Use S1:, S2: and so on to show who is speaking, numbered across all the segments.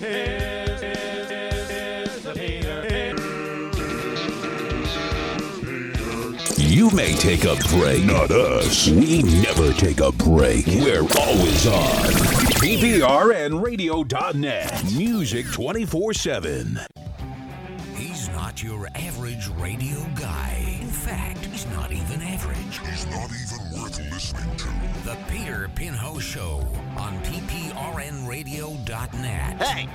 S1: is, is, is, is the Peter.
S2: You may take a break. Not us. We never take a break. We're always on. PPRNradio.net. Music 24 7.
S3: He's not your average radio guy. In fact, he's not even average.
S4: is not even worth listening to.
S3: The Peter Pinho Show on PPRNradio.net.
S5: Hey,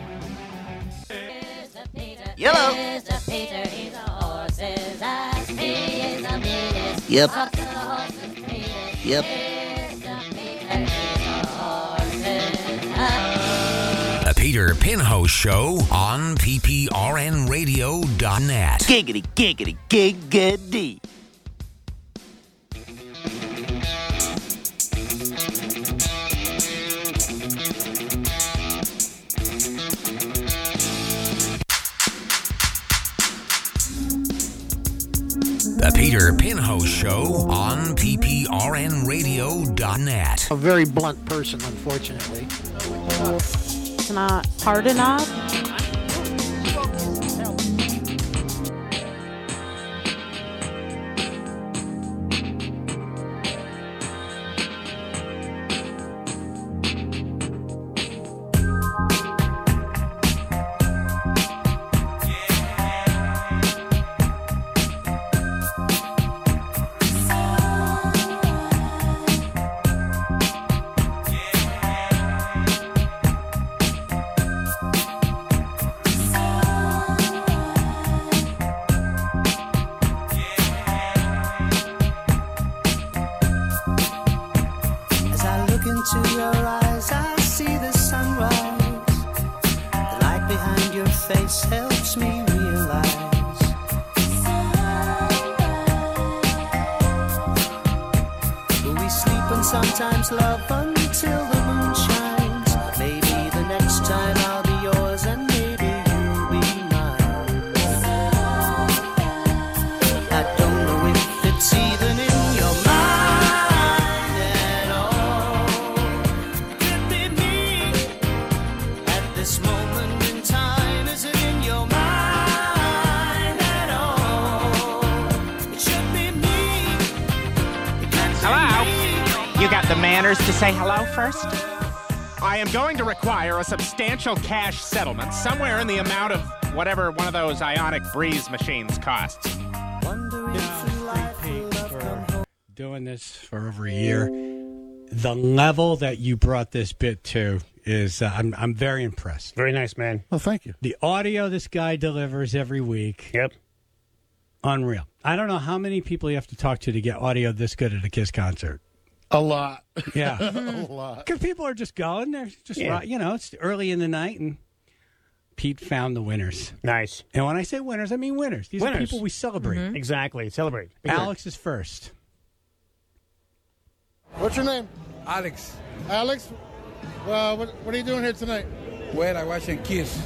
S6: Here's the Peter.
S5: Yellow.
S6: Here's the Peter. He's a horse's ass. He is the meanest.
S5: Yep.
S6: Of the horses, Peter.
S5: Yep.
S6: Here's the Peter. He's a horse's ass.
S3: The Peter Pinho Show on PPRNradio.net.
S5: giggity, giggity, giggity.
S3: The Peter Pinho Show on PPRNradio.net.
S7: a very blunt person, unfortunately.
S8: It's not hard enough.
S9: As I look into your eyes, I see the sunrise. The light behind your face helps me realize. We sleep and sometimes love until the moon shines. Maybe the next time I'll be yours and maybe you'll be mine. I don't know if it's even in your mind at all. It could be me at this moment in time. Is it in your mind at all? It should be me.
S10: Hello? You got the manners to say hello first? I am going to require a substantial cash settlement somewhere in the amount of whatever one of those ionic breeze machines costs.
S9: Wonder if you like love come home.
S11: doing this for over a year. The level that you brought this bit to is uh, I'm I'm very impressed.
S12: Very nice, man.
S13: Well, thank you.
S11: The audio this guy delivers every week,
S12: Yep.
S11: unreal. I don't know how many people you have to talk to to get audio this good at a Kiss concert.
S13: A lot.
S11: Yeah,
S13: a lot.
S11: because people are just going, they're just
S12: Yeah.
S11: ro- you know, it's early in the night, and Pete found the winners.
S12: Nice.
S11: And when I say winners, I mean winners. These are
S12: Winners. Mm-hmm.
S11: people we celebrate.
S12: Exactly. Celebrate.
S11: Alex is first.
S13: What's your name?
S14: Alex,
S13: Alex? Uh, what, what are you doing here tonight?
S14: well, I watch and kiss.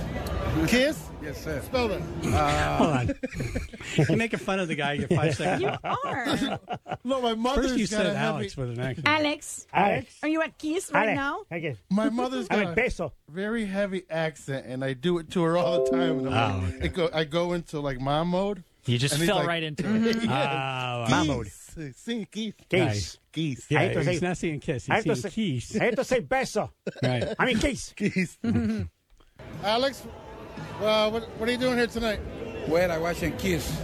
S13: Kiss?
S14: Yes, sir.
S13: Spell that.
S11: Uh, Hold on, you're making fun of the guy. You get five seconds.
S8: You are.
S13: No, my mother's
S11: First, you
S13: got
S11: said
S13: a heavy-
S11: Alex with an accent.
S8: Alex,
S12: Alex.
S8: are you at Keys right
S12: Alex.
S8: now?
S12: Alex.
S13: My mother's got
S12: Alex.
S13: a
S12: Peso.
S13: very heavy accent, and I do it to her all the time. And I'm
S11: Oh,
S13: like,
S11: okay.
S13: I, go, I go into like mom mode.
S10: You just
S13: And he's
S10: fell
S13: like-
S10: right into it.
S11: Ah, wow.
S12: Mom mode.
S13: Geese. See, geese.
S12: Geese.
S13: Geese.
S11: Yeah,
S12: I have to
S11: he's
S12: say-
S11: not seeing kiss.
S12: I
S11: He's
S12: have to
S11: seeing
S12: say-
S11: keys.
S12: I have to say beso.
S11: right.
S12: I mean keys.
S13: Geese. Alex? Uh, what, what are you doing here tonight?
S14: Well, I watch and kiss.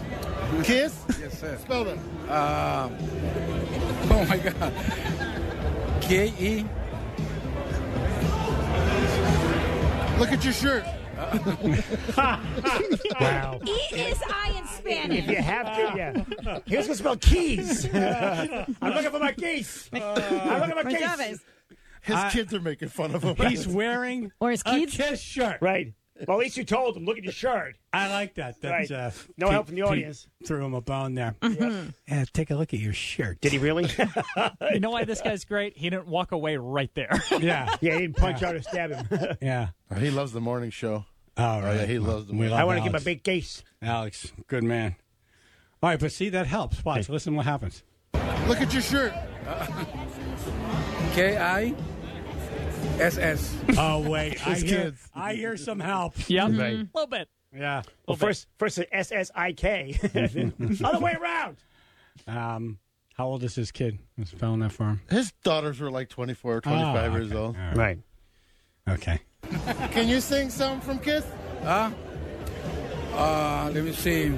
S13: Kiss?
S14: Yes, sir.
S13: Spell that.
S14: Um, oh my God. K E.
S13: Look at your shirt.
S12: Wow.
S8: E is I in Spanish.
S12: You have to, yeah. Here's gonna spell keys. I'm looking for my keys. I'm looking for my keys.
S8: Chavez.
S13: His
S11: I-
S13: kids are making fun of him.
S11: He's wearing
S8: Or his
S11: a
S8: kids?
S11: kiss shirt.
S12: Right. Well, at least you told him. Look at your shirt.
S11: I like that. That's
S12: Right.
S11: uh,
S12: No help from the audience.
S11: threw him a bone there.
S8: Mm-hmm.
S11: Yeah, take a look at your shirt.
S12: Did he really?
S10: You know why this guy's great? He didn't walk away right there.
S11: Yeah.
S12: yeah, he didn't punch out or stab him.
S11: Yeah.
S13: He loves the morning show. Oh,
S11: All right.
S13: yeah, he loves the
S11: We
S13: movie.
S11: love
S12: I want to give him a
S11: Alex.
S12: big case.
S11: Alex, good man. All right, but see that helps. Watch. Listen, what happens.
S13: Look at your shirt.
S14: K I.
S15: SS.
S11: Oh wait, I hear, I hear some help.
S9: Yep.
S11: Mhm.
S9: Mm-hmm. little bit.
S11: Yeah.
S9: Well, first, first the SSIK. Other way around.
S11: Mm-hmm. Um, how old is this kid? Is filling that for him?
S13: His daughters were like 24 or 25
S11: Oh,
S13: years
S11: okay.
S13: old.
S11: All right. Okay.
S13: Can you sing something from Kiss?
S15: Huh? Uh, let me see.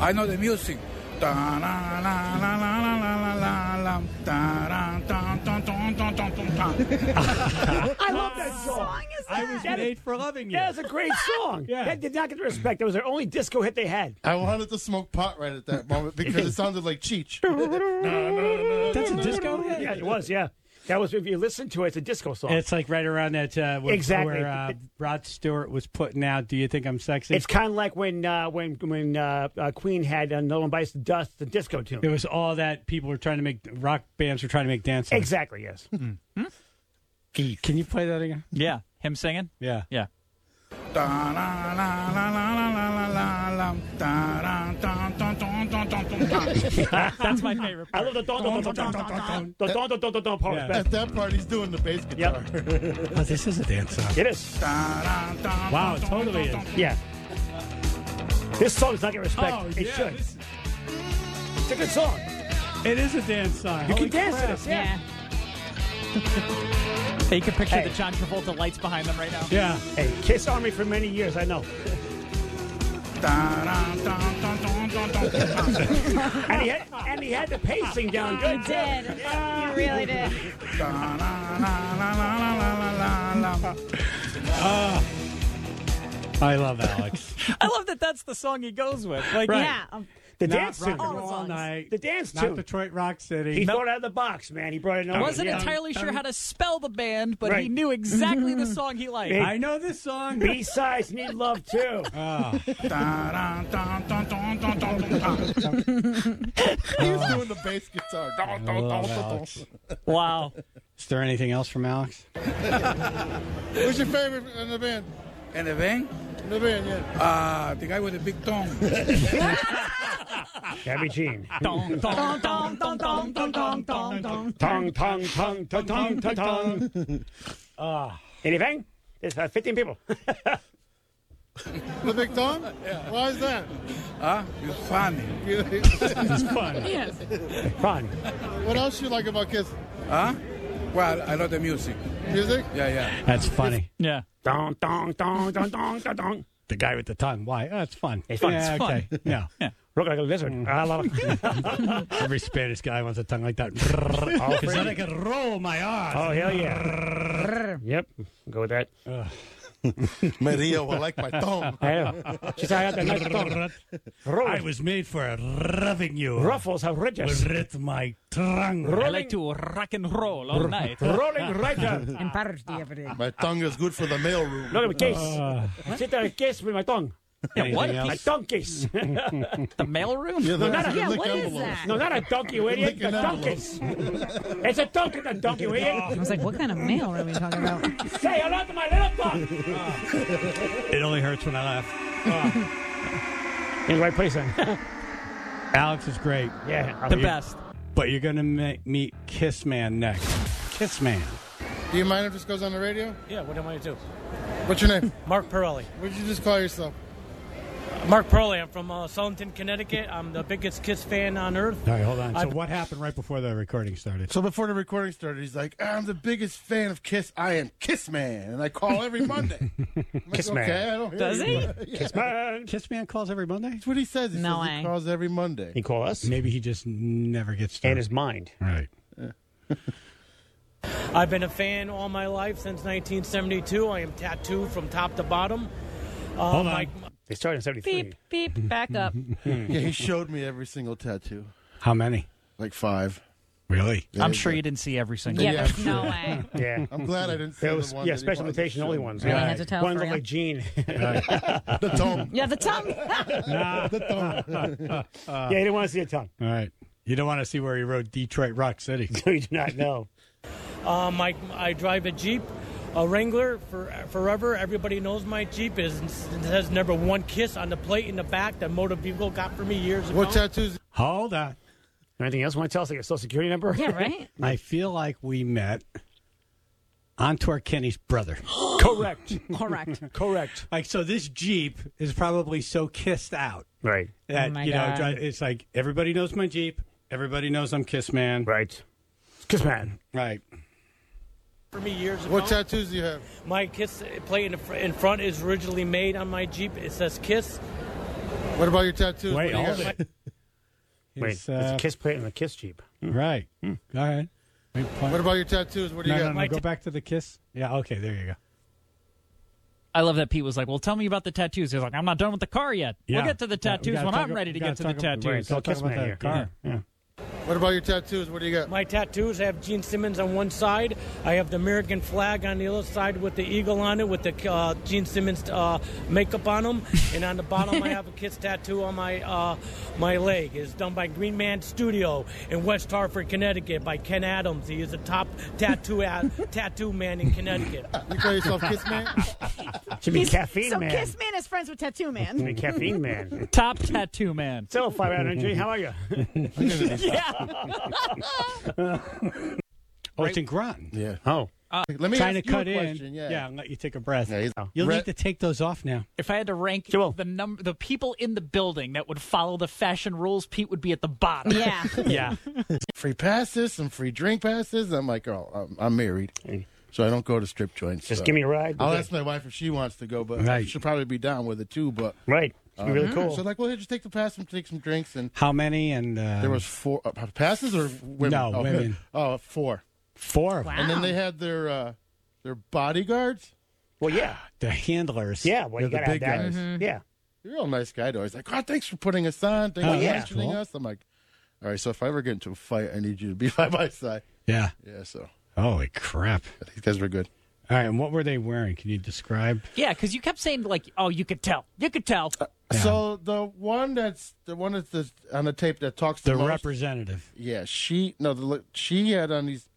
S15: I know the music.
S9: I love that song. is I was made
S11: for loving
S9: you. That is a great song. That did not get the respect. That was their only disco hit they had.
S13: I wanted to smoke pot right at that moment because it sounded like Cheech.
S9: That's a disco hit. Yeah, it was. Yeah, that was if you listen to it, it's a disco song.
S11: It's like right around that uh, where,
S9: Exactly.
S11: where uh, Rod Stewart was putting out. Do you think I'm sexy?
S9: It's kind of like when uh, when when uh, uh, Queen had uh, "No One Bites the Dust," the disco tune.
S11: it was all that people were trying to make rock bands were trying to make dance. songs.
S9: Exactly. Yes.
S10: Mm-hmm.
S11: Can you play that again?
S10: Yeah, him singing.
S11: Yeah.
S10: Yeah.
S9: That's my favorite. I love the don don don don don don don don don don don part.
S13: At that part, he's doing the bass guitar.
S11: Oh, this is a dance song.
S9: It is.
S11: Wow, it totally is.
S9: Yeah. This song does not get respect.
S11: Oh,
S9: it
S11: yeah,
S9: should.
S11: this
S9: It's a good song.
S11: It is a dance song.
S9: You
S10: Holy
S9: can dance to
S10: crap.
S9: this. Yeah.
S10: You can picture
S9: Hey.
S10: the John Travolta lights behind them right now.
S9: Hey, Kiss Army for many years. I know.
S11: Ah.
S9: and he had and he had the pacing down good. He did. He really did.
S11: I love Alex.
S10: I love that that's the song he goes with. Like,
S11: Right.
S10: yeah.
S9: The
S11: Not
S9: dance
S11: rock
S9: tune.
S11: and roll all night.
S9: The dance
S11: Not
S9: tune.
S11: Detroit Rock City.
S9: He threw it out of the box, man. He brought it.
S10: I
S9: on.
S10: wasn't
S9: Yeah.
S10: entirely sure how to spell the band, but he
S9: Right.
S10: knew exactly the song he liked.
S9: Big-
S11: know this song.
S9: B-sides need love too. Ah.
S13: He was doing the bass guitar.
S10: wow.
S11: Is there anything else from Alex?
S13: Who's your favorite in the band?
S15: And the band?
S13: In the band, yeah.
S15: Uh, the guy with the big tongue.
S9: Gabby Jean.
S10: Dong, dong, dong, dong, dong, dong, dong, dong, dong.
S9: Tongue, tongue, tongue, tongue, tongue, tongue, tongue. Ah. Anything? There's uh, 15 people.
S13: The big tongue? Why is that?
S15: Huh? It's funny.
S13: it's
S9: fun. Fun.
S13: What else you like about Kiss?
S15: Huh? Well, I love the music.
S13: Music?
S15: Yeah, yeah.
S11: That's funny.
S10: Yeah.
S9: Dong, dong, dong, dong, dong, dong, dong.
S11: The guy with the tongue. Why? Oh, it's fun.
S9: It's fun.
S11: Yeah,
S9: It's fun. Mm.
S11: okay. Yeah.
S9: Look like a lizard.
S11: Ah,
S9: I love it.
S11: Every Spanish guy wants a tongue like that.
S9: All
S11: Because then
S9: free.
S11: I can roll my eyes.
S9: Oh, hell yeah. yep. Go with that.
S13: Maria will like my tongue.
S9: I know. She said I had that nice tongue.
S11: I was made for rubbing you.
S9: Ruffles outrageous.
S11: With my tongue.
S10: I
S9: Rolling-
S10: like to rock and roll all night.
S9: Rolling right down.
S8: In Paris the other day.
S13: My tongue is good for the mailroom.
S9: Look at my case.
S13: Uh, Ah.
S9: I sit there and kiss with my tongue.
S10: Yeah, what?
S11: Anything
S9: My
S11: else?
S9: tongue kiss.
S10: The mailroom?
S13: Yeah,
S9: No, not
S13: that's
S9: a-
S13: good
S9: yeah,
S13: lick
S8: what is
S13: envelopes.
S8: that?
S9: No, not a donkey, you idiot.
S13: Licking
S9: A donkeys. It's a donkey, not a donkey, you
S8: I
S9: idiot.
S8: was like, what kind of mail are we talking about?
S9: Say hello to my little dog.
S11: It only hurts when I laugh.
S9: Ah. In the right place, then.
S11: Alex is great.
S9: Yeah. I'll
S10: The
S9: be-
S10: best.
S11: But you're going to meet Kiss Man next. Kiss Man.
S13: Do you mind if this goes on the radio?
S7: Yeah, what am I to do?
S13: What's your name?
S7: Mark Peroli.
S13: What did you just call yourself?
S7: Mark Peroli. I'm from uh, Sullenton, Connecticut. I'm the biggest Kiss fan on earth.
S11: All right, hold on. So,
S7: I've-
S11: what happened right before the recording started?
S13: So before the recording started, he's like, "I'm the biggest fan of Kiss. I am Kiss Man, and I call every Monday." I'm like,
S9: Kiss Man.
S13: Okay, I don't hear
S10: Does
S13: you.
S10: he?
S13: Yeah,
S9: Kiss man.
S11: Kiss Man calls every Monday?
S13: That's what he says. He
S8: No
S13: says
S8: way.
S13: he calls every Monday.
S9: You call us?
S11: Maybe he just never gets
S9: And
S11: started.
S9: his mind.
S11: right.
S7: I've been a fan all my life since 1972. I am tattooed from top to bottom. Uh,
S11: Hold
S7: my-
S9: They started in 73.
S8: Beep, beep, back up.
S13: Yeah, he showed me every single tattoo,
S11: How many?
S13: like five.
S11: Really?
S10: I'm sure you didn't see every single
S8: Yeah,
S10: one.
S8: there's no way.
S9: Yeah.
S13: I'm glad I didn't see
S9: It
S13: the
S9: was,
S13: one.
S9: yeah,
S13: that he
S9: special
S13: wanted to
S9: invitation
S13: show
S9: only
S13: me.
S9: ones.
S8: Really
S9: Yeah.
S8: had to tell
S9: One
S8: for
S9: looked
S8: ya.
S9: like Gene.
S13: The tongue.
S8: Yeah, the tongue.
S13: The tongue.
S9: yeah, you didn't want to see a tongue.
S11: Uh, All right. You don't want to see where he wrote Detroit Rock City.
S9: No, you do not know.
S7: uh, my, I drive a Jeep, a Wrangler for forever. Everybody knows my Jeep is it has number one Kiss on the plate in the back that Motor Vehicle got for me years ago.
S13: what tattoos?
S11: Hold on.
S9: Anything else you want to tell us? Like your social security number?
S8: Yeah, right?
S11: I feel like we met Antoine Kenny's brother.
S16: Correct. Correct. Correct.
S11: Like so, this Jeep is probably so kissed out,
S17: right?
S11: That
S16: Oh my
S11: you know,
S16: God.
S11: dri- it's like everybody knows my Jeep. Everybody knows I'm Kiss Man.
S17: Right.
S11: Kiss Man. Right.
S7: for me years ago.
S11: What
S7: tattoos do you have? My Kiss plate in, the fr- in front is originally made on my Jeep. It says Kiss.
S13: What about your tattoos? What do
S7: Wait,
S13: you
S7: all
S13: got?
S7: of it.
S17: Wait, it's,
S11: It's,
S17: a
S11: uh,
S17: kiss plate and a kiss jeep.
S11: Right. All right.
S13: Hmm. What about your tattoos? What do
S11: no,
S13: you
S11: no,
S13: got?
S11: no, Go back to the kiss. Yeah. Okay. There you go.
S10: I love that Pete was like, "Well, tell me about the tattoos." He's like, "I'm not done with the car yet.
S11: Yeah.
S10: We'll get to
S11: Yeah,
S10: the
S11: we
S10: tattoos
S11: gotta
S10: when
S11: talk
S10: I'm
S11: ab-
S10: ready to
S11: we gotta
S10: get to the
S11: talk about-
S10: tattoos."
S11: Wait, so Kiss Man here. Car. Yeah.
S13: What about your tattoos? What do you got?
S7: My tattoos have Gene Simmons on one side. I have the American flag on the other side with the eagle on it, with the uh, Gene Simmons uh, makeup on them. And on the bottom, I have a Kiss tattoo on my uh, my leg. It's done by Green Man Studio in West Hartford, Connecticut, by Ken Adams. He is a top tattoo ad- tattoo man in Connecticut.
S13: You call yourself Kiss Man?
S17: Should be
S18: He's-
S17: caffeine
S18: so
S17: man.
S18: Kiss Man is friends with Tattoo Man.
S17: Should be caffeine man.
S10: Top tattoo man.
S17: So five out energy. How are you?
S10: yeah.
S11: Oh, it's in Groton. Uh,
S13: Yeah.
S17: Oh.
S13: Let me
S11: trying
S13: ask
S11: to
S13: you a
S11: cut
S13: question,
S11: in.
S13: yeah.
S11: and let you take a breath. You'll
S17: Oh.
S10: You'll
S11: need to take those off now.
S10: If I had to rank the number, the people in the building that would follow the fashion rules, Pete would be at the bottom. Yeah.
S11: yeah.
S13: free passes, some free drink passes. I'm like, girl, I'm, I'm married, so I don't go to strip joints.
S17: Just
S13: so. Oh,
S17: give me a ride.
S13: I'll
S17: Okay.
S13: ask my wife if she wants to go, but
S11: Right.
S13: she'll probably be down with it too. But uh,
S17: right,
S11: It'd be really cool.
S13: Uh-huh. So like, well, here, just take the pass and take some drinks, and
S11: How many? And uh,
S13: there was four uh, passes or women?
S11: No,
S13: oh,
S11: women.
S13: Oh, four.
S11: Four of
S13: And then
S11: them.
S13: they had their uh, their bodyguards.
S17: Well, yeah,
S11: the handlers.
S17: Yeah, well,
S13: They're
S17: you
S13: the
S17: gotta have
S13: big
S17: that.
S13: guys.
S17: Mhm. Yeah.
S13: You're a real nice guy, though. He's like, oh, thanks for putting us on. Thanks
S11: Oh,
S13: for
S11: yeah.
S13: mentioning
S11: Cool.
S13: us. I'm like, all right, so if I ever get into a fight, I need you to be by my side.
S11: Yeah.
S13: Yeah, so.
S11: Holy crap!
S13: These guys were good.
S11: All right, and what were they wearing? Can you describe?
S10: Yeah, because you kept saying like, "Oh, you could tell. You could tell."
S13: So the one that's the one that's the, on the tape that talks the,
S11: The
S13: most-
S11: representative.
S13: Yeah, she no, the, li- she had on these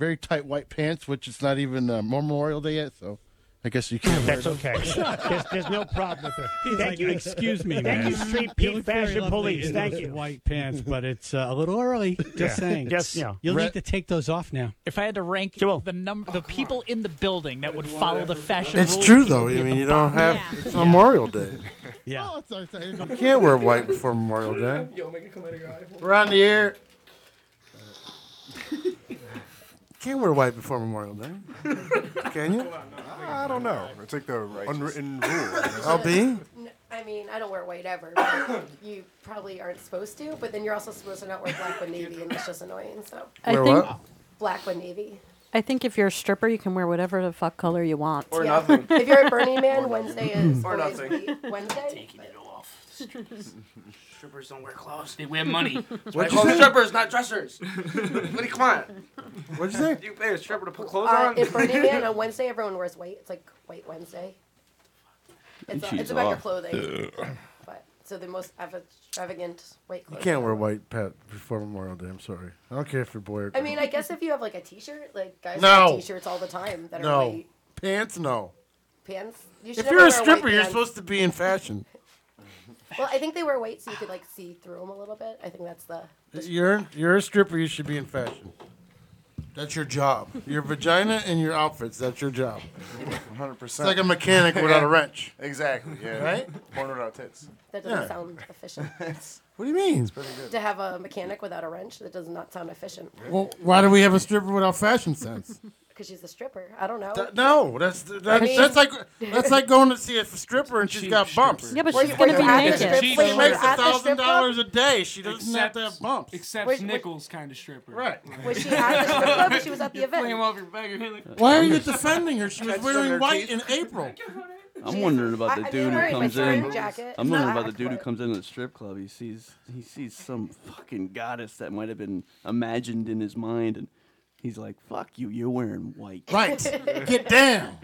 S13: very tight white pants, which it's not even uh, Memorial Day yet, so I guess you can't.
S17: That's
S13: wear
S17: okay.
S13: those.
S17: there's, there's no problem with it.
S11: He's
S17: Thank
S11: like,
S17: you.
S11: Excuse me,
S17: Thank
S11: man.
S17: you, Street
S11: You
S17: Pete
S11: look very
S17: Fashion
S11: lovely
S17: Police.
S11: in
S17: Thank
S11: those
S17: you.
S11: White pants, but it's uh, a little early. Just
S17: Yeah.
S11: saying.
S17: Just, you know.
S11: You'll
S17: Re-
S11: need to take those off now.
S10: If I had to rank the number, the people in the building that would follow the fashion
S19: It's
S10: rules,
S19: true
S10: Pete would
S19: though.
S10: be
S19: I
S10: at
S19: mean,
S10: the
S19: you don't
S10: bottom.
S19: have
S10: Yeah.
S19: it's Memorial Day.
S11: Yeah.
S13: Oh, sorry, sorry.
S19: You can't wear white before Memorial Day.
S13: We're on the air.
S19: You can't wear white before Memorial Day. Can you? I don't know.
S20: It's like the unwritten rule.
S19: LB?
S21: N- I mean, I don't wear white ever. But you probably aren't supposed to, but then you're also supposed to not wear black with navy, and it's just annoying. So
S8: I Wear think- what?
S21: black with navy.
S8: I think if you're a stripper, you can wear whatever the fuck color you want.
S21: Yeah. if you're at Burning Man, Wednesday is
S8: Or
S21: boys'
S8: nothing.
S21: week. Wednesday.
S22: Taking it off. Strippers. Strippers don't wear clothes. They wear money. That's why I
S19: What'd
S22: call
S19: you
S22: them
S19: say?
S22: strippers, not dressers. Buddy, come on.
S19: What'd you say?
S22: You pay a stripper to put clothes
S21: Uh,
S22: on?
S21: at Burning Man on Wednesday, everyone wears white. It's like White Wednesday. It's, a, it's
S19: She's
S21: about your
S19: off.
S21: clothing. but so the most extravagant white
S19: You
S21: clothes.
S19: can't wear white pat before Memorial Day. I'm sorry. I don't care if you're boy. or
S21: I mean, I guess if you have like a T-shirt, like guys
S19: No.
S21: wear T-shirts all the time that are
S19: no
S21: white
S19: pants. No.
S21: pants. You should
S19: If
S21: never wear
S19: you're a
S21: white
S19: stripper, you're
S21: pants.
S19: supposed to be in fashion.
S21: Well, I think they wear white so you could like see through them a little bit. I think that's the.
S19: You're you're a stripper. You should be in fashion. That's your job. Your vagina and your outfits. That's your job.
S20: 100%. It's
S19: like a mechanic without a wrench.
S20: Exactly, yeah.
S19: Right?
S20: Born without tits.
S21: That doesn't
S19: Yeah.
S21: sound efficient.
S19: What do you mean?
S20: pretty good.
S21: to have a mechanic without a wrench, that does not sound efficient.
S19: Well, why do we have a stripper without fashion sense?
S21: Because she's a stripper. I don't know.
S19: Th- no, that's
S21: I
S19: that,
S21: mean-
S19: that's like that's like going to see a stripper and she's got bumps.
S21: Yeah, but Were she's you- gonna were you be at the naked. strip-
S19: She
S21: were you
S19: makes
S21: at
S19: a
S21: the strip
S19: thousand dollars a
S21: club?
S19: day. She doesn't have to have
S23: Except-
S19: bumps.
S23: Except
S21: Wait, wait.
S23: Nichols kind of stripper.
S19: Right.
S21: Was she at the strip club? or She was at the event.
S19: Why are you defending her? She was
S23: Catches on
S19: wearing
S23: her
S19: white
S23: teeth.
S19: in April.
S24: I'm wondering
S21: I-
S24: about the
S21: I mean,
S24: dude
S21: alright,
S24: who
S21: my
S24: comes
S21: sorry
S24: in.
S21: jacket.
S24: I'm wondering about the
S21: Black,
S24: dude who
S21: but-
S24: comes into the strip club. He sees he sees some fucking goddess that might have been imagined in his mind, and he's like, "Fuck you, you're wearing white."
S19: Right. Get down.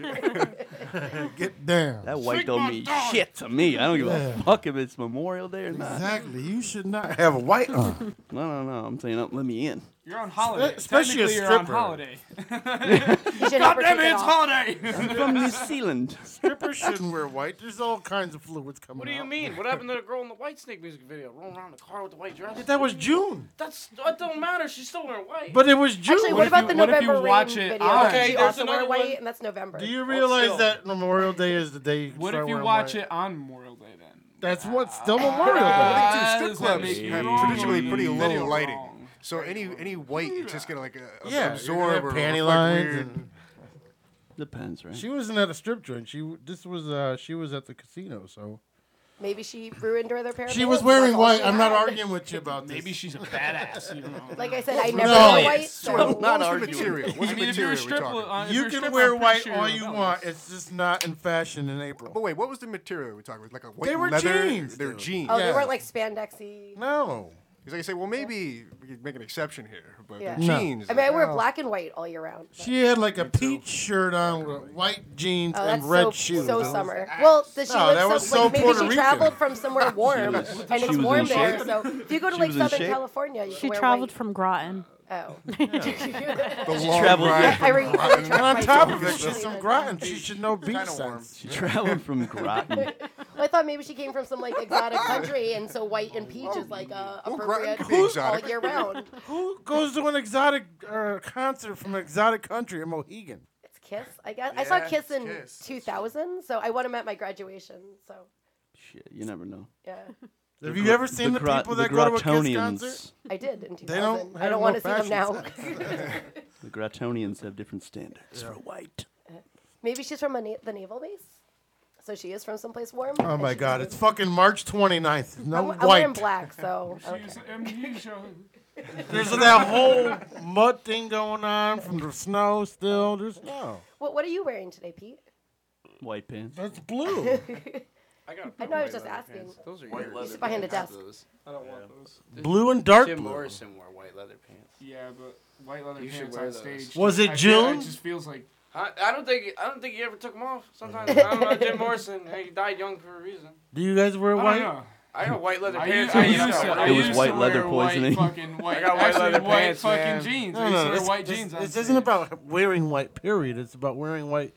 S19: Get down.
S24: That white don't mean shit to me. I don't give a fuck if it's Memorial Day or not.
S19: Exactly. You should not have a white on.
S24: No, no, no. I'm saying, don't let me in.
S22: You're on holiday.
S24: especially a
S22: Technically, you're on
S24: stripper.
S22: holiday.
S24: You should
S22: God
S24: never
S22: damn
S24: take
S22: it,
S24: it
S22: it's
S24: off.
S22: holiday.
S24: I'm from New Zealand.
S13: Strippers shouldn't wear white. There's all kinds of fluids coming
S22: What do you
S13: out.
S22: mean? What happened to the girl in the White Snake music video rolling around the car with the white dress?
S13: Yeah, that was June.
S22: That's that don't matter. She's still wearing white.
S13: But it was June.
S21: Actually, what, about the November rain video?
S13: on-
S21: Did you also wear
S22: another
S21: white,
S22: one.
S21: and that's November.
S13: Do you realize
S22: still.
S13: that Memorial Day is the day? You
S22: What
S13: start
S22: if you
S13: wearing
S22: watch Ah,
S13: white?
S22: it on Memorial Day then?
S13: That's what still Memorial Day.
S20: I think two strip clubs have traditionally pretty low lighting, so any any white is just gonna like uh,
S13: Yeah,
S20: absorb or
S13: panty
S20: reflect
S13: lines.
S20: weird-
S13: and-
S24: Depends, right?
S13: She wasn't at a strip joint. She w- this was uh she was at the casino. So
S21: Maybe she ruined her other pair. of
S13: she
S21: pants,
S13: was
S21: that's
S13: wearing
S21: all
S13: white.
S21: she
S13: I'm not
S21: had.
S13: arguing with you about this.
S22: Maybe she's a badass. You know.
S21: Like I said, I
S13: No.
S21: never wear
S13: No.
S21: white. So
S13: Well, what's
S21: not
S13: the
S21: arguing.
S13: material? What's
S22: I
S13: the
S22: mean, if you're
S13: material
S22: a
S13: we're
S22: stripper,
S13: talking?
S22: uh, if
S13: you
S22: you're a
S13: can
S22: stripper,
S13: wear
S22: I'm pretty
S13: white
S22: sure
S13: all
S22: you're
S13: you
S22: not
S13: want. It's just not in fashion in April.
S20: But wait, what was the material we're talking about? Like a white
S13: They were
S20: leather?
S13: jeans,
S20: They were
S13: dude.
S20: jeans.
S21: Oh, they weren't like spandexy.
S13: No.
S20: He's like, I say, well, maybe we could make an exception here, but
S21: Yeah.
S20: they're
S13: No.
S20: jeans.
S21: I mean, I wear
S20: No.
S21: black and white all year round.
S13: She had like a peach shirt on with white jeans
S21: Oh, that's
S13: and red
S21: so,
S13: shoes.
S21: so
S13: That was-
S21: summer. Well, does she
S13: No,
S21: live
S13: that
S21: so,
S13: was
S21: like,
S13: so
S21: maybe
S13: Puerto
S21: she
S13: Rican.
S21: traveled from somewhere warm,
S13: was-
S21: and
S13: she
S21: it's
S13: was in
S21: warm there.
S13: shape.
S21: So if you go to She like was in Southern shape. California, you
S8: She
S21: can wear
S8: traveled
S21: white.
S8: from Groton.
S21: Oh.
S13: The
S21: She
S13: long
S24: traveled-
S13: ride
S21: I
S13: from
S21: re-
S13: Groton.
S21: I
S13: and on
S21: tried
S13: top
S21: to
S13: of it,
S21: explain
S13: she's from
S21: it.
S13: Groton. She should know beach
S24: warm.
S13: sense.
S24: She traveled from Groton.
S21: I thought maybe she came from some like exotic country, and so white and peach is like uh, appropriate
S13: could be
S21: all
S13: exotic.
S21: year round.
S13: Who goes to an exotic uh, concert from an exotic country in Mohegan?
S21: It's Kiss, I guess. I saw
S13: Yeah, it's
S21: Kiss in
S13: Kiss.
S21: 2000, so I went to at my graduation. So
S24: Shit, you never know.
S21: yeah,
S13: Have
S24: The
S13: you
S24: Gro-
S13: ever seen the,
S24: Gro-
S13: people
S24: the
S13: that go to a Kiss
S24: Grotonians.
S13: concert?
S21: I did in 2000.
S13: They don't
S21: I
S13: have
S21: don't
S13: no
S21: want to see them
S13: fashion
S21: now.
S24: The Grotonians have different standards for white.
S21: maybe she's from a na- the naval base, so she is from someplace warm.
S13: Oh
S21: and
S13: my
S21: she's
S13: God!
S21: moved-
S13: It's fucking March 29th. No
S21: I'm, I'm
S13: white.
S21: wearing black, so
S22: She's amnesia.
S13: There's that whole mud thing going on from the snow still. There's no
S21: What What are you wearing today, Pete?
S24: White pants.
S13: That's blue.
S21: I
S22: got.
S21: I know. I was just asking.
S22: Those are
S21: White
S22: yours.
S21: leather behind a
S22: pants.
S21: desk.
S22: I don't want those.
S13: blue and dark
S15: Jim
S13: blue.
S15: Morrison wore white leather pants.
S22: Yeah, but white leather
S15: You should
S22: pants
S15: wear
S22: on
S15: those.
S22: stage.
S13: Was it
S22: I feel-
S13: June?
S22: It just feels like
S15: I, I don't think I don't think he ever took them off. Sometimes I don't know Jim Morrison. He died young for a reason.
S13: Do you guys wear
S15: I don't
S13: white?
S15: know. I got white leather
S22: I
S15: pants.
S22: u- I
S15: on, you know,
S22: used to-
S15: I got
S22: I
S24: It was
S22: used
S24: white
S22: to
S24: leather
S22: wear white
S24: poisoning.
S22: Fucking white.
S15: I got white
S22: actually,
S15: leather
S22: white
S15: pants,
S22: Fucking
S15: man.
S22: jeans.
S13: No,
S15: used
S22: I
S15: to
S13: no,
S15: wear
S13: this,
S15: white
S13: this-
S15: jeans on
S13: this
S15: stage.
S13: isn't about wearing white. Period. It's about wearing white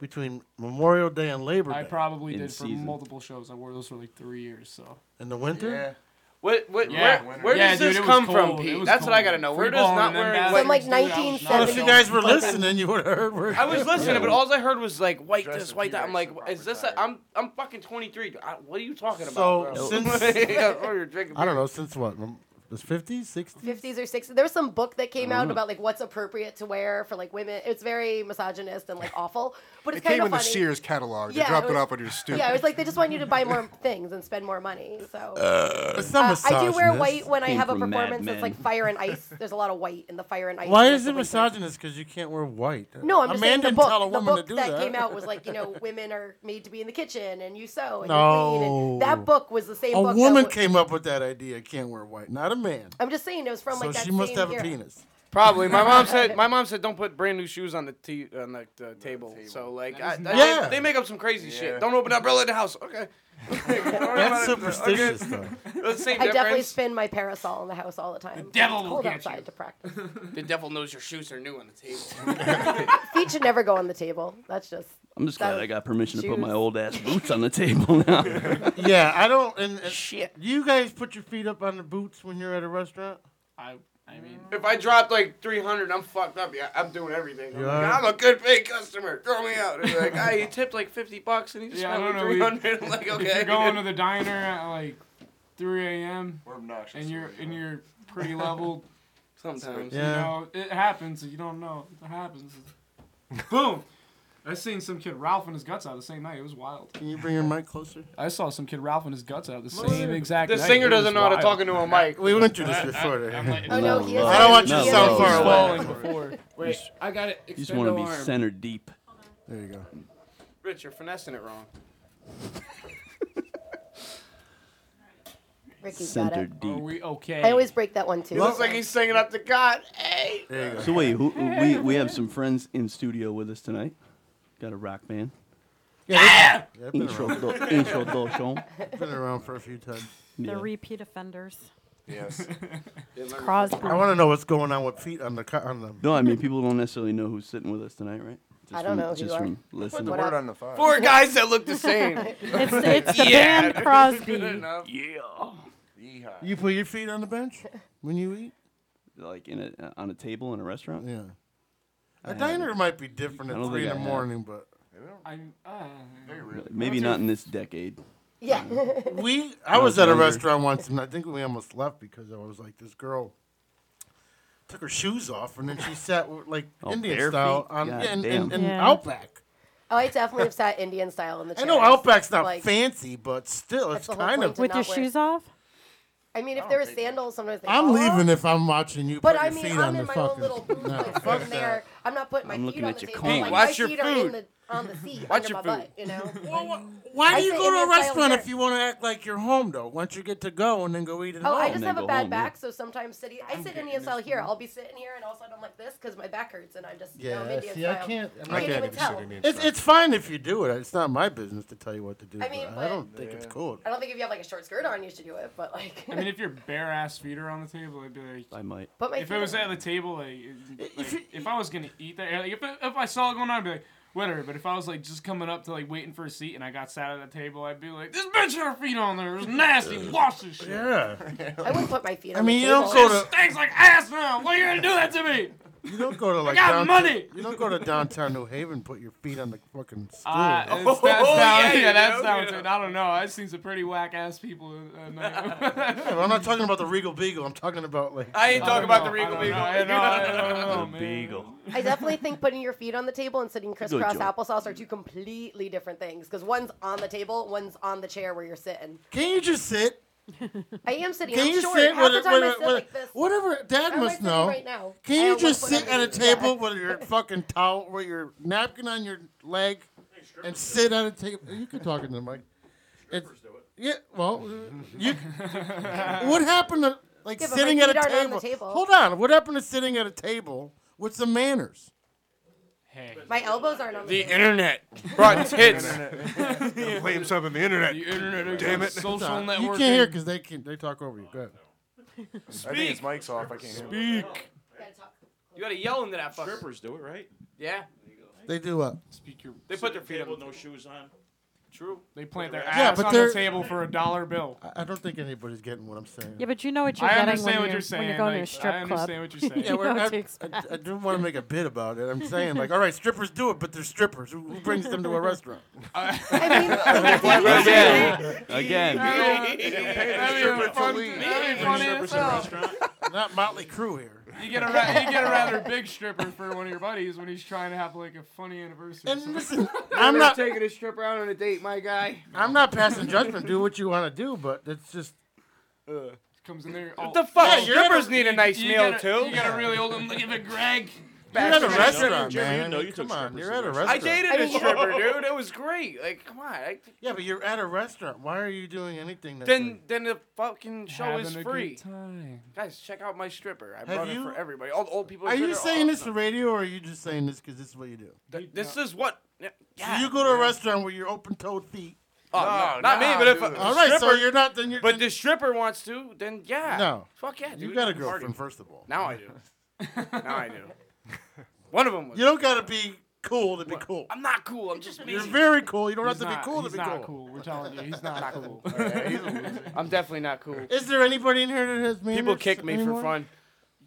S13: between Memorial Day and Labor Day.
S22: I probably
S13: In
S22: did for
S13: season.
S22: multiple shows. I wore those for like three years. So
S13: in the winter.
S22: Yeah.
S15: What, what,
S22: Yeah.
S15: where, where
S22: Yeah,
S15: does
S22: dude,
S15: this
S22: it was
S15: come from,
S22: cold. It
S15: Pete?
S22: was
S15: That's what I
S22: cold.
S15: gotta know. Where
S22: Free
S15: does
S22: balling
S15: not
S22: and them
S15: wearing
S22: bastards.
S15: white
S21: From, like,
S15: dude, I was not-
S21: 1970.
S13: Well, if you guys were listening, you would have heard. Where
S15: I was listening, but all I heard was like white
S13: Dress
S15: this,
S13: and
S15: white that. I'm
S13: T-Rex
S15: like, is this? A, I'm I'm fucking 23. I, what are you talking
S13: So
S15: about? bro?
S13: since
S15: Oh, you're drinking
S13: I don't
S15: beer.
S13: know since what mm, was 50s, 60s.
S21: 50s or 60s. There was some book that
S13: I
S21: came
S13: don't
S21: out
S22: Uh-huh.
S13: know.
S21: about like what's appropriate to wear for like women. It's very misogynist and like awful, but
S20: It
S21: it's
S20: came
S21: kind
S20: in
S21: of
S20: the
S21: funny.
S20: Sears catalog.
S21: Yeah,
S20: you drop
S21: it
S20: it,
S21: was-
S20: off on your stoop.
S21: Yeah, it was like they just want you to buy more things and spend more money.
S13: Uh,
S21: So
S20: Uh,
S21: Uh,
S13: it's not
S21: I do wear
S13: misogynist.
S21: white when I
S13: Came
S21: have a
S13: from Mad
S21: performance that's
S13: Men.
S21: like fire and ice. There's a lot of white in the fire and ice.
S13: Why
S21: and
S13: is it
S21: that's the winter.
S13: misogynist? Because you can't wear white.
S21: No, I'm
S13: a
S21: just
S13: man
S21: saying the
S13: didn't
S21: book,
S13: tell a
S21: the
S13: woman
S21: book
S13: to do
S21: that,
S13: that.
S21: came out was like, you know, women are made to be in the kitchen and you sew and
S13: No.
S21: you clean. And that book was the same
S13: a
S21: book. that
S13: woman
S21: was-
S13: came up with that idea. Can't wear white. Not a man.
S21: I'm just saying it was from like
S13: so
S21: that
S13: she must
S21: same
S13: have a
S21: era.
S13: penis.
S15: Probably. My mom said. My mom said, "Don't put brand new shoes on the t- on the, the table." So like, I, I-
S13: Yeah.
S15: they, they make up some crazy shit. Don't open that umbrella in the house. Okay.
S13: That's superstitious, though.
S15: The same
S21: I definitely
S15: difference.
S21: spin my parasol in the house all the time.
S15: devil
S21: It's
S15: will
S21: cold
S15: get
S21: outside
S15: you.
S21: to practice.
S15: The devil knows your shoes are new on the table.
S21: Feet should never go on the table. That's just.
S24: I'm just glad
S21: that-
S24: I got permission to put my
S21: shoes.
S24: old ass boots on the table now.
S13: yeah, I don't. And, Shit. You guys put your feet up on the boots when you're at a restaurant.
S15: I, I mean, if I dropped like 300, I'm fucked up. Yeah, I'm doing everything. I'm, like,
S13: Yeah.
S15: I'm a good paid customer. Throw me out. They're like, I he tipped like 50 bucks and he just
S22: Yeah, I
S15: spent
S22: don't
S15: like
S22: know. We-
S15: 300. I'm like,
S22: if
S15: okay.
S22: you're going to the diner at like 3 a.m.
S15: obnoxious,
S22: and you're and you're pretty leveled.
S15: Sometimes.
S22: you
S15: Yeah.
S22: know it happens. You don't know it happens. Boom! I seen some kid Ralphing his guts out the same night. It was wild.
S13: Can you bring your mic closer?
S22: I saw some kid Ralphing his guts out the
S15: Well,
S22: same exact.
S15: the
S22: night.
S15: singer
S22: It was
S15: doesn't know how to
S22: wild.
S15: talk into a mic.
S13: We went through this before.
S22: Oh, no, he is-
S13: I don't want you
S24: No,
S13: to sound
S24: no,
S13: far
S24: no.
S13: away.
S22: Before.
S15: Wait, I got it.
S24: You just want to be
S15: Extendo arm.
S24: centered deep.
S13: There you go.
S15: Rich, you're finessing it wrong.
S21: Ricky's got it.
S24: Centered deep.
S15: we okay?
S21: I always break that one too.
S15: He looks like he's singing up to God. Hey.
S24: So wait, who, we we have some friends in studio with us tonight. Got a rock band.
S13: Yeah, they've been around.
S24: Introduction.
S13: Been around for a few times.
S24: Yeah.
S8: They're repeat offenders.
S15: Yes. it's
S8: Crosby.
S13: I want to know what's going on with feet on the co- on the.
S24: No, I mean people don't necessarily know who's sitting with us tonight, right? Just
S21: I don't
S24: from,
S21: know who
S24: Just
S21: you are.
S24: from
S21: Put the
S24: listening.
S21: word What up? on the file.
S15: Four guys that look the same.
S21: It's-
S8: it's the
S15: yeah.
S8: band Crosby.
S15: Good enough.
S13: You put your feet on the bench when you eat.
S24: Like in a uh, on a table in a restaurant.
S13: Yeah.
S24: I
S13: A
S24: haven't.
S13: diner might be different
S24: I
S13: at
S24: don't
S13: three
S24: think
S13: in the
S24: I have.
S13: morning, but
S22: I'm, uh, Very
S24: Maybe not in this decade.
S21: Yeah.
S13: we
S24: I
S13: I was
S24: was
S13: at a
S24: younger.
S13: restaurant once, and I think we almost left because I was like, this girl took her shoes off, and then she sat with, like
S24: Oh, bare
S13: Indian style um,
S24: feet?
S13: on
S24: God
S13: in,
S24: damn.
S13: in, in
S21: Yeah.
S13: Outback.
S21: Oh, I definitely have sat Indian style in the.
S13: I
S21: Chairs.
S13: know Outback's not
S21: Like,
S13: fancy, but still,
S21: that's
S13: it's
S21: the whole
S13: kind
S21: point
S13: of
S21: to With your not wear- shoes
S8: off.
S21: I mean, if there were sandals, sometimes they.
S13: I'm
S21: fall
S13: leaving
S21: off.
S13: if I'm watching you
S21: But
S13: put
S21: I
S13: your
S21: mean,
S13: feet
S21: I'm
S13: on
S21: in
S13: the
S21: my own
S13: fucking.
S21: little booth,
S13: no,
S21: like,
S13: fuck that.
S21: from there. I'm not putting my
S13: I'm
S21: feet
S13: looking
S21: on
S13: at
S21: the
S13: your
S21: table.
S13: coin.
S21: Like,
S13: Watch
S21: my
S13: your
S21: feet are in
S13: food.
S21: the on the seat
S13: Watch
S21: under
S13: your
S21: my
S13: food.
S21: butt. You know.
S13: Why
S21: I
S13: do you
S21: sit
S13: go
S21: in
S13: to a
S21: this style
S13: restaurant
S21: chair.
S13: if you want to act like you're home though? Once you get to go and then go eat at
S21: Oh,
S13: home.
S21: I just have a bad back, so sometimes sitting. I sit Indian style here. I'll be sitting here, and all of a sudden I'm like this because my back hurts, and I'm just. you know, I'm
S13: Yeah,
S21: Indian
S13: see, I
S21: style.
S13: can't.
S21: I can't even tell.
S13: It's, it's fine if you do it. It's not my business to tell you what to do.
S21: I
S13: but
S21: mean,
S13: I
S21: but-
S13: don't think it's cool.
S21: I don't think if you have like a short skirt on, you should do it. But like,
S22: I mean, if your bare ass feet are on the table, I'd be like,
S24: I might.
S21: But my
S22: if
S21: feet
S22: it was
S21: are-
S22: at the table, like, it- like, if I was gonna eat that, like, if, if I saw it going on, I'd be like, whatever. But if I was like just coming up to like waiting for a seat and I got sat at the table, I'd be like, this bitch had her feet on there. It was nasty. Wash this shit.
S13: Yeah.
S21: I wouldn't put my feet.
S13: I
S21: on
S13: mean,
S21: the
S13: you don't
S21: table.
S13: go to-
S22: It stinks like ass now. Why are you gonna do that to me?
S13: You don't go to like
S22: got
S13: downtown,
S22: money!
S13: You don't go to downtown New Haven. and Put your feet on the fucking stool.
S22: Uh, it's, that's down, yeah, that's down to it. I don't know. I've seen some pretty whack ass people. uh, uh, night.
S13: Yeah, but I'm not talking about the Regal Beagle. I'm talking about like.
S22: I ain't talking about the Regal Beagle. I know, I don't know, man.
S24: Beagle.
S21: I definitely think putting your feet on the table and sitting crisscross
S13: job.
S21: applesauce are two completely different things because one's on the table, one's on the chair where you're sitting.
S13: Can you just sit?
S21: I am sitting.
S13: Can
S21: I'm
S13: you
S21: short.
S13: sit
S21: Half
S13: with
S21: the
S13: it?
S21: time
S13: With
S21: I
S13: it?
S21: sit
S13: With
S21: like
S13: it?
S21: this.
S13: Whatever. Dad
S21: How am I
S13: must
S21: sitting
S13: know.
S21: right now? I
S13: Can you
S21: have
S13: just
S21: one foot
S13: sit at a table with your fucking towel, with your napkin on your leg, and sit at a table? You can talk into the mic. Strippers do it. Yeah. Well, you. what happened to like
S21: Yeah, but my
S13: sitting at a
S21: feet aren't on the
S13: table?
S21: table.
S13: Hold on. What happened to sitting at a table with some manners?
S21: My elbows aren't on the, table.
S13: brought tits.
S20: Don't blame something on the internet.
S22: The internet
S20: Damn it.
S22: exists. Social
S13: You
S22: networking.
S13: can't hear because they can, they talk over you. Go ahead.
S15: I think his mic's off. I can't hear. Speak. You gotta yell into that fucker. Strippers do it, right? Yeah.
S13: They do what?
S22: Speak your.
S15: They put their feet
S2: Table, no shoes on.
S15: True.
S22: They plant their
S13: Yeah,
S22: ass
S13: but
S22: on the
S13: they're-
S22: table for a dollar bill.
S13: I- I don't think anybody's getting what I'm saying.
S8: Yeah, but you know what you're
S22: I
S8: getting
S22: understand
S8: when,
S22: what
S8: you're,
S22: you're
S8: when
S22: saying,
S8: you're going to a
S22: like,
S8: strip
S22: I
S8: club.
S22: understand what you're saying.
S13: Yeah, we're,
S8: You know what
S13: I,
S8: to
S13: I,
S8: expect.
S13: I didn't want to make a bit about it. I'm saying, like, all right, strippers do it, but they're strippers. Who, who brings them to a restaurant?
S24: Again. Again.
S13: Not Motley Crue here.
S22: You get a ra- you get a rather big stripper for one of your buddies when he's trying to have like a funny anniversary. And
S13: listen,
S15: I'm
S13: I'm
S15: not
S13: not-
S15: taking a stripper out on a date, my guy.
S13: I'm not passing judgment. Do what you want to do, but it's just.
S15: Uh,
S22: comes in there.
S15: What the fuck?
S13: Yeah, you're-
S15: Strippers need a nice
S22: you
S15: meal
S22: gotta-
S15: too.
S22: You got a really old one. Look at it, Greg.
S13: You're
S15: Back
S13: at a
S15: to the
S13: restaurant,
S15: stripper.
S13: man. come on, you're at a restaurant.
S15: I dated a stripper, dude. It was great. Like, come on. I,
S13: Yeah, but you're at a restaurant. Why are you doing anything? That
S15: then, then the fucking show is
S22: Having a good
S15: free. Guys, check out my stripper.
S13: Have
S15: I brought
S13: you-
S15: it for everybody. All the old people.
S13: Are you
S15: Twitter,
S13: saying
S15: all-
S13: this to radio, or are you just saying this because this is what you do?
S15: Th- This is what.
S13: So you go to a restaurant where you're open-toed feet.
S15: Oh, no, not me, but if a-
S13: all right, so
S15: stripper-
S13: you're not. Then you're.
S15: But the stripper wants to, then yeah.
S13: No.
S15: Fuck yeah, dude.
S13: You got a
S15: I'm partying.
S13: girlfriend, first of all.
S15: Now I do. now I do. One of them was.
S13: You don't gotta be cool to be cool.
S15: I'm not cool. I'm just.
S13: You're
S15: busy.
S13: very cool. You don't
S15: He's
S13: have to
S15: not-
S13: be cool to
S15: he's
S13: be
S15: not
S13: cool.
S22: We're telling you, he's not cool.
S15: I'm definitely not cool.
S13: Is there anybody in here that has manners?
S15: People kick me
S13: anymore?
S15: for fun.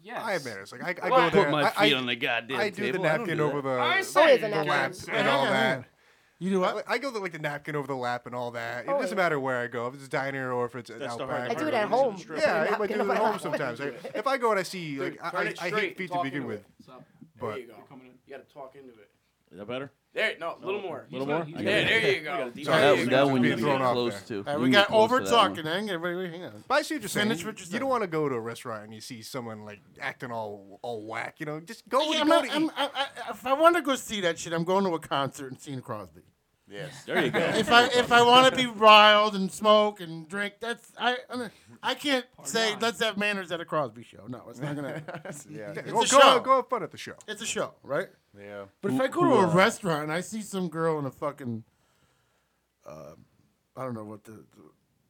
S22: Yes.
S20: I have manners. Like I, I
S15: Well, I
S20: go
S15: put
S20: there.
S15: my
S20: I- I-
S15: feet on the goddamn
S20: I do
S15: table.
S20: the
S15: I don't
S20: napkin
S15: do
S20: over the,
S15: that. I
S20: the
S15: say the napkin.
S20: lap and all
S15: Yeah.
S20: that.
S13: You do what?
S20: I, I go with, like the napkin over the lap and all that. It
S21: Oh,
S20: doesn't
S21: yeah.
S20: matter where I go, if it's a diner or if it's an
S21: That's the hard
S20: outback.
S21: part. I do it at home. Strip.
S20: Yeah, I
S21: Napkin
S20: might do it
S21: over
S20: at
S21: lap.
S20: home sometimes. I- if I go and I see, like, I,
S15: turn
S20: I,
S15: it
S20: I
S15: straight,
S20: hate feet to
S15: talk
S20: begin
S15: into
S20: with.
S15: it. Stop. there
S20: But
S15: you go. You gotta talk into it.
S2: Is that better?
S15: There, no, a little more.
S2: A little more? I
S15: There,
S2: got
S15: there
S2: it.
S15: you
S2: I
S15: go.
S2: Oh. got it.
S15: There
S2: That-
S15: you
S2: that
S15: go.
S2: one you
S20: Being
S2: get
S20: thrown off
S2: close
S20: there.
S2: to.
S13: All right,
S2: You
S13: we
S2: can
S13: got
S2: close to
S13: over
S2: that
S13: talking.
S2: one.
S13: Hang on, wait, wait, hang on.
S20: But I see what you're saying.
S13: Finish what you're
S20: You don't want to go to a restaurant and you see someone like acting all all whack. You know, just go.
S13: Yeah,
S20: Yeah,
S13: I'm
S20: go
S13: not-
S20: to
S13: I'm-
S20: eat.
S13: I- I- if I want to go see that shit, I'm going to a concert and seeing Crosby.
S2: Yes. There you go.
S13: if I if I want to be riled and smoke and drink, that's I I mean, I can't say let's have manners at a Crosby show. No, it's not gonna.
S20: Yeah.
S13: it's
S20: Well,
S13: a
S20: go-
S13: show.
S20: go have fun at the show.
S13: It's a show, right?
S20: Yeah.
S13: But if I go to a restaurant and I see um, some girl in a fucking, uh, I don't know what the the,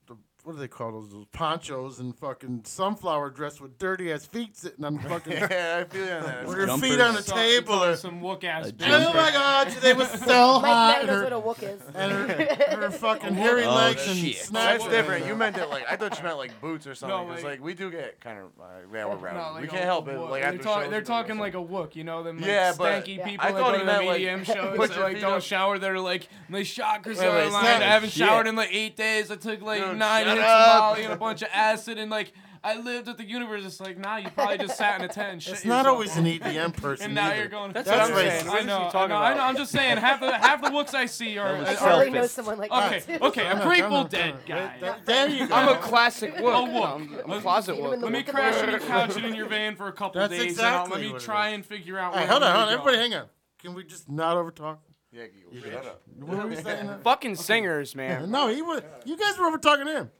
S13: the what do they call those, those ponchos and fucking sunflower dress with dirty ass feet sitting on fucking
S25: Yeah, I feel you on that.
S13: with her feet on the
S25: Jumpers.
S13: table or
S25: Some wook ass bitch.
S13: Oh my god, they was so
S25: Mike
S13: hot.
S25: Knight knows
S13: Her-
S25: what a wook is.
S13: And her, her fucking
S25: Oh,
S13: hairy
S25: oh,
S13: legs and
S25: shit.
S13: snatch.
S25: That's different. You meant it like I thought you meant like boots or something.
S13: No,
S25: it's
S13: like-
S25: like we do get kind of uh, yeah we're round.
S13: No,
S25: we
S13: like
S25: can't
S13: a-
S25: help
S13: a
S25: it.
S13: wook.
S25: Like
S13: They're
S25: after
S13: talk-
S25: shows
S13: they're
S25: and
S22: talking like a wook, you know them like
S25: Yeah, but-
S22: stanky
S25: yeah.
S22: people
S25: I
S22: that
S25: thought he
S22: go to
S25: meant, like,
S22: medium shows
S25: put
S22: that
S25: your
S22: like
S25: feet
S22: don't
S25: up.
S22: shower. They're like my chakras
S25: Wait,
S22: are
S25: wait,
S22: aligned.
S25: stop.
S22: I haven't
S25: Shit.
S22: showered in like eight days. I took like
S25: Dude,
S22: nine
S25: shut
S22: hits
S25: up.
S22: of Molly and a bunch of acid and like. I lived at the universe. It's like, nah, you probably just sat in a tent. And shit
S13: It's not
S22: yourself.
S13: always an EDM person
S22: And now
S13: either.
S22: you're going.
S13: That's what I'm saying. What
S22: I
S13: is
S22: know.
S13: he
S22: I
S13: talking
S22: know, I know.
S13: about?
S22: I'm just saying. Half the half the looks I see are.
S13: That was
S22: are
S13: selfish. I know someone like
S22: okay.
S13: that, too.
S22: Okay.
S13: I'm
S22: A
S13: not- I'm
S22: Grateful
S13: not-
S22: Dead
S13: Wait,
S22: guy.
S13: that- there you go.
S22: I'm a classic
S13: A
S22: wook.
S13: wook.
S22: I'm a
S13: closet wook.
S22: Let me
S13: Look at
S22: crash
S13: the
S22: on your
S13: word.
S22: couch and in your van for a couple
S13: That's
S22: days. and
S13: exactly
S22: I'll- let me
S13: what it
S22: try
S13: is.
S22: and figure out.
S13: Hey,
S22: where
S13: hold
S22: I'm
S13: on, hold
S22: gonna
S13: on.
S22: go.
S13: Everybody, hang on. Can we just not over talk?
S25: Yeah, you
S13: Yeah.
S25: shut up.
S13: What were we saying? now?
S22: Fucking singers, man.
S13: No, he was. You guys were over talking to him.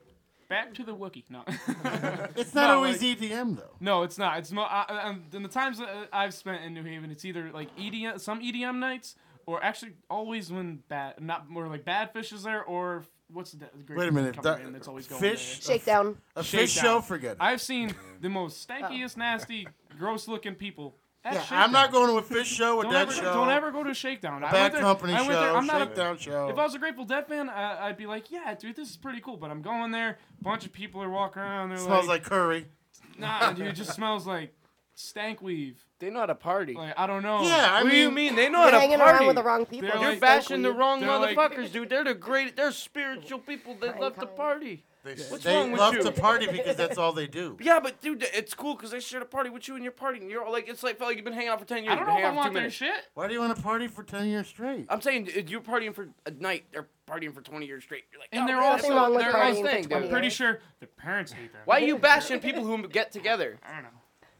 S22: Back to the Wookiee. No.
S13: It's not
S22: No,
S13: always
S22: like-
S13: EDM though.
S22: No, it's not. It's mo- I, I, I'm- in the times that uh, I've spent in New Haven, it's either like EDM, some EDM nights, or actually always when bad, not more like bad fish is there, or what's the the great
S13: Wait a minute,
S22: company
S13: that-
S22: name that's always going
S13: Fish-
S22: there?
S13: Shakedown. a fish show, forget it.
S22: I've seen the most stankiest, nasty, gross-looking people. at
S13: Yeah, I'm not
S22: Shakedown.
S13: going to a fish show with
S22: Don't
S13: that
S22: ever,
S13: show.
S22: Don't ever go to a Shakedown. I
S13: Bad
S22: went there-
S13: Company
S22: I went
S13: show,
S22: there- I'm not a-
S13: Shakedown show.
S22: If I was a Grateful Dead fan, I, I'd be like, yeah, dude, this is pretty cool. But I'm going there. bunch of people are walking around. They're
S13: Smells like curry.
S22: Nah, dude, it just smells like stank weave. They know how to party. Like I don't know.
S15: Yeah, I What do you mean- mean? They know how to
S22: Hanging
S15: party.
S22: around with the
S15: wrong
S22: people.
S15: You're
S22: They're like-
S15: bashing the wrong
S22: They're like-
S15: motherfuckers, dude. They're the great. They're spiritual people. They love to party. What's
S13: they
S15: wrong with
S13: love
S15: you?
S13: to party because that's all they do.
S15: Yeah, but dude, it's cool because they shared a party with you and your party, and you're all like, it's like felt like you've been hanging out for ten years.
S22: I don't
S15: You've been
S22: know
S15: hanging
S22: if I
S15: out for
S22: want
S15: two
S22: their
S15: minutes.
S22: shit.
S13: Why do you want to party for ten years straight?
S15: I'm saying dude, you're partying for a night. They're partying for twenty years straight. You're like,
S22: And
S15: oh,
S22: they're
S15: man, that's
S22: also
S15: the-
S22: they're
S15: they're all
S22: also-
S15: staying,
S22: I'm
S15: dude.
S22: pretty sure their parents hate them.
S15: Why are you bashing people who get together?
S22: I don't know.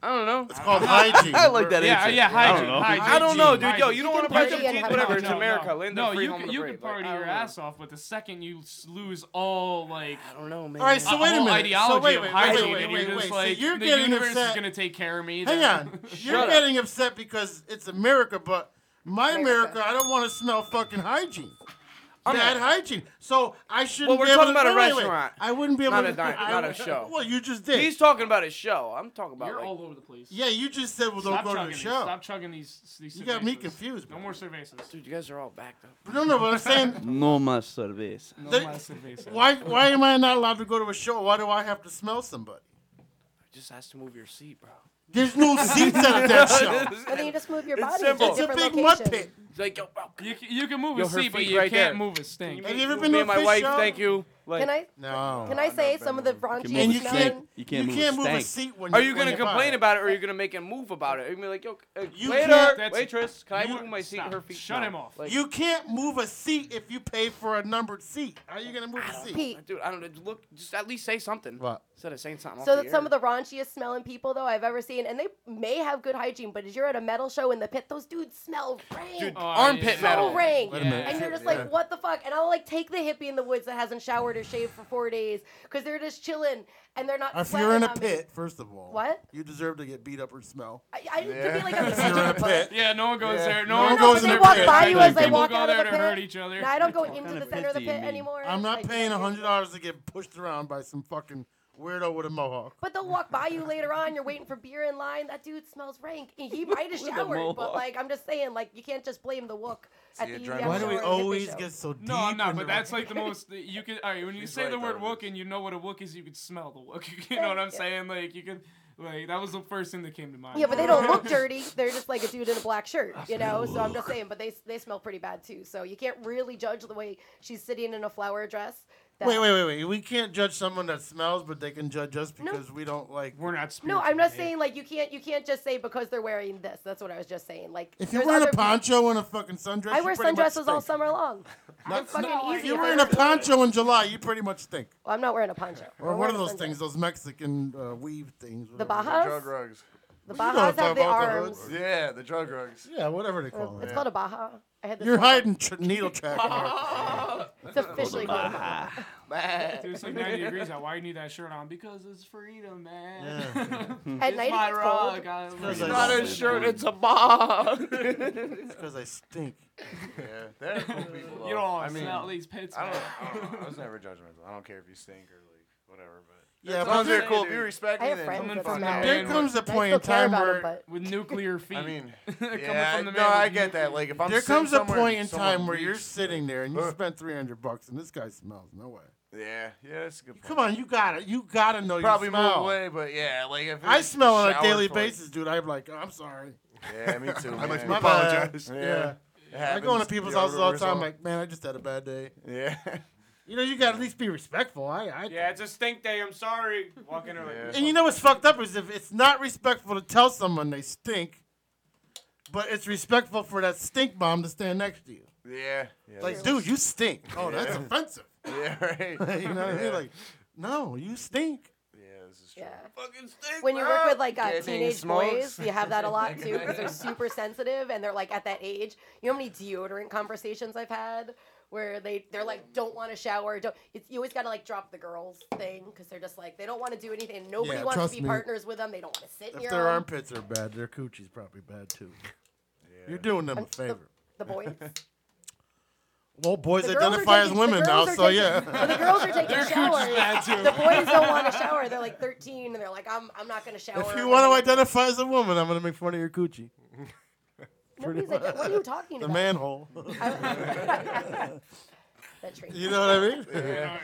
S15: I don't know. It's
S22: called hygiene.
S15: I like that
S22: Yeah,
S15: answer.
S22: yeah,
S15: I don't
S22: hygiene,
S15: know.
S22: hygiene.
S15: I don't know, dude. Yo,
S22: Hygiene.
S15: you don't want to
S22: Party
S15: brush your
S22: and
S15: teeth,
S22: have
S15: whatever.
S22: fun.
S15: It's
S22: No, no,
S15: America.
S22: no.
S15: Land
S22: No,
S15: free
S22: you
S15: home
S22: can,
S15: of the
S22: you can
S15: brave.
S22: party
S15: Like, I
S22: your
S15: don't know.
S22: ass off, but the second you s- lose all like, I
S15: don't know, man.
S13: All right, so wait a minute. So
S22: Ideology
S13: wait, wait,
S22: of
S13: wait,
S22: hygiene,
S13: wait,
S22: and
S13: wait,
S22: you're just
S13: wait. So
S22: like,
S13: you're
S22: the
S13: getting
S22: universe is
S13: upset.
S22: gonna take care of me.
S13: Hang
S22: then-
S13: on. You're getting upset because it's America, but my America, I don't want to smell fucking hygiene.
S15: I'm
S13: Bad
S15: not-
S13: hygiene. So I shouldn't
S15: Well, we're
S13: be able
S15: talking
S13: to,
S15: about a
S13: wait, wait, wait.
S15: restaurant.
S13: I wouldn't be able
S15: not
S13: to
S15: a diner,
S13: I
S15: not a
S13: would-
S15: show.
S13: Well, you just did.
S15: He's talking about a show. I'm talking about.
S22: You're
S15: like,
S22: all over the place.
S13: Yeah, you just said, well, don't
S22: Stop
S13: go to
S22: chugging
S13: the
S22: these-
S13: show.
S22: Stop chugging these. these
S13: You got me
S22: cervezas.
S13: confused,
S22: No more cervezas.
S15: Dude, you guys are all backed up.
S13: No, no, but I'm saying,
S24: No más cerveza.
S13: they-
S22: mas cerveza.
S13: why, why am I not allowed to go to a show? Why do I have to smell somebody?
S15: Just has to move your seat, bro.
S13: There's no seats at that show.
S21: Well, then you just move your
S15: It's
S21: body to a
S15: simple.
S13: It's a big mud pit.
S15: It's like, yo, bro,
S22: You, c- you can move
S15: Yo,
S22: a
S15: her
S22: seat, but
S15: feet
S22: you
S15: right
S22: can't
S15: there.
S22: move a stink.
S15: Have you ever been Me to a and my fish wife, show? thank you. Like-
S21: Can I?
S13: No.
S21: Can I say some of the raunchy
S15: move a
S21: smelling?
S24: You can't move a stank.
S15: Are you gonna complain about it, or are you gonna make a move about it? Are you gonna be like, yo, uh,
S13: You can't-
S15: waiter,
S13: that's-
S15: waitress, can I
S13: you-
S15: move my seat? Her feet.
S22: Shut
S15: No.
S22: him off.
S15: Like,
S13: you can't move a seat if you pay for a numbered seat. How are you gonna move a seat?
S15: dude, I don't know. Look, just at least say something.
S13: What?
S15: Instead of saying something.
S21: So
S15: off
S21: that some of the raunchiest smelling people though I've ever seen, and they may have good hygiene, but as you're at a metal show in the pit, those dudes smell rank.
S15: Dude, Oh, armpit yeah. metal.
S21: So rank.
S15: Wait a minute.
S21: And you're just
S15: Yeah.
S21: like, what the fuck? And I'll like take the hippie in the woods that hasn't showered or shaved for four days because they're just chilling and they're not.
S13: If you're in a
S21: sweating on me.
S13: pit, first of all,
S21: What?
S13: You deserve to get beat up or smell.
S21: I, I need to be like
S13: If you're in a pit.
S22: Yeah, no one goes
S13: Yeah.
S22: there.
S13: No
S22: No,
S13: one
S22: one
S13: goes
S22: goes
S13: in
S22: there.
S13: the pit.
S21: walk by you as they
S22: People
S21: walk
S22: go
S21: out of
S22: there
S21: the
S22: to
S21: pit.
S22: hurt each other.
S21: And I don't go into the center of the pit anymore.
S13: I'm
S21: It's
S13: not
S21: like-
S13: paying hundred dollars to get pushed around by some fucking weirdo with a mohawk.
S21: But they'll walk by you later on. You're waiting for beer in line. That dude smells rank. And He might have
S13: With a
S21: showered,
S13: mohawk.
S21: but like I'm just saying, like you can't just blame the wook at the EDM
S13: Why do
S21: show
S13: we
S21: or the hippie
S13: always
S21: show.
S13: get so deep?
S22: No, I'm not.
S13: in
S22: But
S13: the-
S22: that's like the most you could. All right, when you say the word wook and you know what a wook is, you could smell the wook. You know what I'm saying? Like you could. Like that was the first thing that came to mind.
S21: Yeah, but they don't look dirty. They're just like a dude in a black shirt, you know. So I'm just saying, but they they smell pretty bad too. So you can't really judge the way she's sitting in a flower dress. that-
S13: Wait, wait, wait, wait. We can't judge someone that smells, but they can judge us because we don't like.
S22: We're not.
S21: No, I'm not saying like you can't you can't just say because they're wearing this. That's what I was just saying. Like
S13: If you're
S21: there's
S13: wearing
S21: other
S13: a
S21: peop-
S13: poncho and a fucking sundress,
S21: I
S13: you
S21: wear
S13: pretty much
S21: sundresses all
S13: stink.
S21: summer long. I'm
S13: Not-
S21: fucking
S13: no,
S21: easy.
S13: If you're
S21: if I
S13: wearing a
S21: wear-
S13: poncho in July, you pretty much stink.
S21: Well, I'm not wearing a poncho.
S13: Or
S21: I'm
S13: one of
S21: wearing a
S13: those
S21: sundress.
S13: things, those Mexican uh, weave things. whatever.
S21: The Bajas? Drug
S25: rugs.
S21: The
S13: Well, you know what
S21: Bajas have the
S13: about the
S21: arms.
S13: rugs.
S25: Yeah, the drug rugs.
S13: Yeah, whatever they call
S21: Uh,
S13: them.
S21: It's called a Baja. I had this
S13: You're
S21: one.
S13: hiding tr- needle track.
S21: It's officially called a Baja.
S22: Dude, it's like 90 degrees out. Why you need that shirt on? Because it's freedom, man.
S21: At
S22: Hmm. it's
S21: night it
S22: my
S21: gets
S22: rock.
S21: cold.
S22: I-
S13: It's
S15: not a shirt, it's a bob.
S13: because I stink.
S25: Yeah, they're cool people.
S22: You
S25: though.
S22: don't
S25: I mean,
S22: smell these pits,
S25: I don't,
S22: man.
S25: I don't know. I was never judgmental. I don't care if you stink or like. whatever. But
S13: Yeah,
S25: as
S13: but
S25: long
S13: I'm
S25: as they're
S13: saying,
S25: cool,
S13: dude,
S25: if you respect me,
S13: I have
S25: then
S13: friends
S25: come and
S13: that are
S25: fuck
S13: married.
S25: me.
S13: There comes a I point still in care time about where- it, but-
S22: with nuclear feet.
S25: I mean,
S13: Coming
S25: yeah,
S13: from the
S25: no,
S13: man
S25: I
S13: with
S25: get that. Like, if I'm
S13: there
S25: sitting
S13: comes a
S25: somewhere
S13: point in
S25: and someone
S13: time where you're
S25: reaches-
S13: sitting there and you
S25: Huh.
S13: spent three hundred bucks, and this guy smells. No way.
S25: Yeah, yeah, that's a good. Point.
S13: Come on, you got to You got to know.
S25: Probably
S13: you
S25: move
S13: smell.
S25: away, but yeah, like if
S13: I
S25: it's
S13: smell on a
S25: shower
S13: daily
S25: toilet-
S13: basis, dude. I'm like, I'm sorry.
S25: Yeah, me too.
S13: I'm
S25: man.
S13: my bad. Yeah. I go into people's houses all the time. Like, man, I just had a bad day.
S25: Yeah.
S13: You know, you got to at least be respectful. I, I
S22: Yeah, it's a stink day. I'm sorry. Walk in there like.
S13: And you know what's fucked up is if it's not respectful to tell someone they stink, but it's respectful for that stink bomb to stand next to you.
S25: Yeah. yeah
S13: like,
S25: that's-
S13: dude, you stink. Oh, that's
S25: Yeah.
S13: offensive.
S25: Yeah, right.
S13: you know what I mean?
S25: Yeah.
S13: Like, no, you stink.
S21: Yeah. when you work with like uh,
S13: Getting
S21: teenage
S13: smokes.
S21: boys, you have that a lot too because they're super sensitive and they're like at that age. You know how many deodorant conversations I've had where they they're like don't want to shower. Don't. It's, you always gotta like drop the girls thing because they're just like they don't want to do anything. Nobody
S13: Yeah,
S21: wants
S13: trust
S21: to be
S13: me.
S21: partners with them. They don't want to sit
S13: If
S21: near
S13: their
S21: them.
S13: armpits are bad, their coochie's probably bad too. You're doing them a favor.
S21: the boys.
S13: Well, boys
S21: The girls are
S13: identify
S21: taking-
S13: as women
S21: the
S13: now,
S21: girls are
S13: so
S21: taking-
S13: yeah.
S21: well, the girls are taking
S13: Their coochie's
S21: showers.
S13: bad, too.
S21: The boys don't want to shower. They're like 13 and they're like, I'm, I'm not going to shower.
S13: If you want to identify as a woman, I'm going to make fun of your coochie.
S21: Nobody's like, what are you talking
S13: the
S21: about?
S13: manhole.
S21: I- that train.
S13: You know what I mean?
S15: Yeah.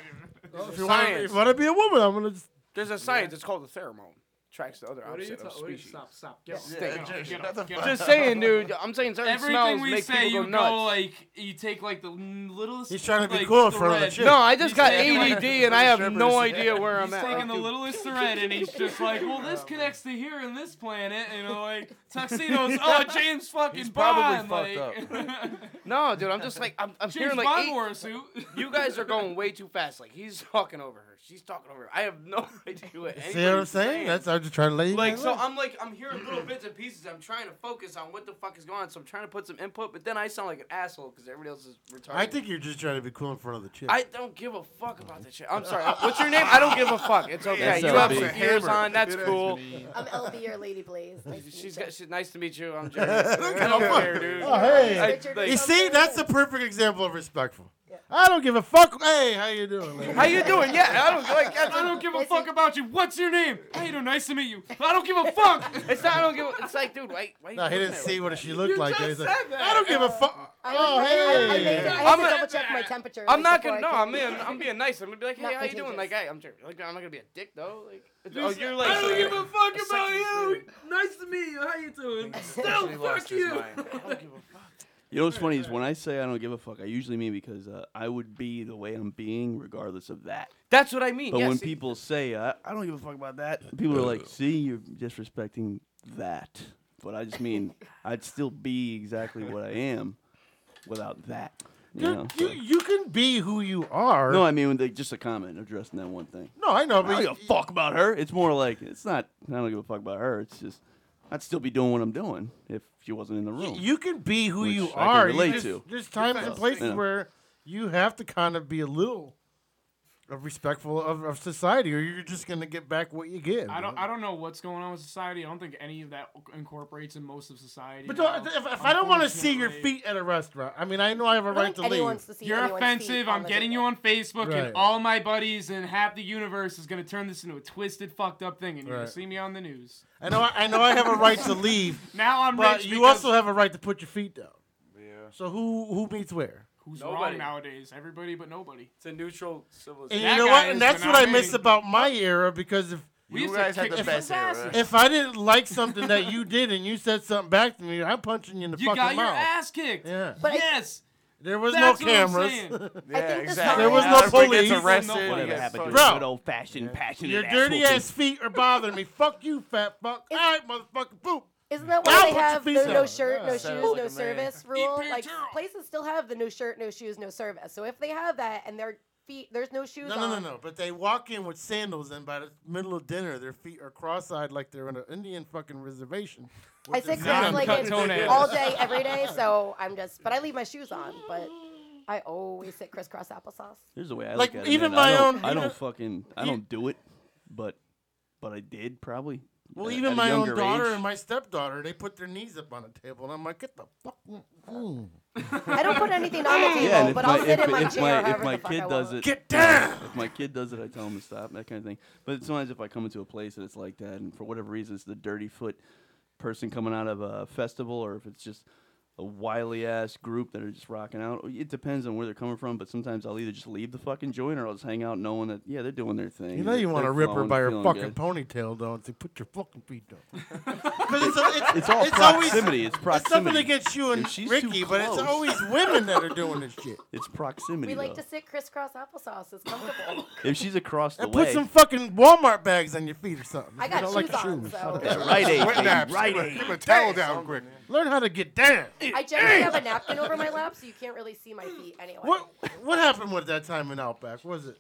S13: Well,
S15: There's
S13: if
S15: a
S13: you wanna be-
S15: science.
S13: if you want to be a woman, I'm going to.
S15: There's a science. It's called the pheromone. Tracks the other
S22: What are you
S15: opposite of
S22: ta- what are you-
S15: species.
S22: stop, stop. Get
S15: Stink.
S22: off, get off, get
S15: Just-
S22: off, get off.
S15: Just saying, dude. I'm saying certain
S22: Everything
S15: smells
S22: we
S15: make
S22: say,
S15: people
S22: you
S15: go nuts.
S22: go like you take like the n- littlest.
S13: He's trying to be
S22: like,
S13: cool in front of the
S22: thread.
S13: chick.
S15: No, I just
S22: He's
S15: got
S22: taking, like-
S15: ADD and I have no idea where I'm at.
S22: He's taking
S15: Like,
S22: the
S15: dude.
S22: littlest thread and he's just like, well, this connects to here and this planet, you know, like tuxedos. Oh, James fucking
S15: He's probably
S22: Bond,
S15: fucked
S22: like, up.
S15: No, dude, I'm just like I'm, I'm
S22: James
S15: hearing like
S22: Bond
S15: eight-
S22: wore a suit.
S15: You guys are going way too fast. Like he's talking over her, she's talking over. Her. I have no idea what
S13: See what I'm
S15: anybody's
S13: saying? That's I'm just trying to let you
S15: Like
S13: guys
S15: so,
S13: know.
S15: I'm like I'm hearing little bits and pieces. I'm trying to focus on what the fuck is going on. So I'm trying to put some input, but then I sound like an asshole because everybody else is retarded.
S13: I think you're just trying to be cool in front of the chick.
S15: I don't give a fuck about this shit. I'm sorry. What's your name? I don't give a fuck. It's okay.
S13: That's
S15: You
S13: all
S15: have
S13: right.
S15: some ears
S13: Hammer.
S15: on. That's
S13: Good
S15: cool.
S21: I'm LB or Lady Blaze. Nice to
S15: She's
S21: meet
S15: got. She's nice to meet you. I'm Jerry. I don't care, dude.
S13: Oh, hey.
S15: I- like-
S13: you see, that's a perfect example of respectful. I don't give a fuck. Hey, how you doing? lady?
S15: How you doing? Yeah, I don't like.
S22: I don't give a fuck about you. What's your name? Hey, dude, nice to meet you. I don't give a fuck.
S15: It's not. I don't give. a- It's like, dude, why? why you
S13: No, he
S15: doing
S13: didn't
S15: that?
S13: see what she looked like.
S15: just
S13: He's like,
S15: said that.
S13: I don't give a fuck.
S21: I
S13: Oh,
S21: was like, I- I,
S13: hey.
S21: made it- I had
S15: I'm
S21: to
S15: a-
S21: double check my temperature.
S15: I'm
S21: like,
S15: not gonna.
S21: before
S15: No,
S21: I
S15: I'm
S21: came.
S15: being. I'm being nice. I'm gonna be like, hey,
S21: Not
S15: how you doing?
S21: contagious.
S15: Like, hey, I'm Jerry. Like, I'm not gonna be a dick though. Like, it's- oh,
S22: Just-
S15: you're like.
S22: I don't give a fuck
S15: a
S22: about you.
S15: sexist
S22: Nice to meet you. How you doing? Still,
S15: Actually
S22: fuck
S15: lost his
S22: you.
S15: mind. I don't give a fuck.
S24: You know what's funny is when I say I don't give a fuck, I usually mean because uh, I would be the way I'm being regardless of that.
S15: That's what I mean.
S24: But
S15: yeah,
S24: when
S15: see,
S24: people say uh, I don't give a fuck about that, people are
S13: Uh.
S24: like, "See, you're disrespecting that." But I just mean I'd still be exactly what I am without that. You
S13: Dude,
S24: know?
S13: you, you can be who you are.
S24: No, I mean when they, just a comment addressing that one thing.
S13: No, I know,
S24: I don't
S13: but
S24: give a fuck about her. It's more like it's not. I don't give a fuck about her. It's just I'd still be doing what I'm doing if she wasn't in the room.
S13: you can be who
S24: Which
S13: you
S24: I can
S13: are. You
S24: relate
S13: just-
S24: to.
S13: There's times and places
S24: Yeah.
S13: where you have to kind of be a little of respectful of, of society, or you're just gonna get back what you get.
S22: I don't.
S13: man.
S22: I don't know what's going on with society. I don't think any of that incorporates in most of society.
S13: But don't, if, if I don't want to see your feet at a restaurant, I mean, I know I have a right to leave.
S22: You're offensive. I'm getting you on Facebook,
S13: Right.
S22: and all my buddies and half the universe is gonna turn this into a twisted, fucked up thing, and you're
S13: Right.
S22: gonna see me on the news.
S13: I know. I, I know. I have a right to leave.
S22: Now I'm
S13: But
S22: rich
S13: you
S22: because-
S13: also have a right to put your feet down.
S15: Yeah.
S13: So who who meets where?
S22: Who's
S15: Nobody.
S22: wrong nowadays? Everybody but nobody.
S15: It's a neutral civilization.
S13: And you know what? And that's what I miss about my era because if
S22: We You used to guys had kick the
S13: if,
S22: people's best era. asses.
S13: If I didn't like something that you did and you said something back to me, I'm punching you in the
S22: You
S13: fucking
S22: got your
S13: mouth.
S22: ass kicked.
S13: Yeah.
S22: But yes.
S13: There was
S22: That's
S13: no
S22: what I'm
S13: cameras.
S22: saying.
S13: Yeah, I think this
S24: exactly.
S13: There was
S24: Now
S13: no
S24: everybody
S13: police.
S24: gets arrested,
S13: No
S24: Whatever
S13: police.
S24: happened to
S13: Bro,
S24: good old-fashioned passionate
S13: Your
S24: ass
S13: dirty
S24: whooping.
S13: ass feet are bothering me. Fuck you, fat fuck. All right, motherfucker, poop.
S21: Isn't that
S13: Now
S21: why they
S13: put your
S21: have the
S13: feet
S21: no
S13: down.
S21: shirt,
S13: Yeah.
S21: no
S13: Sounds
S21: shoes,
S13: like a
S21: no
S13: man.
S21: service rule? Like places still have the no shirt, no shoes, no service. So if they have that and their feet, there's no shoes
S13: No, no, no,
S21: on-
S13: no. But they walk in with sandals, and by the middle of dinner, their feet are cross-eyed like they're in an Indian fucking reservation. with
S21: I
S13: their
S21: sit
S13: sandals.
S21: cross legged all day, every day. So I'm just, but I leave my shoes on. But I always sit crisscross applesauce.
S24: Here's the way I
S13: Like,
S24: look at it.
S13: even
S24: man. I
S13: my
S24: don't-
S13: own-
S24: I
S13: even-
S24: don't fucking. I
S13: you-
S24: don't do it, but but I did probably.
S13: Well,
S24: at-
S13: even
S24: at a
S13: my own
S24: younger
S13: daughter
S24: age.
S13: and my stepdaughter, they put their knees up on the table, and I'm like, get the fuck.
S21: I don't put anything on the table,
S24: yeah, and if
S21: but
S24: my,
S21: I'll sit
S24: if,
S21: in my
S24: if
S21: chair
S24: my, if
S21: however
S24: my
S21: the fuck I
S24: kid does
S21: want.
S24: it,
S21: Get
S24: yeah, If my kid does it, I tell him to stop, that kind of thing. But sometimes if I come into a place and it's like that, and for whatever reason it's the dirty foot person coming out of a festival, or if it's just a wily ass group that are just rocking out, it depends on where they're coming from. But sometimes I'll either just leave the fucking joint, or I'll just hang out knowing that yeah they're doing their thing.
S13: You know you want to
S24: They're
S13: rip her
S24: flowing,
S13: by her
S24: feeling
S13: fucking
S24: good.
S13: ponytail, though, and say, "Put your fucking feet down."
S24: it's, all
S13: always-
S24: proximity. it's
S13: It's something
S24: proximity.
S13: against you and
S24: If she's too
S13: Ricky, but it's
S24: close-
S13: always women that are doing this shit.
S24: It's proximity.
S21: We like
S24: though.
S21: to sit crisscross applesauce. It's comfortable.
S24: if she's across the
S13: And
S24: way,
S13: put some fucking Walmart bags on your feet or something.
S21: I
S13: You
S21: got
S13: don't like
S21: shoes on,
S13: shoes.
S21: so-
S24: Yeah, Rite Aid,
S13: Wet
S24: baby,
S13: naps.
S24: Rite
S13: Give a-
S24: Aid.
S13: Give a towel down quick. Learn how to get down.
S21: I generally have a napkin over my lap, so you can't really see my feet anyway.
S13: What what happened with that time in Outback? Was it?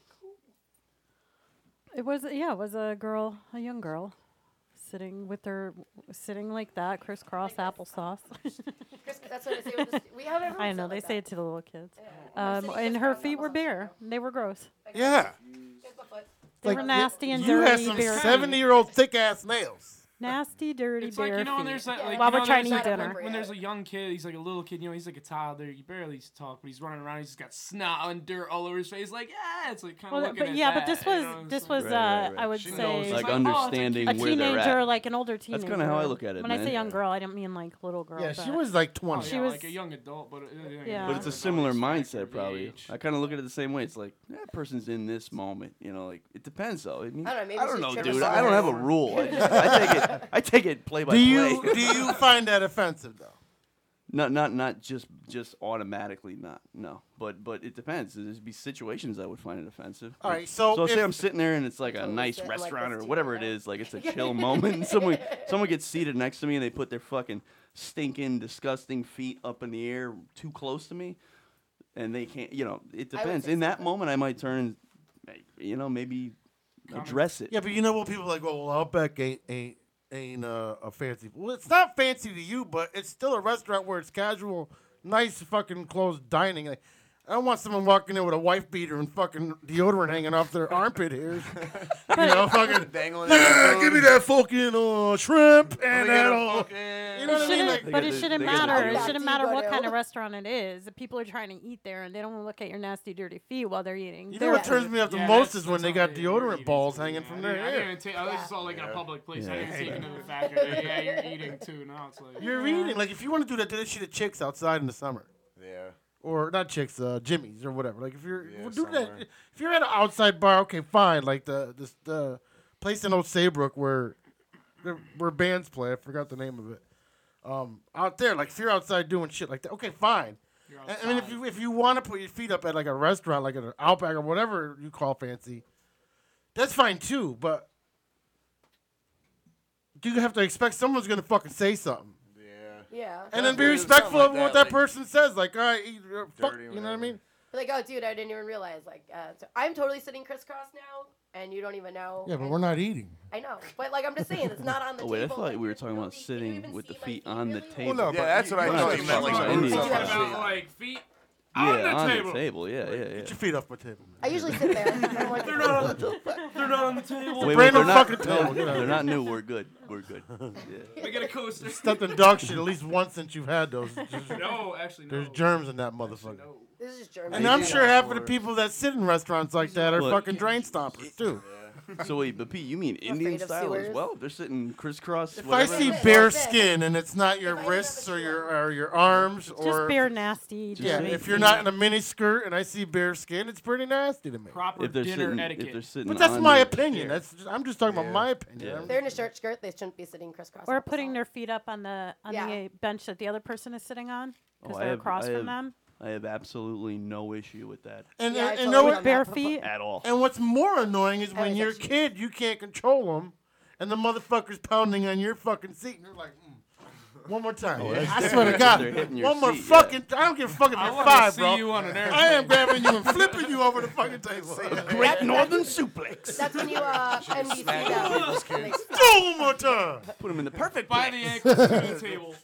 S8: It was yeah, it was a girl, a young girl, sitting with her, sitting like that, crisscross applesauce.
S21: Chris, that's what I say. With the st- we have everyone
S8: I know
S21: sit
S8: they
S21: like
S8: say
S21: that.
S8: it to the little kids,
S21: I'm
S8: um,
S21: sitting
S8: and
S21: just
S8: her
S21: around the
S8: feet were bare. They were gross.
S13: Yeah.
S8: They were nasty and
S13: you
S8: dirty.
S13: had some
S8: bare feet.
S13: seventy-year-old thick-ass nails.
S8: Nasty, dirty,
S21: It's
S8: bare
S21: like, you know,
S8: feet.
S21: when
S8: there's
S21: there's that, like,
S8: while
S21: you
S8: we're
S21: know,
S8: trying to
S21: there's
S8: eat
S21: that
S8: dinner.
S21: appropriate-
S22: When there's a young kid, he's like a little kid, you know, he's like a toddler. You barely talk, but he's running around. He's just got snot and dirt all over his face. Like, yeah, it's like kind of
S8: Well,
S22: looking
S8: but
S22: at
S8: yeah,
S22: that,
S8: but this
S22: you
S8: was
S22: know, it's
S8: this
S22: like-
S8: was uh, I would say
S24: like understanding
S8: a
S24: where they're
S8: teenager,
S24: at.
S8: like an older teenager.
S24: That's kind of how I look at it.
S8: When
S24: man.
S8: I say young girl, I don't mean like little girl.
S13: Yeah, she
S8: but-
S13: was like
S22: Oh,
S13: twenty.
S22: yeah,
S8: She was
S22: like a young adult, but uh,
S8: Yeah.
S24: But it's a similar mindset, probably. I kind of look at it the same way. It's like that person's in this moment, you know. Like it depends, though. I, mean,
S21: I don't know, maybe she's
S24: know,
S21: terrified.
S24: dude. I don't have a rule. I, I take it. I take it play by
S13: Do you
S24: play.
S13: do you find that offensive though?
S24: Not, not, not just just automatically not. No, but but it depends. There'd be situations I would find it offensive.
S13: All right, so
S24: so say
S13: if-
S24: I'm sitting there and it's like a nice
S13: sit like
S24: restaurant
S13: this
S24: or
S13: too,
S24: whatever it is. Like it's a chill moment. And someone someone gets seated next to me and they put their fucking stinking disgusting feet up in the air too close to me, and they can't. You know, it
S13: I would
S24: depends.
S13: say
S24: In that moment, I might turn. You know, maybe address it.
S13: Yeah, but you know what? People are like, oh, well, Outback ain't ain't ain't uh, a fancy. Well, it's not fancy to you, but it's still a restaurant where it's casual, nice fucking closed dining. Like, I don't want someone walking in with a wife beater and fucking deodorant hanging off their armpit hairs. you know, fucking
S7: Dangling
S13: "Ah,
S7: in the
S13: Give me
S7: food."
S13: that fucking uh, shrimp and
S7: me get a
S13: that. Uh,
S7: fucking-
S13: you know what I mean?
S8: shouldn't-
S13: Like,
S8: but it shouldn't
S24: they get the
S8: matter. It
S24: deal.
S8: shouldn't matter what kind of
S21: Deal.
S8: restaurant it is. The people are trying to eat there, and they don't want to look at your nasty, dirty feet while they're
S13: you
S8: eating.
S13: know
S8: They're-
S13: what turns me up the
S8: Yeah,
S13: most
S8: that's-
S13: is when they got deodorant balls hanging from their
S22: I didn't
S13: hair.
S22: even take. I was just all like in a public place. I
S13: Yeah.
S22: didn't take
S13: Yeah.
S22: into the fact that yeah, you're eating too. Now it's like
S13: You're eating. Like, if you want to do that, do that shit at chicks outside in the summer.
S7: Yeah.
S13: or not chicks, uh, Jimmy's or whatever. Like if you're
S7: Yeah,
S13: well, do
S7: somewhere.
S13: that. If you're at an outside bar, okay, fine. Like the this the place in Old Saybrook where there- where bands play. I forgot the name of it. Um, out there, like if you're outside doing shit like that, okay, fine. I, I mean, if you if you want to put your feet up at like a restaurant, like at an Outback or whatever you call fancy, that's fine too. But you have to expect someone's gonna fucking say something.
S21: Yeah.
S13: And then be
S7: Yeah,
S13: respectful
S7: something
S13: of what
S7: like that,
S13: that
S7: like-
S13: person says. Like, all right, you- uh, fuck,
S7: Dirty,
S13: you know what I mean?
S21: Like, oh, dude, I didn't even realize. Like, uh, so I'm totally sitting crisscross now, and you don't even know.
S13: Yeah, but
S21: and-
S13: we're not eating.
S21: I know, but like I'm just saying, it's not on the
S24: Oh wait, I
S21: table.
S24: thought we were talking about sitting with the feet on the table.
S7: no, Yeah, but that's you- what I
S24: We're
S7: thought
S24: not
S7: you meant,
S24: talking
S7: like,
S24: about
S7: on
S24: any of
S7: the
S24: that.
S7: table.
S22: about like feet
S24: Yeah,
S22: on the
S24: on
S22: table.
S24: the table. Yeah, yeah, yeah. Get your
S13: feet off my table.
S21: I usually sit there. I'm like,
S22: They're not on the table. They're not on the table.
S24: Wait, wait,
S13: brand
S24: they're
S13: new
S24: not,
S13: fucking
S24: no,
S13: table. Get out of
S24: they're
S13: here.
S24: not new. We're good. We're good. Yeah.
S22: They get a coaster.
S13: Stepped in dog shit at least once since you've had those. There's-
S22: No, actually,
S13: There's
S22: no.
S13: germs in that motherfucker.
S21: This is German.
S13: And I'm sure half of the people that sit in restaurants like that are
S24: Look.
S13: fucking drain stompers too.
S24: So wait, but Pete, you mean Indian
S21: afraid of
S24: style as
S21: sewers.
S24: well? They're sitting crisscross.
S13: If I
S24: whatever.
S13: see bare skin and it's not your wrists or your or your arms or
S8: bare nasty,
S13: Yeah,
S8: dirty
S13: if you're not in a mini skirt and I see bare skin, it's pretty nasty to me.
S22: Proper
S24: If they're dinner sitting- if etiquette. they're sitting
S13: but that's
S24: on
S13: my
S24: their
S13: opinion.
S24: chair.
S13: That's just, I'm just talking about my
S24: Yeah.
S13: opinion.
S21: They're in a short skirt. They shouldn't be sitting crisscross.
S8: or putting their feet up on the on
S21: Yeah.
S8: the bench that the other person is sitting on because
S24: Oh, I
S8: they're
S24: have-
S8: across
S24: I
S8: from
S24: have-
S8: them.
S24: I have absolutely no issue with that.
S13: And, and,
S8: Yeah, I
S13: and
S8: totally
S13: know
S8: With
S13: what?
S8: bare feet?
S24: At all.
S13: And what's more annoying is when you're a kid, you can't control them, and the motherfucker's pounding on your fucking seat, and you're like, mm. one more time.
S24: Oh, that's
S13: I
S24: different.
S13: swear to God,
S24: They're hitting your
S13: one more
S24: seat, yeah.
S13: fucking. I don't give a fuck if
S24: I
S13: you're
S24: wanna
S13: five,
S24: see
S13: bro.
S24: you on an
S13: I am grabbing you and flipping you over the fucking table.
S24: Great Northern Suplex.
S21: That's when you uh, NBC
S13: smacked
S21: them.
S13: people's
S21: When they-
S13: Do it one more time.
S24: Put them in the perfect
S22: by the ankles to the table.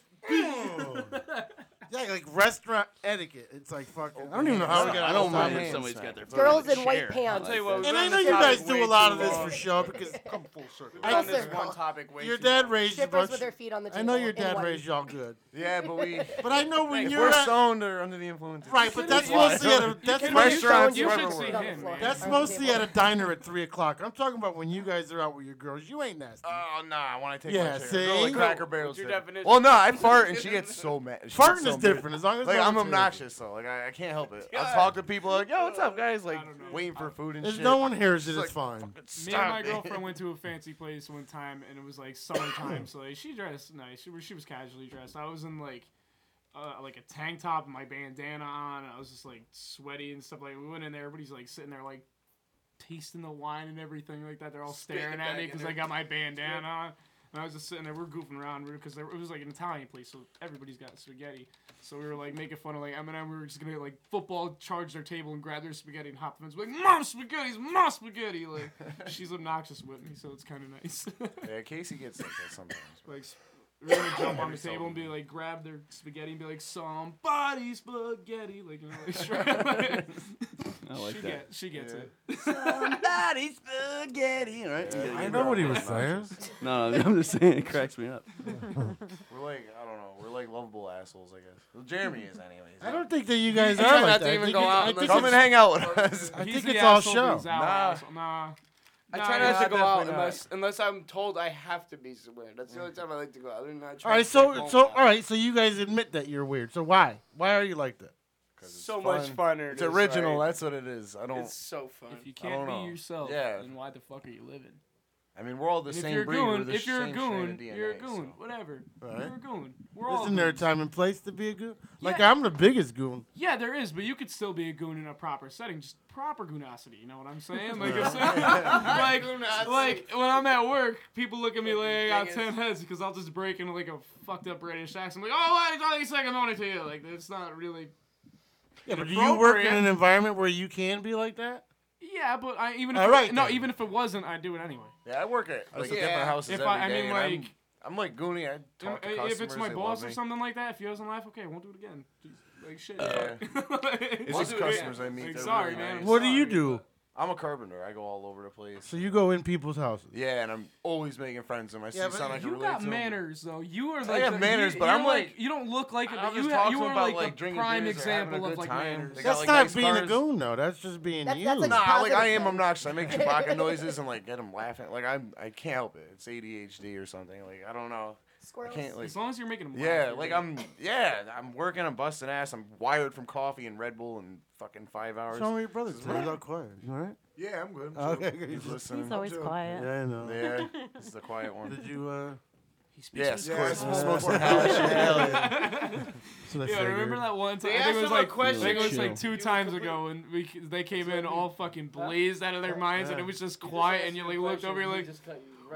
S13: Yeah, like restaurant etiquette. It's like fucking. I don't even know how we got.
S9: I don't
S13: all
S9: mind
S13: that
S9: if
S13: in
S9: somebody's
S13: stuff.
S9: got their foot
S13: Girls
S9: in the
S13: in white
S9: chair.
S13: pants.
S9: I like that.
S13: and I know you guys do a lot of this for show because come full circle.
S21: We've
S13: I
S21: done
S13: know
S21: this
S13: it's
S21: one
S13: wrong.
S21: topic way
S13: Your
S21: too
S13: dad
S21: long.
S13: raised a
S21: Strippers
S13: bunch.
S21: with their feet on the
S13: I know
S21: table
S13: your
S21: in
S13: dad
S21: white.
S13: raised y'all good.
S21: Yeah, but we-
S13: But I know when
S21: If
S13: you're
S21: we're
S13: at-
S21: stoned
S25: or under the influence. it's
S13: Right, but
S25: different.
S13: that's
S25: You
S13: mostly at
S25: can
S13: a
S25: be
S13: that's
S25: stoned,
S13: mostly,
S25: you should see him, man.
S13: That's
S25: Or
S13: mostly at
S25: table.
S13: a diner at three o'clock. I'm talking about when you guys are out with your girls. You ain't nasty.
S25: Oh nah, when I take
S13: Yeah,
S25: my chair.
S13: see?
S25: Go like
S13: No,
S25: Cracker Barrel's
S13: your
S25: different.
S13: definition-
S25: Well, no, I fart and she gets so mad. She gets
S13: Farting
S25: so
S13: is
S25: mad.
S13: different, as long as
S25: like
S13: no
S25: I'm
S13: one's here.
S25: obnoxious though. Like I, I can't help it. I talk to people like, yo, what's up, guys? Like waiting for food and
S13: If
S25: shit.
S13: no one hears it,
S25: She's
S13: it's fine.
S25: like, "Fucking
S13: Me
S25: stop
S22: Me and my
S25: it."
S22: girlfriend went to a fancy place one time, and it was like summertime, so like she dressed nice. She was she was casually dressed. I was in like uh, like a tank top and my bandana on. And I was just like sweaty and stuff. Like we went in there, everybody's like sitting there like tasting the wine and everything like that. They're all
S25: Spitting
S22: staring
S25: it
S22: at me
S25: back in
S22: because
S25: there.
S22: I got my bandana on. And I was just sitting there, we we're goofing around because it was like an Italian place, so everybody's got spaghetti. So we were like making fun of like Eminem. We were just gonna like football charge their table and grab their spaghetti and hop the fence. Like mom spaghetti's mom spaghetti. Like she's obnoxious with me, so it's kind of nice.
S25: Yeah, Casey gets like that sometimes.
S22: like s- we're gonna jump on
S25: Every
S22: the
S25: so
S22: table and be like grab their spaghetti and be like somebody spaghetti. Like you know, like, sure.
S9: I like
S22: she
S9: that.
S22: Get, she gets
S9: Yeah.
S22: it.
S9: Somebody spaghetti. All right.
S25: Yeah,
S9: you
S25: I
S9: get
S25: know
S9: it.
S25: what he was
S9: Obnoxious.
S25: saying.
S9: No, no, I'm just saying it cracks me up.
S25: we're like I don't know. We're like lovable assholes, I guess. Well, Jeremy is anyways.
S13: I don't think that you guys
S25: Try
S13: are
S25: not
S13: like
S25: to
S13: that. I
S25: even
S13: think
S25: go
S13: it's-
S25: out
S13: I
S25: and
S13: think
S25: come
S13: it's-
S25: and hang out with us.
S13: I
S25: He's
S13: think
S25: the
S13: it's all
S25: asshole
S13: show.
S25: who's out. Nah.
S22: So, nah.
S25: I
S22: Nah,
S25: try
S22: yeah,
S25: not to go out
S22: definitely not.
S25: unless unless I'm told I have to be somewhere. That's the only time I like to go out. Other than that, I try
S13: All right,
S25: to stay
S13: so
S25: home.
S13: so all right, so you guys admit that you're weird. So why? Why are you like that?
S25: so much funner.
S13: It's
S25: to
S13: original,
S25: say.
S13: that's what it is. I don't-
S25: It's so fun.
S22: If you
S25: I don't
S22: can't
S25: know.
S22: be yourself,
S25: yeah.
S22: then why the fuck are you living?
S25: I mean, we're all the
S22: And
S25: same
S22: if you're
S25: breed.
S22: A
S25: we're
S22: goon,
S25: the
S22: if you're a
S25: same strand
S22: goon,
S25: of
S22: you're a
S25: DNA,
S22: goon. Whatever.
S13: Right.
S22: You're a goon. We're all
S13: Isn't there a
S22: goons.
S13: time and place to be a goon? Like
S22: Yeah.
S13: I'm the biggest goon.
S22: Yeah, there is, but you could still be a goon in a proper setting. Just proper goonosity. You know what I'm saying? Like,
S25: Yeah.
S22: if so- like,
S25: Goonosity.
S22: like when I'm at work, people look at me like I got
S25: Thing
S22: ten heads because I'll just break into like a fucked up British accent. like, oh, I got a second on it to you. Like, it's not really.
S13: Yeah, but do you work in
S22: inappropriate.
S13: an environment where you can be like that?
S22: Yeah, but I even if
S13: All
S22: it-
S13: right,
S22: no,
S13: then.
S22: even if it wasn't, I'd do it anyway.
S25: Yeah, I work at
S13: I
S25: like
S13: sit at my
S25: different houses
S22: If
S25: every
S22: I, I
S25: day,
S22: mean,
S25: and I'm-
S22: like, uh,
S25: I'm, like goony. I talk to
S22: if it's
S25: customers,
S22: my
S25: they
S22: boss
S25: love
S22: or
S25: me.
S22: something like that, if he doesn't laugh, okay, I won't do it again. Just, like shit.
S25: Yeah.
S22: Like,
S25: it's
S22: I'll
S25: just
S22: do it again.
S25: customers I meet.
S22: Like,
S25: they're
S22: sorry,
S25: really
S22: man. I'm
S25: nice.
S13: What do you do?
S25: I'm a carpenter. I go all over the place.
S13: So you go in people's houses.
S25: Yeah, and I'm always making friends with them. I
S22: Yeah,
S25: see sound like
S22: but you
S25: a
S22: got
S25: to 'em.
S22: manners though. You are
S25: I
S22: like
S25: got
S22: the-
S25: manners,
S22: you-
S25: but
S22: you're
S25: I'm like-
S22: you don't look like it,
S25: I'm
S22: but you,
S25: just
S22: ha-
S25: talking
S22: you are
S25: about,
S22: like,
S25: like,
S22: the
S25: drinking
S22: prime
S25: beers or having a
S22: example
S25: good
S22: of like
S25: time.
S22: manners.
S25: They got,
S13: That's
S25: like,
S13: not
S25: nice
S13: being a
S25: cars.
S13: goon though. That's just being
S25: That's,
S13: you.
S25: that's like nah, like I am obnoxious. I make Chewbacca noises and like get them laughing. Like I'm, I can't help it. It's ADHD or something. Like I don't know. I can't like.
S22: as long as you're making them.
S25: yeah,
S22: laugh,
S25: like
S22: you're
S25: I'm. Yeah, I'm working. I'm busting ass. I'm wired from coffee and Red Bull and fucking five hours.
S13: Some of your brothers
S25: This is
S13: are
S25: what-
S13: all quiet. You all right?
S25: Yeah, I'm good. I'm
S13: Okay,
S25: chill. He's listening.
S8: He's always
S25: I'm chill.
S8: quiet.
S13: Yeah, I know.
S25: Yeah, it's the quiet one.
S13: Did you? uh...
S25: Yes, of course.
S13: Yeah.
S25: I'm supposed to
S13: So that's
S22: yeah,
S13: very
S22: remember
S13: good.
S22: that one time?
S25: They
S22: I
S25: asked
S22: think it was
S25: him a
S22: like
S25: question.
S22: I think it was
S25: Chill.
S22: like two times ago when we c- they came in all fucking blazed out of their minds and it was just quiet and you like looked over you're like,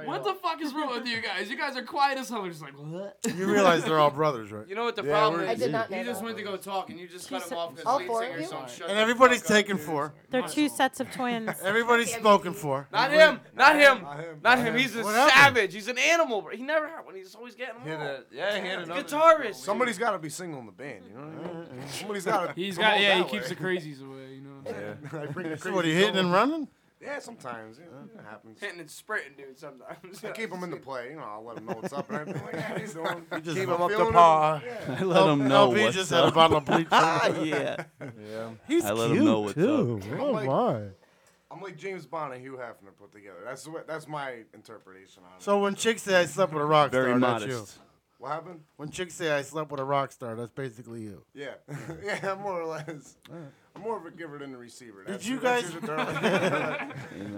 S22: what the fuck is wrong with you guys? You guys are quiet as hell. We're just like what?
S13: You realize they're all brothers, right?
S25: You know what the
S13: Yeah,
S25: problem
S13: we're-
S25: is?
S8: I did not
S25: you
S8: know
S25: just
S8: that.
S25: went to go talk and you just cut him off because
S8: all
S25: lead
S8: four of
S25: singer's
S8: you?
S25: on shut
S13: And
S25: the
S13: everybody's
S25: fuck up.
S13: taken for.
S8: They're two sets of twins.
S13: Everybody's spoken for.
S25: Not him. Not him.
S13: Not him.
S25: Not him. He's a
S13: What happened?
S25: savage. He's an animal. He never had one. He's always getting
S20: Hit
S25: one.
S20: a-
S25: yeah,
S20: he hit another-
S25: guitarist.
S20: Somebody's
S25: got to be singing in the band. You know what I
S13: Mm-hmm.
S25: mean? Somebody's
S20: gotta
S22: He's
S20: promote
S22: got yeah. He
S20: that
S22: keeps
S20: way.
S22: the crazies away. You know what I'm saying?
S25: I bring the
S13: So what, he
S25: crazies
S13: hitting and
S25: over.
S13: running?
S25: Yeah, sometimes you know, it happens.
S20: Hitting
S25: and sprinting, dude. Sometimes
S20: I keep him in the play. You know, I'll let him know what's up and everything. Like, yeah, he's doing.
S13: You just
S20: keep
S13: up
S20: feeling
S13: the
S20: him.
S13: paw.
S20: Yeah.
S9: I let him know
S13: LP
S9: what's
S13: just
S9: up.
S13: had a bottle of bleach.
S9: Yeah.
S13: yeah. He's
S9: I
S13: cute
S9: let him know what's
S13: too.
S9: up.
S13: Oh
S20: Like-
S13: my.
S20: I'm like James Bond and Hugh Hefner put together. That's the way, that's my interpretation on it.
S13: So when chicks say I slept with a rock
S9: Very
S13: star, that's
S9: modest.
S13: you.
S20: What happened?
S13: When chicks say I slept with a rock star, that's basically you.
S20: Yeah, yeah, more or less. I'm more of a giver than a receiver.
S13: Did
S20: That's-
S13: you
S20: that's
S13: guys?
S20: just
S13: Did
S20: a term.
S13: you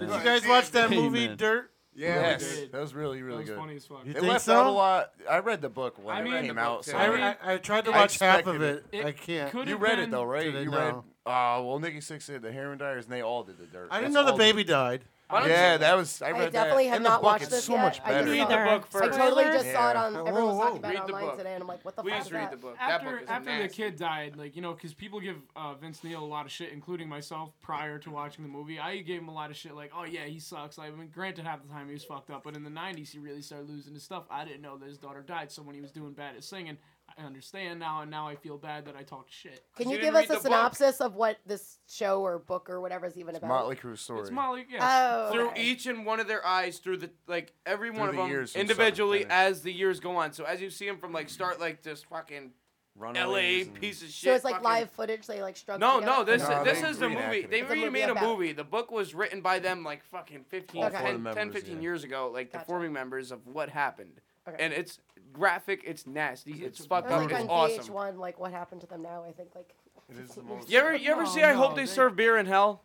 S20: Like,
S13: guys
S20: damn,
S13: watch that
S20: dude.
S13: movie
S20: Amen.
S13: Dirt?
S20: Yes,
S25: Yeah, we did.
S20: that was really really
S25: That was
S20: good.
S25: funny as fuck.
S13: You
S20: They
S13: think
S20: left
S13: so?
S20: out a lot. I read the book when
S25: I
S20: it
S25: mean-
S20: came out. So
S13: I, I, I tried to
S20: I
S13: watch half of it.
S20: expected
S13: I can't.
S25: You read it though, right?
S13: Today,
S25: You
S13: no.
S25: read. Uh, well, Nikki Six did the Heron Diaries, and they all did the dirt.
S13: I
S25: That's
S13: didn't know the
S25: all
S13: baby died.
S25: Yeah, that was. I
S13: I
S25: read that.
S13: definitely have
S25: In the
S13: not
S25: book,
S13: watched
S25: it's
S13: this
S25: so
S13: yet.
S25: much
S13: I
S25: better.
S13: didn't either.
S25: Read the book
S13: I
S25: first.
S13: totally
S21: just saw it on.
S25: Yeah.
S21: Everyone was talking about
S25: Read
S21: it
S25: the
S21: online
S25: book.
S21: today, and I'm like, what the fuck?
S25: Please
S21: is
S25: read
S21: that?
S25: the book. that book
S22: Uh, After
S25: is
S22: after the
S25: nasty.
S22: kid died, like you know, because people give uh, Vince Neil a lot of shit, including myself, prior to watching the movie. I gave him a lot of shit, like, oh yeah, he sucks. I mean, granted, half the time he was fucked up, but in the '90s, he really started losing his stuff. I didn't know that his daughter died, so when he was doing bad at singing, I I understand now, and now I feel bad that I talked shit.
S21: Can
S22: 'Cause
S21: you
S22: didn't
S21: give us
S22: read
S21: a
S22: the book.
S21: synopsis of what this show or book or whatever is even about?
S25: Motley Crue's story.
S22: It's Molly, yes.
S21: Oh,
S15: through
S21: okay.
S15: each and one of their eyes, through the like every
S25: Through
S15: one of
S25: the
S15: them
S25: years from
S15: individually
S25: start to
S15: as the years go on. So as you see them from like start like this fucking L.A.
S25: Runaways and-
S15: piece of shit.
S21: So it's like
S15: fucking-
S21: live footage they like strung
S15: No,
S21: together?
S15: no, this
S25: No,
S15: this
S25: they
S15: is the movie.
S25: reenacted it.
S15: They
S21: It's a movie
S15: remade a
S21: about-
S15: movie. The book was written by them like fucking 15,
S21: All four
S15: 10,
S21: of the
S15: 10,
S25: members,
S15: 15
S25: yeah.
S15: years ago, like the forming members of what happened.
S21: Okay.
S15: And it's graphic, it's nasty, it's fucked
S21: It was
S15: up,
S21: like
S15: it's
S21: on
S15: awesome.
S21: VH1, like what happened to them now? I think like. It is the most.
S15: You ever you ever see I hope they serve beer in hell?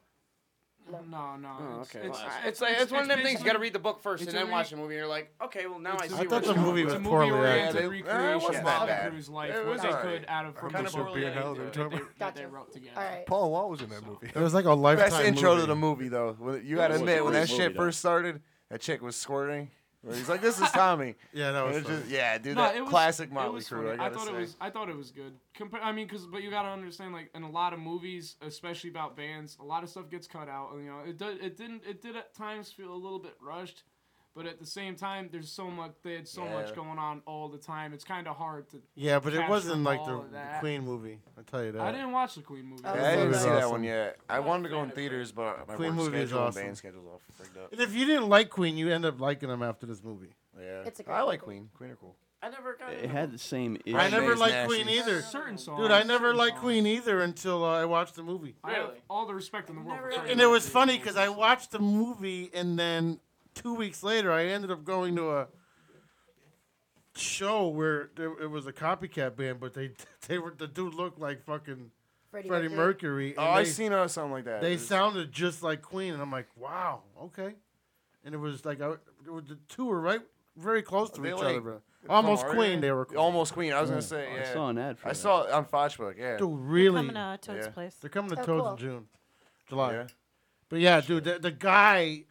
S22: No, no, no.
S15: Oh,
S22: it's-
S15: okay.
S22: It's,
S15: Well, it's, like it's, one of them things. You got to read the book first and then watch the movie. You're like, okay, well now I see.
S21: I
S15: where
S21: thought
S15: it's
S21: the
S15: going.
S21: movie
S15: It's a
S21: was
S15: movie
S21: poorly
S15: oriented
S22: acted.
S21: Eh, it
S15: recreation
S21: wasn't
S15: of
S22: that
S15: Tom
S22: bad.
S15: Cruise
S22: It
S15: life,
S22: was
S15: what they
S22: alright.
S15: could out of from
S22: Kind
S15: the
S22: of poorly
S15: story
S22: acted.
S15: that they-
S22: that they wrote together.
S25: Paul Wall was in that movie.
S13: It was like a lifetime
S25: Best intro
S13: movie.
S25: to the movie, though. When- You
S13: That
S25: gotta
S13: was a
S25: admit, when
S13: great
S25: that
S13: movie,
S25: shit
S13: though.
S25: first started, that chick was squirting. Where He's like, "This is Tommy."
S13: Yeah, that
S25: And
S13: was
S25: it's
S13: funny.
S25: just- yeah, dude.
S22: No,
S25: that
S22: it was-
S25: classic
S22: it
S25: Motley
S22: was
S25: Crue.
S22: funny.
S25: I gotta
S22: thought
S25: say.
S22: it was. I thought it was good. Compa- I mean, because but you gotta understand, like in a lot of movies, especially about bands, a lot of stuff gets cut out. You know, it does. It didn't. It did at times feel a little bit rushed, but at the same time, there's so much. They had so
S13: Yeah.
S22: much going on all the time. It's kind of hard to.
S13: Yeah, but it
S22: capture
S13: wasn't like
S22: all
S13: the
S22: of that.
S13: Queen movie. I tell you that.
S22: I didn't watch the Queen movie.
S25: Yeah, I didn't see that
S13: awesome.
S25: one yet. I wanted to go in theaters, but my
S13: Queen
S25: work
S13: movie is
S25: schedule and
S13: awesome.
S25: band schedule's all frigged up.
S13: And if you didn't like Queen, you end up liking them after this movie.
S25: Yeah,
S21: It's a great
S25: I like
S21: movie.
S25: Queen. Queen are cool.
S15: I never got
S24: It had the same issue.
S13: I never liked Queen either.
S22: Certain
S13: Dude, I
S22: songs,
S13: never
S22: certain
S13: liked Queen either until uh, I watched the movie.
S22: I have all the respect in the world. for Freddie
S13: And it was
S22: Mercury.
S13: funny because I watched the movie, and then two weeks later, I ended up going to a show where there, it was a copycat band, but they they were the dude looked like fucking
S21: Freddie
S13: Freddie, Mercury.
S25: Mercury.
S13: and
S25: Oh, I
S13: they-
S25: seen her something like that.
S13: They
S25: It was-
S13: sounded just like Queen, and I'm like, wow, okay. And it was like I, it was- the two were right, very close to
S25: They
S13: each
S25: like-
S13: other. bro.
S25: from
S13: Almost
S25: our
S13: Queen,
S25: area?
S13: they were.
S25: Almost Queen. I was gonna
S13: Yeah.
S25: say.
S13: Oh, I
S25: Yeah.
S13: saw an ad for
S25: I
S13: that.
S25: saw it on Facebook. Yeah.
S13: Dude, really?
S8: coming to Toad's
S25: Yeah.
S8: place.
S13: They're coming to
S8: Oh,
S13: Toads
S8: cool.
S13: in June, July.
S25: Yeah.
S13: But yeah, dude, the, the guy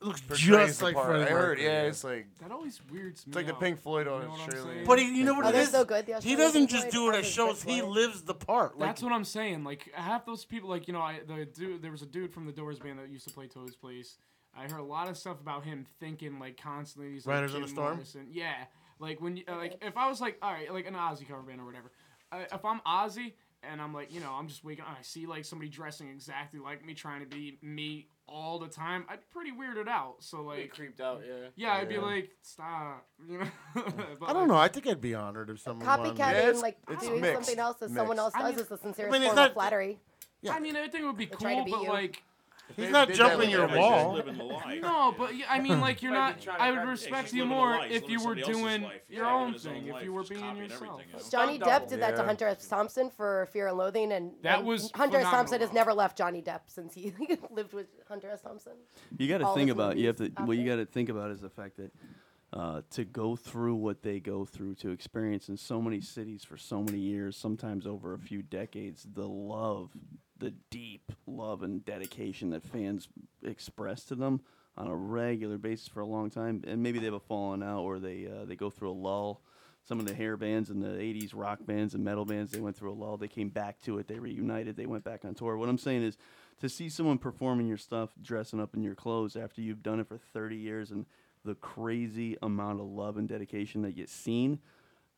S13: looks
S25: Portrays
S13: just
S25: the
S13: like
S25: part.
S13: Freddie
S25: I heard.
S13: Mercury,
S25: Yeah, it's like
S22: That always weirds me.
S25: it's like the
S22: out.
S25: Pink Floyd on
S22: know what I'm
S25: Australia.
S22: saying?
S13: But he, you know what
S21: Oh,
S13: it
S21: they're
S13: is?
S21: so good, the
S13: he
S21: Australian
S13: doesn't
S21: Pink
S13: just
S21: Floyd.
S13: do it
S21: Oh,
S13: at
S21: they're
S13: shows.
S21: good
S13: He
S21: Floyd.
S13: lives the part. Like,
S22: That's what I'm saying. Like half those people, like you know, I the dude there was a dude from the Doors band that used to play Toad's Place. I heard a lot of stuff about him thinking like constantly. He's like,
S13: Riders on the
S22: Jim
S13: Storm?
S22: Morrison. Yeah, like when you uh, like if I was like all right, like an Ozzy cover band or whatever. I, if I'm Ozzy and I'm like you know I'm just waking, up, I see like somebody dressing exactly like me, trying to be me all the time. I'd be pretty weirded out. So
S15: Pretty
S22: like
S15: creeped out. Yeah.
S22: Yeah, I'd be
S13: Yeah.
S22: like stop. You know. But,
S13: I don't
S22: like,
S13: know. I think I'd be honored if someone wanted
S21: Copycatting,
S13: me.
S21: like doing something else that someone else
S22: I
S21: does
S22: mean-
S21: is the sincerest
S13: mean, it's
S21: form
S13: not-
S21: of flattery.
S22: I mean, I think it would be
S21: They're trying to
S22: cool,
S21: beat
S22: but
S21: you.
S22: like.
S13: He's not jumping your wall.
S22: No, but yeah, I mean, like you're
S15: Might be trying
S22: not.
S15: to
S22: I would
S15: crack- yeah,
S22: respect
S15: she's
S22: you
S15: living a
S22: more
S15: lie. He's
S22: if you
S15: living
S22: were
S15: somebody else's
S22: doing
S15: life. He's
S22: your
S15: living
S22: own
S15: his own
S22: thing.
S15: life.
S22: If you were
S15: He's
S22: being
S15: copying
S22: yourself.
S21: Johnny
S22: Stunt
S21: Depp
S22: double.
S21: did that to Hunter S. Thompson for Fear and Loathing, and
S22: That
S21: and
S22: was
S21: Hunter S.
S22: phenomenal.
S21: Thompson has never left Johnny Depp since he lived with Hunter S. Thompson.
S24: You got to
S21: All
S24: think
S21: his
S24: about you have to
S21: movies
S24: what you
S21: after.
S24: got to think about is the fact that uh, to go through what they go through to experience in so many cities for so many years, sometimes over a few decades, the love, the deep love and dedication that fans express to them on a regular basis for a long time, and maybe they have a falling out or they uh, they go through a lull. Some of the hair bands and the '80s rock bands and metal bands, they went through a lull. They came back to it. They reunited. They went back on tour. What I'm saying is, to see someone performing your stuff dressing up in your clothes after you've done it for 30 years and the crazy amount of love and dedication that gets seen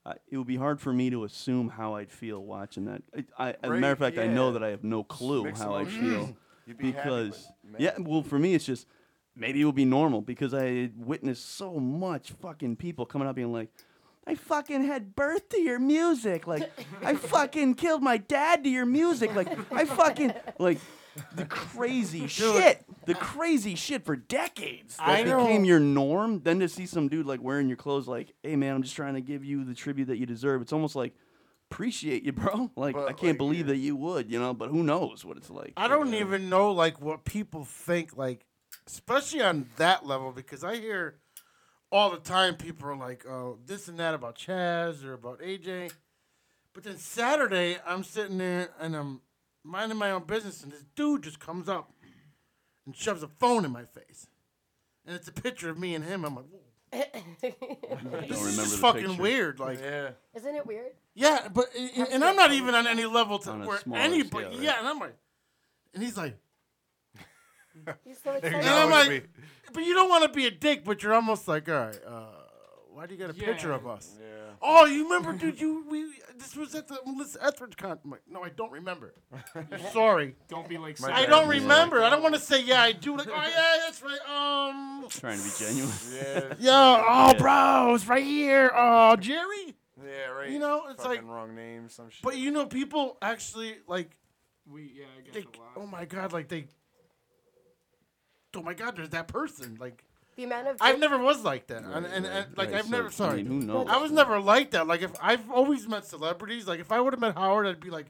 S24: uh, it would be hard for me to assume how i'd feel watching that I, I, as a matter of
S25: Right,
S24: fact i know
S25: yeah.
S24: that i have no clue
S25: Mixed
S24: how i'd feel
S25: emotions. Mm-hmm. You'd be happy, but
S24: because yeah well for me it's just maybe it would be normal because i had witnessed so much fucking people coming up being like I fucking had birth to your music. Like, I fucking killed my dad to your music. Like, I fucking, like, the crazy shit. The crazy shit for decades that
S13: I know.
S24: became your norm. Then to see some dude, like, wearing your clothes, like, hey, man, I'm just trying to give you the tribute that you deserve. It's almost like, appreciate you, bro. Like, I can't believe that you would, you know, but who knows what it's like.
S13: I don't even know like what people think like, especially on that level because I hear all the time people are like, "Oh, this and that about Chaz or about AJ," but then Saturday I'm sitting there and I'm minding my own business and this dude just comes up and shoves a phone in my face, and it's a picture of me and him. I'm like, "Whoa, "This is
S24: remember
S13: just
S24: the
S13: fucking
S24: picture.
S13: weird." Like,
S25: yeah.
S21: Isn't it weird?
S13: Yeah, but and, and I'm not even on any level to
S24: On a
S13: where
S24: smaller
S13: anybody.
S24: scale, right?
S13: Yeah, and I'm like, and he's like,
S21: He's so
S13: and
S21: excited.
S13: I'm like, but you don't want to be a dick, but you're almost like, all right, uh, Why do you got a
S19: Yeah.
S13: picture of us?
S19: Yeah.
S13: Oh, you remember, dude? You we this was at the Melissa Etheridge con. I'm like, No, I don't remember. Sorry.
S19: Don't be like
S13: I
S19: Sarah.
S13: don't
S19: Yeah.
S13: remember. I don't want to say yeah. I do like. Oh yeah, that's right. Um.
S24: Trying to be genuine.
S25: Yeah.
S13: Yeah. Oh,
S25: Yeah.
S13: bro, it's right here. Oh, Jerry.
S25: Yeah, right.
S13: You know, it's
S25: Fucking
S13: like.
S25: wrong name, some shit.
S13: But you know, people actually like.
S22: We yeah, I
S13: They, oh my god, like they. Oh my god, there's that person. Like
S21: The amount of
S13: I've never was like that, and, and,
S24: Right,
S13: and, like
S24: right,
S13: I've
S24: so,
S13: never.
S24: I
S13: Sorry,
S24: mean, who knows?
S13: I was never like that. Like if I've always met celebrities. Like if I would have met Howard, I'd be like,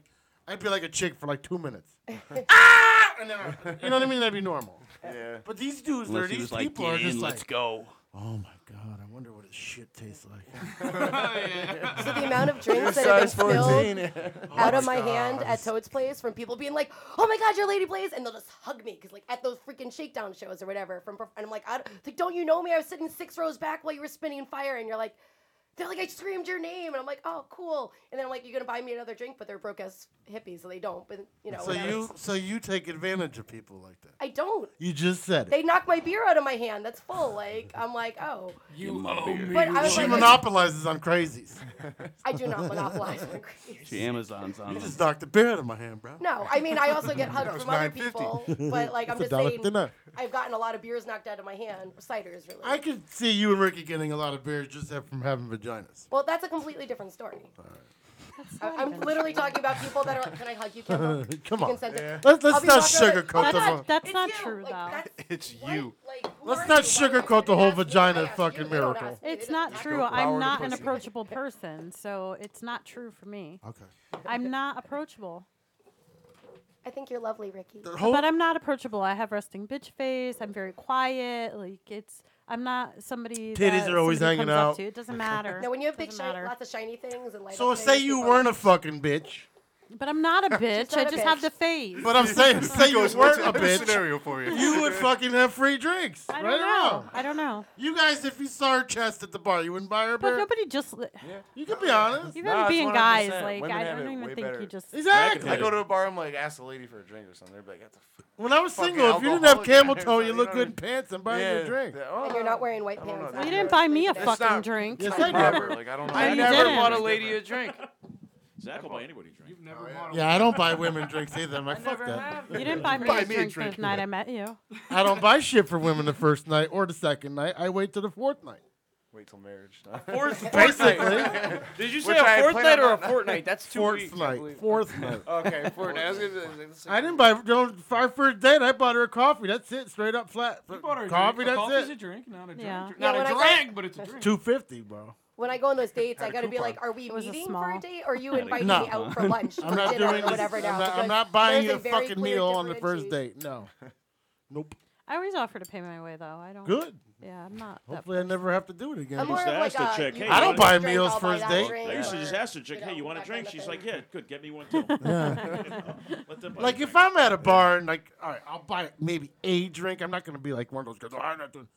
S13: I'd be like a chick for like two minutes. ah, and then I- you know what I mean? That'd be normal.
S25: Yeah.
S13: But these dudes,
S24: Unless
S13: there,
S24: he
S13: these
S24: was like,
S13: people
S24: "Get
S13: are
S24: in,
S13: just
S24: let's
S13: like,
S24: go.
S13: Oh my god, I wonder what his shit tastes like.
S21: So the amount of drinks that
S13: Size
S21: have
S13: 14,
S21: been spilled
S13: yeah.
S21: out
S13: Oh
S21: of my
S13: my
S21: hand
S13: God.
S21: at Toad's place from people being like, "Oh my God, your lady plays," and they'll just hug me because like at those freaking shakedown shows or whatever. From and I'm like, I, it's like, don't you know me? I was sitting six rows back while you were spinning fire, and you're like. They're like, I screamed your name, and I'm like, oh, cool. And then I'm like, you're gonna buy me another drink, but they're broke as hippies, so they don't. But you know,
S13: so
S21: whatever.
S13: you, so you take advantage of people like that.
S21: I don't.
S13: You just said it.
S21: They knock my beer out of my hand. That's full. Like I'm like, oh,
S13: You
S21: owe me But I was
S13: She
S21: like-
S13: monopolizes on crazies.
S21: I do not monopolize on crazies.
S24: She Amazon's
S13: You
S24: on them.
S13: just knocked the beer out of my hand, bro.
S21: No, I mean I also get
S13: That
S21: hugged
S13: was
S21: from other
S13: 9.50.
S21: people, but like I'm
S13: That's
S21: just
S13: a dollar
S21: saying,
S13: dinner.
S21: I've gotten a lot of beers knocked out of my hand. Ciders, really.
S13: I could see you and Ricky getting a lot of beers just ha- from having vaginas.
S21: Well, that's a completely different story. I, am literally talking about people that are like, "Can I hug you?" Can I hug you?
S13: Come
S21: You
S13: on.
S21: can sense it."
S13: Yeah. Let's- let's
S21: I'll be
S13: not
S21: walking around like,
S13: sugarcoat
S21: "Oh my
S13: the
S21: God,
S13: whole-
S8: That's
S21: it's
S8: not
S21: you."
S8: true,
S21: Like,
S8: though.
S21: that's-
S13: It's you.
S21: like,
S13: Let's not sugarcoat the whole vagina fucking miracle.
S8: It's not true.
S13: Go power
S8: I'm
S13: the
S8: not an
S13: pussy.
S8: approachable person, so it's not true for me.
S13: Okay.
S8: I'm not approachable.
S21: I think you're lovely, Ricky.
S8: but I'm not approachable. I have resting bitch face. I'm very quiet. Like it's I'm not somebody
S13: Titties
S8: that
S13: are always
S8: somebody
S13: hanging
S8: comes up
S13: out.
S8: to. It doesn't matter.
S21: No, when you have big,
S8: Doesn't
S21: shiny,
S8: matter.
S21: lots of shiny things and light
S13: So
S21: up
S13: say
S21: things,
S13: you
S21: people-
S13: weren't a fucking bitch.
S8: But I'm not a bitch.
S21: not
S8: I
S21: a
S8: just have
S21: bitch.
S8: the face.
S13: But I'm saying, say you
S19: Goes,
S13: weren't
S19: what's
S13: a
S19: another
S13: bitch.
S19: scenario for you?
S13: You would fucking have free drinks.
S8: I
S13: right
S8: don't know.
S13: around.
S8: I don't know.
S13: You guys, if you saw her chest at the bar, you wouldn't buy her a
S8: But
S13: beer.
S8: nobody just.
S13: You can be honest.
S8: Even being guys, like I don't even think you just.
S13: Exactly.
S25: I go to a bar, I'm like, ask a lady for a drink or something. They're like, "Get the fuck
S13: When I was
S25: Fucking
S13: single, if you didn't have
S25: alcoholic
S13: camel
S25: guy or
S13: toe, you
S25: something,
S13: look
S25: you
S13: good
S25: know
S13: in pants and buy you
S25: Yeah,
S13: a drink.
S25: yeah,
S21: And you're not wearing white pants.
S8: Well, you didn't buy me a
S25: It's
S8: fucking
S25: not-
S8: drink.
S13: Yes,
S25: It's
S13: I
S25: not
S13: did.
S25: proper, Like, I don't know.
S22: I
S8: you
S22: never
S8: didn't.
S22: bought a lady a drink.
S2: Zach will buy anybody a drink.
S22: You've never bought a
S13: Yeah, I don't buy women drinks either. I'm like, fuck that.
S8: You didn't buy me
S13: Buy
S8: a
S13: me a
S8: drink
S13: drink,
S8: the night
S13: man.
S8: I met you.
S13: I don't buy shit for women the first night or the second night. I wait till the fourth night.
S25: Wait till marriage.
S22: Fourth, fourth
S13: Basically.
S22: night. Did you say
S25: Which
S22: a
S25: I
S22: fourth
S25: plan
S22: night
S25: on
S22: or a
S25: not-
S22: fortnight? That's two
S13: Fourth
S22: weeks. I
S13: night.
S22: believe.
S13: Fourth night.
S22: Okay,
S25: fourth night. I was gonna be
S13: I didn't buy no, our first date. I bought her a coffee. That's it. Straight up flat.
S22: You bought her a
S13: coffee.
S22: drink. A coffee's
S13: That's
S22: a
S13: it.
S22: drink, not a drink.
S8: Yeah.
S22: Not
S21: Yeah,
S22: a
S21: when I
S22: drink, but it's a drink.
S13: Two fifty, bro.
S21: When I go on those dates,
S13: Had
S21: I
S13: a
S21: gotta be
S13: coupon.
S21: like, "Are we
S8: was a
S21: meeting
S8: small.
S21: for a date, or are you inviting
S13: No.
S21: me out for lunch,
S13: I'm
S21: for
S13: not
S21: dinner,
S13: doing
S21: or
S13: this.
S21: whatever?"
S13: I'm
S21: now
S13: not,
S21: Because
S13: I'm not
S21: there's
S13: buying you
S21: a
S13: a
S21: very
S13: fucking
S21: clear
S13: meal on the first
S21: differentiation.
S13: date. No. Nope.
S8: I always offer to pay my way though. I don't.
S13: Good.
S8: Yeah, I'm not. that
S13: Hopefully, I never have to do it again.
S21: I'm more
S2: Just
S21: of like
S2: ask the
S21: a,
S2: chick,
S21: you
S2: "Hey,
S21: buy
S13: I
S21: me
S13: don't
S21: this
S13: buy
S21: drink,
S13: meals
S21: I'll buy
S13: first
S21: that
S13: date.
S21: drink,
S2: I used to just
S21: or-
S2: ask her, chick,
S21: you
S2: hey,
S21: know,
S2: you want a
S21: that
S2: drink?
S21: kind of
S2: She's like,
S21: thing.
S2: yeah, good, get me one too. Let them buy
S13: Like
S2: a
S13: if
S2: drink.
S13: I'm at a bar and like, all right, I'll buy maybe a drink. I'm not gonna be like one of those girls. "Oh, I'm not doing-"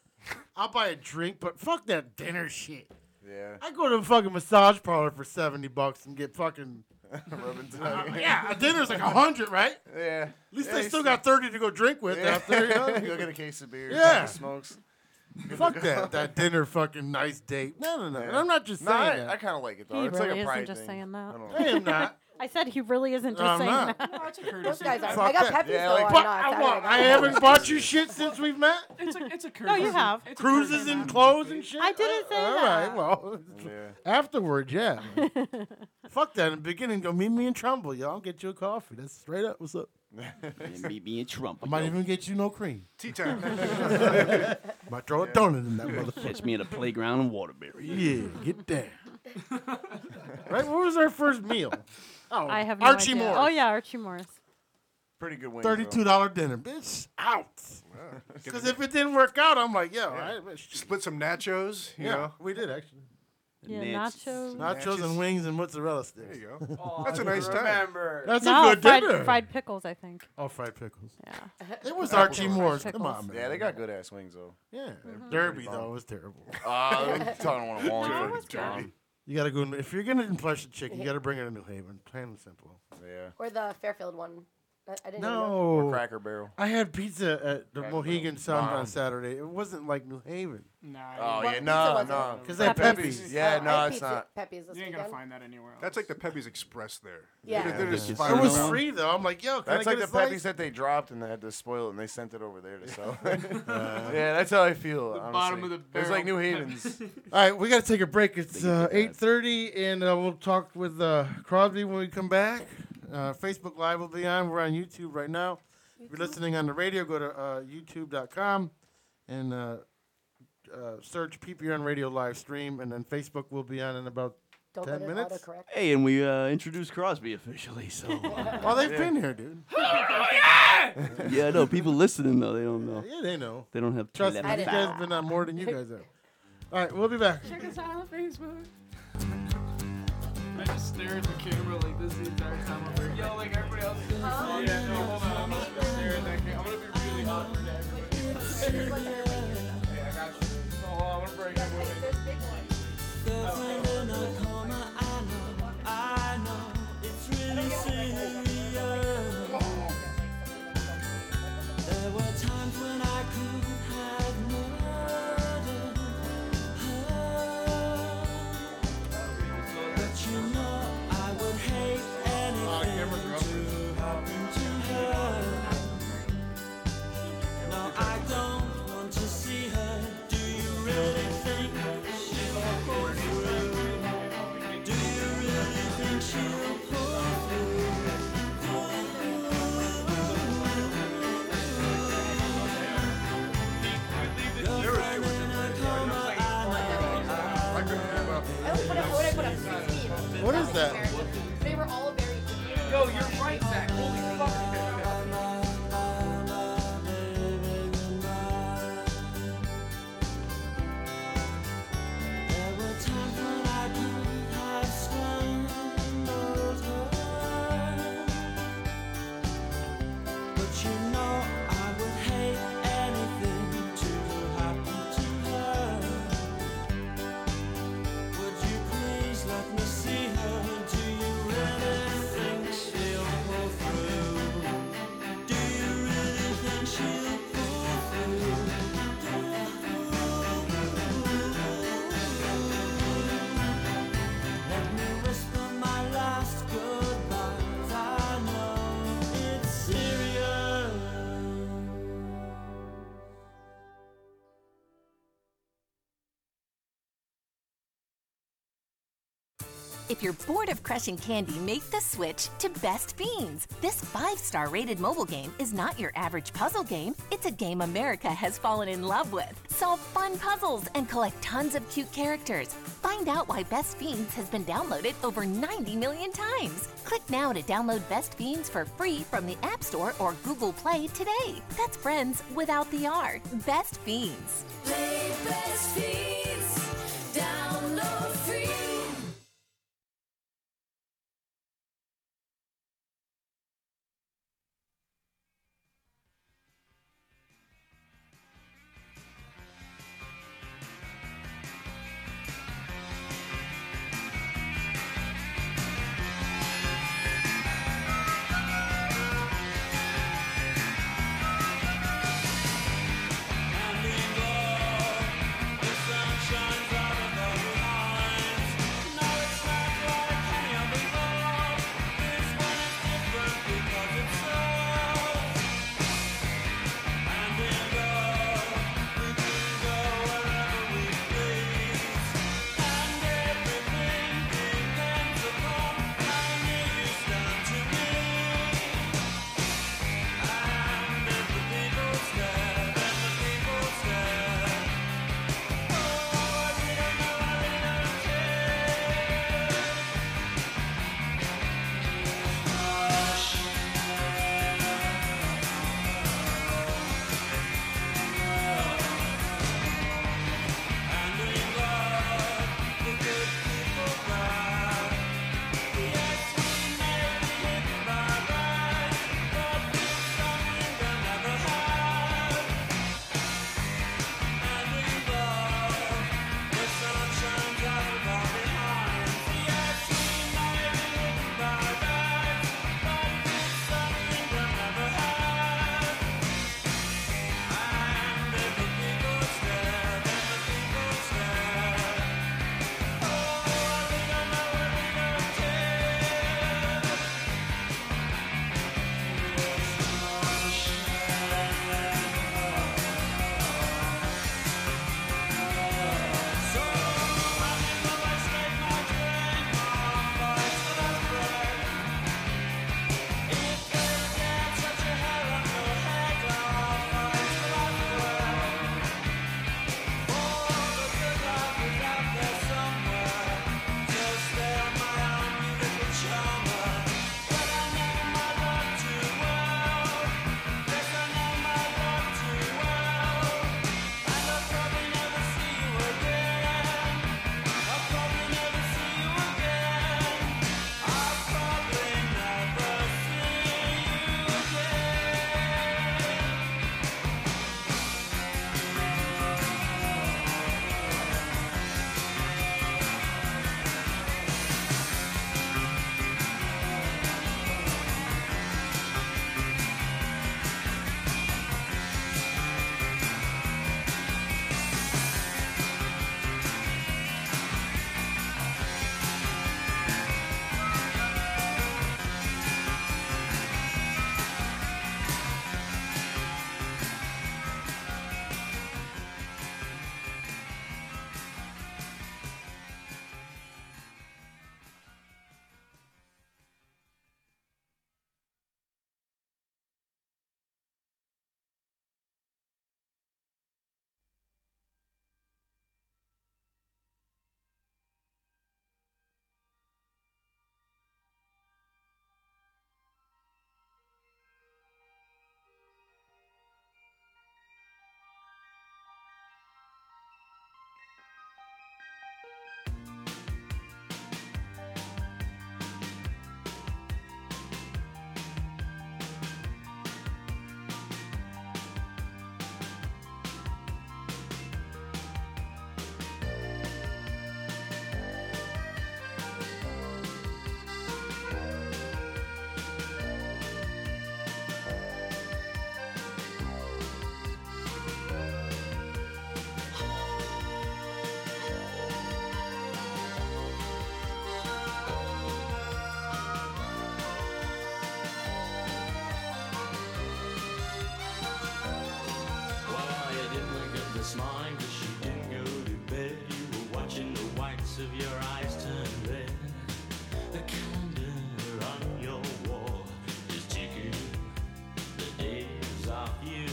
S13: I'll buy a drink, but fuck that dinner shit.
S25: Yeah.
S13: I go to a fucking massage parlor for seventy bucks and get fucking uh, yeah. A dinner's like a hundred, right?
S25: Yeah.
S13: At least
S25: Yeah,
S13: I still
S25: you still-
S13: got thirty to go drink with
S25: Yeah.
S13: after. You know?
S25: Go get a case of beer.
S13: Yeah.
S25: Smokes.
S13: Fuck that that dinner fucking nice date. No, no, no. And I'm not just
S25: No,
S13: saying
S25: I-
S13: that.
S25: I kinda like it, though.
S8: He
S25: It's
S8: really
S25: like a
S8: isn't
S25: pride
S8: just
S25: thing.
S8: saying that.
S25: I don't know.
S13: I am not.
S8: I said he really isn't just
S13: I'm
S8: saying
S13: not.
S8: that.
S21: Those guys are.
S13: Fuck
S21: I got
S13: that.
S21: Pepsi
S13: Yeah,
S21: though
S13: like-
S21: on
S13: But
S21: knots.
S13: I,
S21: I
S13: want-
S21: don't
S13: I
S21: know.
S13: haven't bought you shit since we've met.
S22: It's a it's a curse.
S8: No, you have.
S22: It's a
S13: Cruises
S22: courtesy
S13: and
S22: now.
S13: clothes and shit. Oh,
S8: I didn't say
S13: All
S8: that.
S13: right, well, afterward, yeah. Fuck that. In the beginning, go meet me in Trumbull, y'all. I'll get you a coffee. That's straight up. What's up?
S24: And meet me in Trump.
S13: I might even get you no cream.
S19: Tea time.
S13: Might throw a donut in that motherfucker.
S24: Catch me at a playground in Waterbury.
S13: Yeah, get there. right? What was our first meal? Oh,
S8: I have no
S13: Archie
S8: idea.
S13: Moore.
S8: Oh yeah, Archie Morris.
S25: Pretty good wings. though.
S13: Thirty-two dollar dinner, bitch. Out. Because if it didn't work out, I'm like, yo, I,
S19: Split some nachos, you
S13: yeah,
S19: know.
S13: we did actually.
S8: Yeah,
S24: Nets.
S8: nachos.
S13: Nachos and wings and mozzarella sticks.
S19: There you go. Oh, That's a nice time.
S25: Remember.
S13: That's
S8: no,
S13: a good
S8: fried,
S13: dinner.
S8: fried pickles, I think.
S13: Oh, fried pickles.
S8: Yeah.
S13: It was
S25: Apple
S13: Archie
S25: pickles.
S13: Moore's.
S8: Pickles.
S13: Come on, man.
S25: Yeah, they got good ass wings though.
S13: Yeah.
S8: Mm-hmm.
S25: Mhm.
S13: Derby
S25: Pretty bomb.
S13: though was terrible.
S25: Uh,
S19: Um,
S25: I don't want to want
S13: No,
S25: no,
S13: it was You gotta go in- if you're gonna impress a chick. You
S21: Yeah.
S13: gotta bring her to New Haven. Plain and simple.
S25: Yeah.
S21: Or the Fairfield one.
S9: I, I didn't even know.
S13: No.
S25: Or Cracker Barrel.
S13: I had pizza at the
S25: Cracker
S13: Mohegan
S25: Barrel.
S13: Sun
S25: Bomb.
S13: on Saturday. It wasn't like New Haven.
S25: Oh, yeah, no, no.
S13: Because they had Pepe's.
S9: Oh,
S25: Yeah, no, it's not.
S9: Pepe's this
S22: You ain't gonna
S9: weekend?
S22: find that anywhere else.
S20: That's like the Pepe's Express there.
S9: Yeah.
S20: They're- they're
S25: Yeah,
S20: just
S25: just
S20: firing
S25: It was
S20: them out.
S25: free,
S13: though. I'm like, yo, can I
S25: That's
S13: get
S25: like
S13: a
S25: the
S13: slice?
S25: Peppies that they dropped and they had to spoil it and they sent it over there to sell. yeah, that's how I feel. honestly.
S22: bottom of the
S25: It's like New
S22: barrel.
S25: Haven's.
S13: All right, we got to take a break. It's uh, eight thirty, and uh, we'll talk with uh, Crosby when we come back. Uh, Facebook Live will be on. We're on YouTube right now. If you're listening on the radio, go to uh, YouTube.com and uh, uh, search PPN Radio Live Stream, and then Facebook will be on in about
S9: Don't let
S13: ten
S9: it
S13: minutes.
S9: autocorrect.
S24: Hey, and we uh, introduced Crosby officially, so.
S13: Oh, they've been here, dude.
S24: yeah, I know. People listening, though, they don't know.
S13: Yeah, they know.
S24: They don't have
S13: Trust me,
S24: telepathy.
S13: you guys been on more than you guys have. All right, we'll be back.
S22: Check us out on Facebook. I just stare at the camera like this the entire time I'm here. Yo, like everybody else is doing this.
S13: Oh,
S22: Yeah, no, hold on. I'm just gonna stare at that camera. I'm gonna be really awkward to everybody. Hey, I got you. Oh, I'm gonna break it.
S9: I only put up, what did I put up? 16.
S13: What is that?
S9: They were all very.
S21: Yo, you're right, Zach. Holy fuck.
S26: If you're bored of crushing candy, make the switch to Best Fiends. This five star rated mobile game is not your average puzzle game, it's a game America has fallen in love with. Solve fun puzzles and collect tons of cute characters. Find out why Best Fiends has been downloaded over 90 million times. Click now to download Best Fiends for free from the App Store or Google Play today. That's friends without the R. Best Fiends.
S27: Play Best Fiends. Download free.
S28: Thank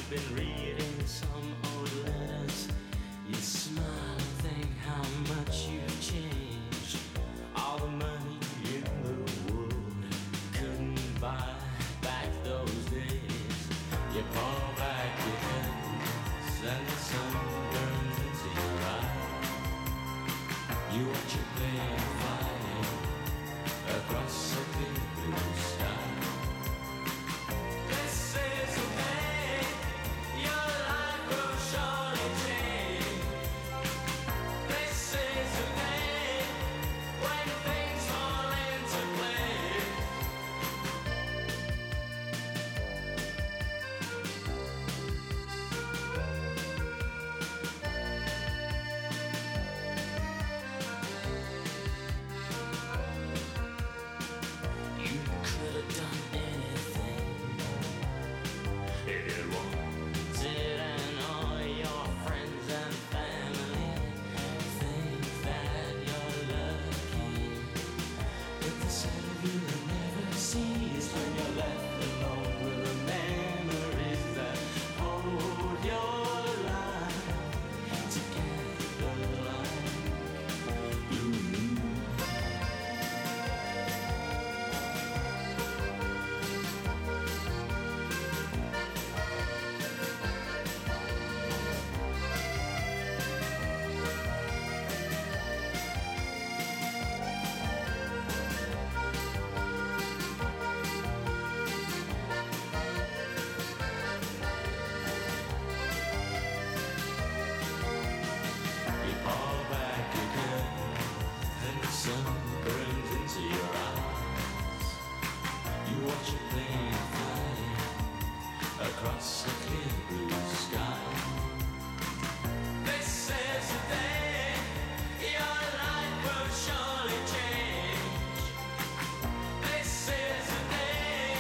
S9: been reading some old letters. You smile and think how much you've changed. All the money in the world couldn't buy back those days. You pull back your curtains and the sun burns into your eyes. You watch a plane flying across a big blue sky. This is a pain. Your life will surely change. This is a pain when things fall into place. You could have done anything. It won't. and all your friends and family think that you're lucky. But the side of you that never sees when you're left alone with the memories that hold your life together like blue. You pull back your curtains and the sun burns into your eyes. You watch a plane flying across a clear blue sky. This is the day your life will surely change. This is the day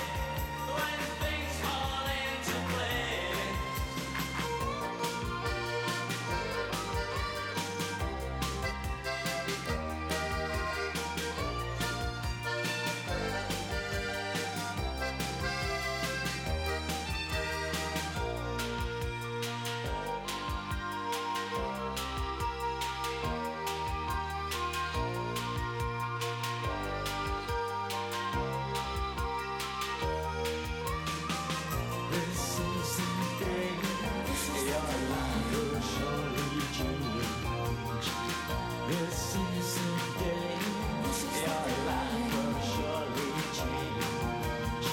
S9: when things fall into place. This is the day your life will surely change. This is the day your life will surely change.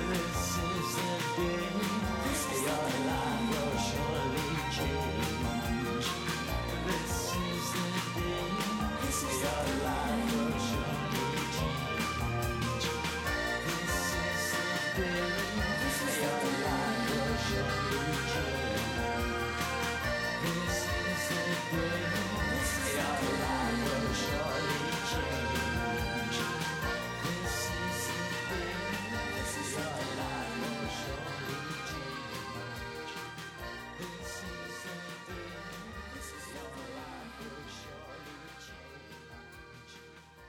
S9: This is the day your life will surely change. This is the day your life will surely change. This is the day your life will surely change. This is the day your life will surely change. This is the day your life will surely change. This is the day your life will surely change.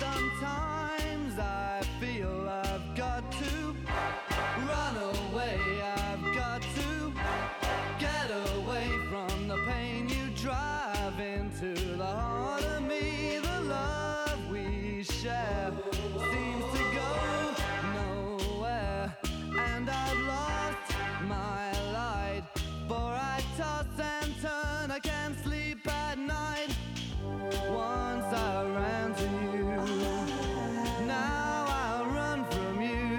S29: Sometimes I feel I've got to run away. I've got to get away from the pain you drive into the heart of me. The love we share seems to go nowhere, and I've lost my light. For I toss and turn, I can't sleep at night. Once I ran to you, now I run from you.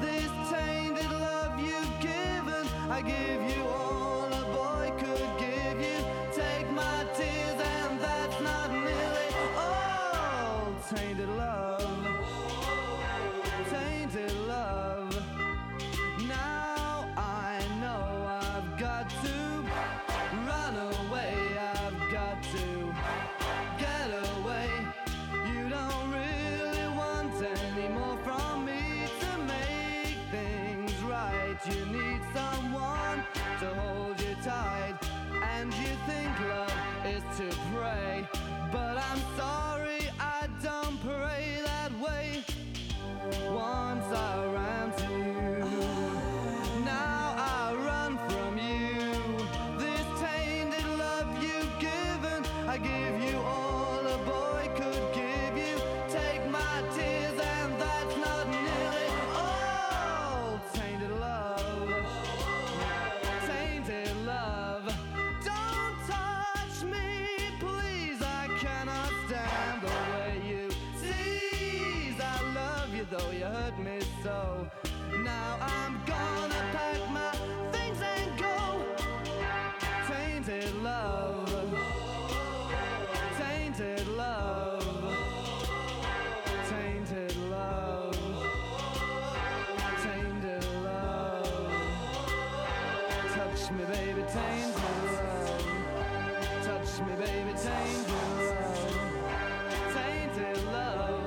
S29: This tainted love you've given, I give you all a boy could give you. Take my tears, and that's not nearly all. Tainted love, tainted love. Now I know I've got to run away. I've got to get away. You don't really want any hurt me so. Now I'm gonna pack my things and go. Tainted love. Tainted love. Tainted love. Tainted love. Touch me, baby, tainted love. Touch me, baby, tainted love. Tainted love.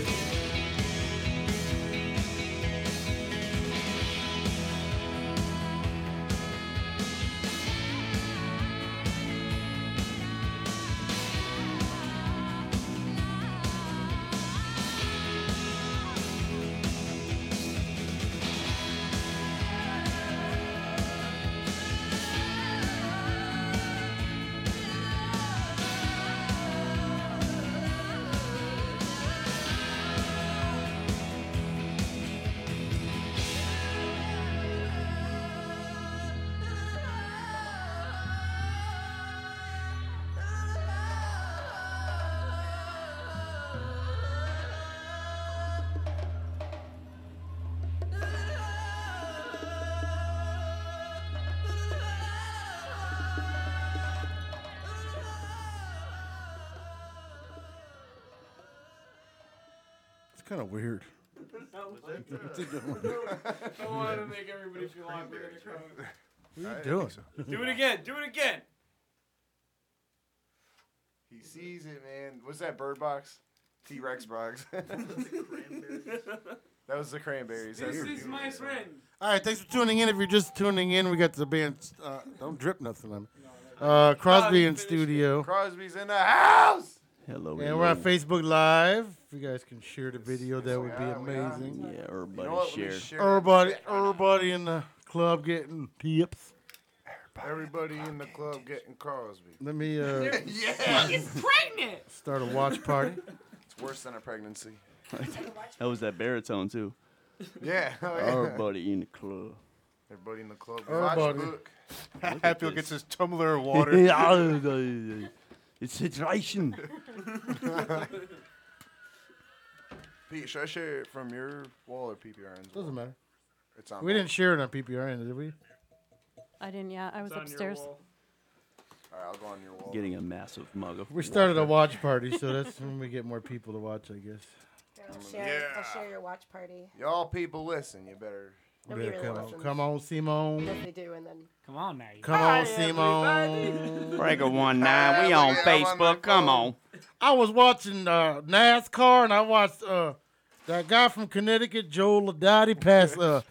S13: kind of weird.
S22: I want to make everybody feel awkward.
S13: What are you
S19: doing?
S22: Do it again. Do it again.
S25: He sees it, man. What's that bird box? T Rex box. that was the cranberries.
S22: This
S25: That's-
S22: is my friend.
S13: All right, thanks for tuning in. If you're just tuning in, we got the band. Uh, don't drip nothing on me. Uh, Crosby in studio.
S25: Crosby's in the house.
S24: Hello.
S13: And
S24: hello.
S13: we're on Facebook Live. If you guys can share the video, that would be
S25: are, we are.
S13: amazing.
S24: Yeah, everybody
S25: know what? Let me
S24: share.
S25: share.
S13: Everybody, everybody in the club getting tips.
S25: Everybody in the club getting Crosby.
S13: Let me uh,
S25: Yes.
S22: pregnant.
S13: start a watch party.
S25: It's worse than a pregnancy.
S24: that was that baritone too.
S25: Yeah, oh, yeah.
S24: Everybody in the club.
S25: Everybody in the club.
S13: Everybody.
S25: Watch book.
S20: Happy gets his tumbler of water.
S24: water. it's hydration.
S25: Pete, should I share it from your wall or PPRN's?
S13: Doesn't matter.
S25: It's on.
S13: We didn't share it on PPR, did we?
S8: I didn't. Yeah, I was upstairs.
S25: All right, I'll go on your wall.
S24: Getting a massive mug of.
S13: We started a
S24: water.
S13: watch party, so that's when we get more people to watch, I guess.
S21: I'll share, I'll share your watch party.
S25: Y'all people, listen. You better.
S13: Yeah, come, on, come on, Simone.
S21: Yes, they do, and then.
S22: Come on now.
S13: Come on, Simone.
S24: Breaker one nine. We
S13: Ah,
S24: on
S13: look at him on
S24: Facebook. Come on.
S13: I was watching uh, NASCAR and I watched uh, that guy from Connecticut, Joe Ladotti, pass uh,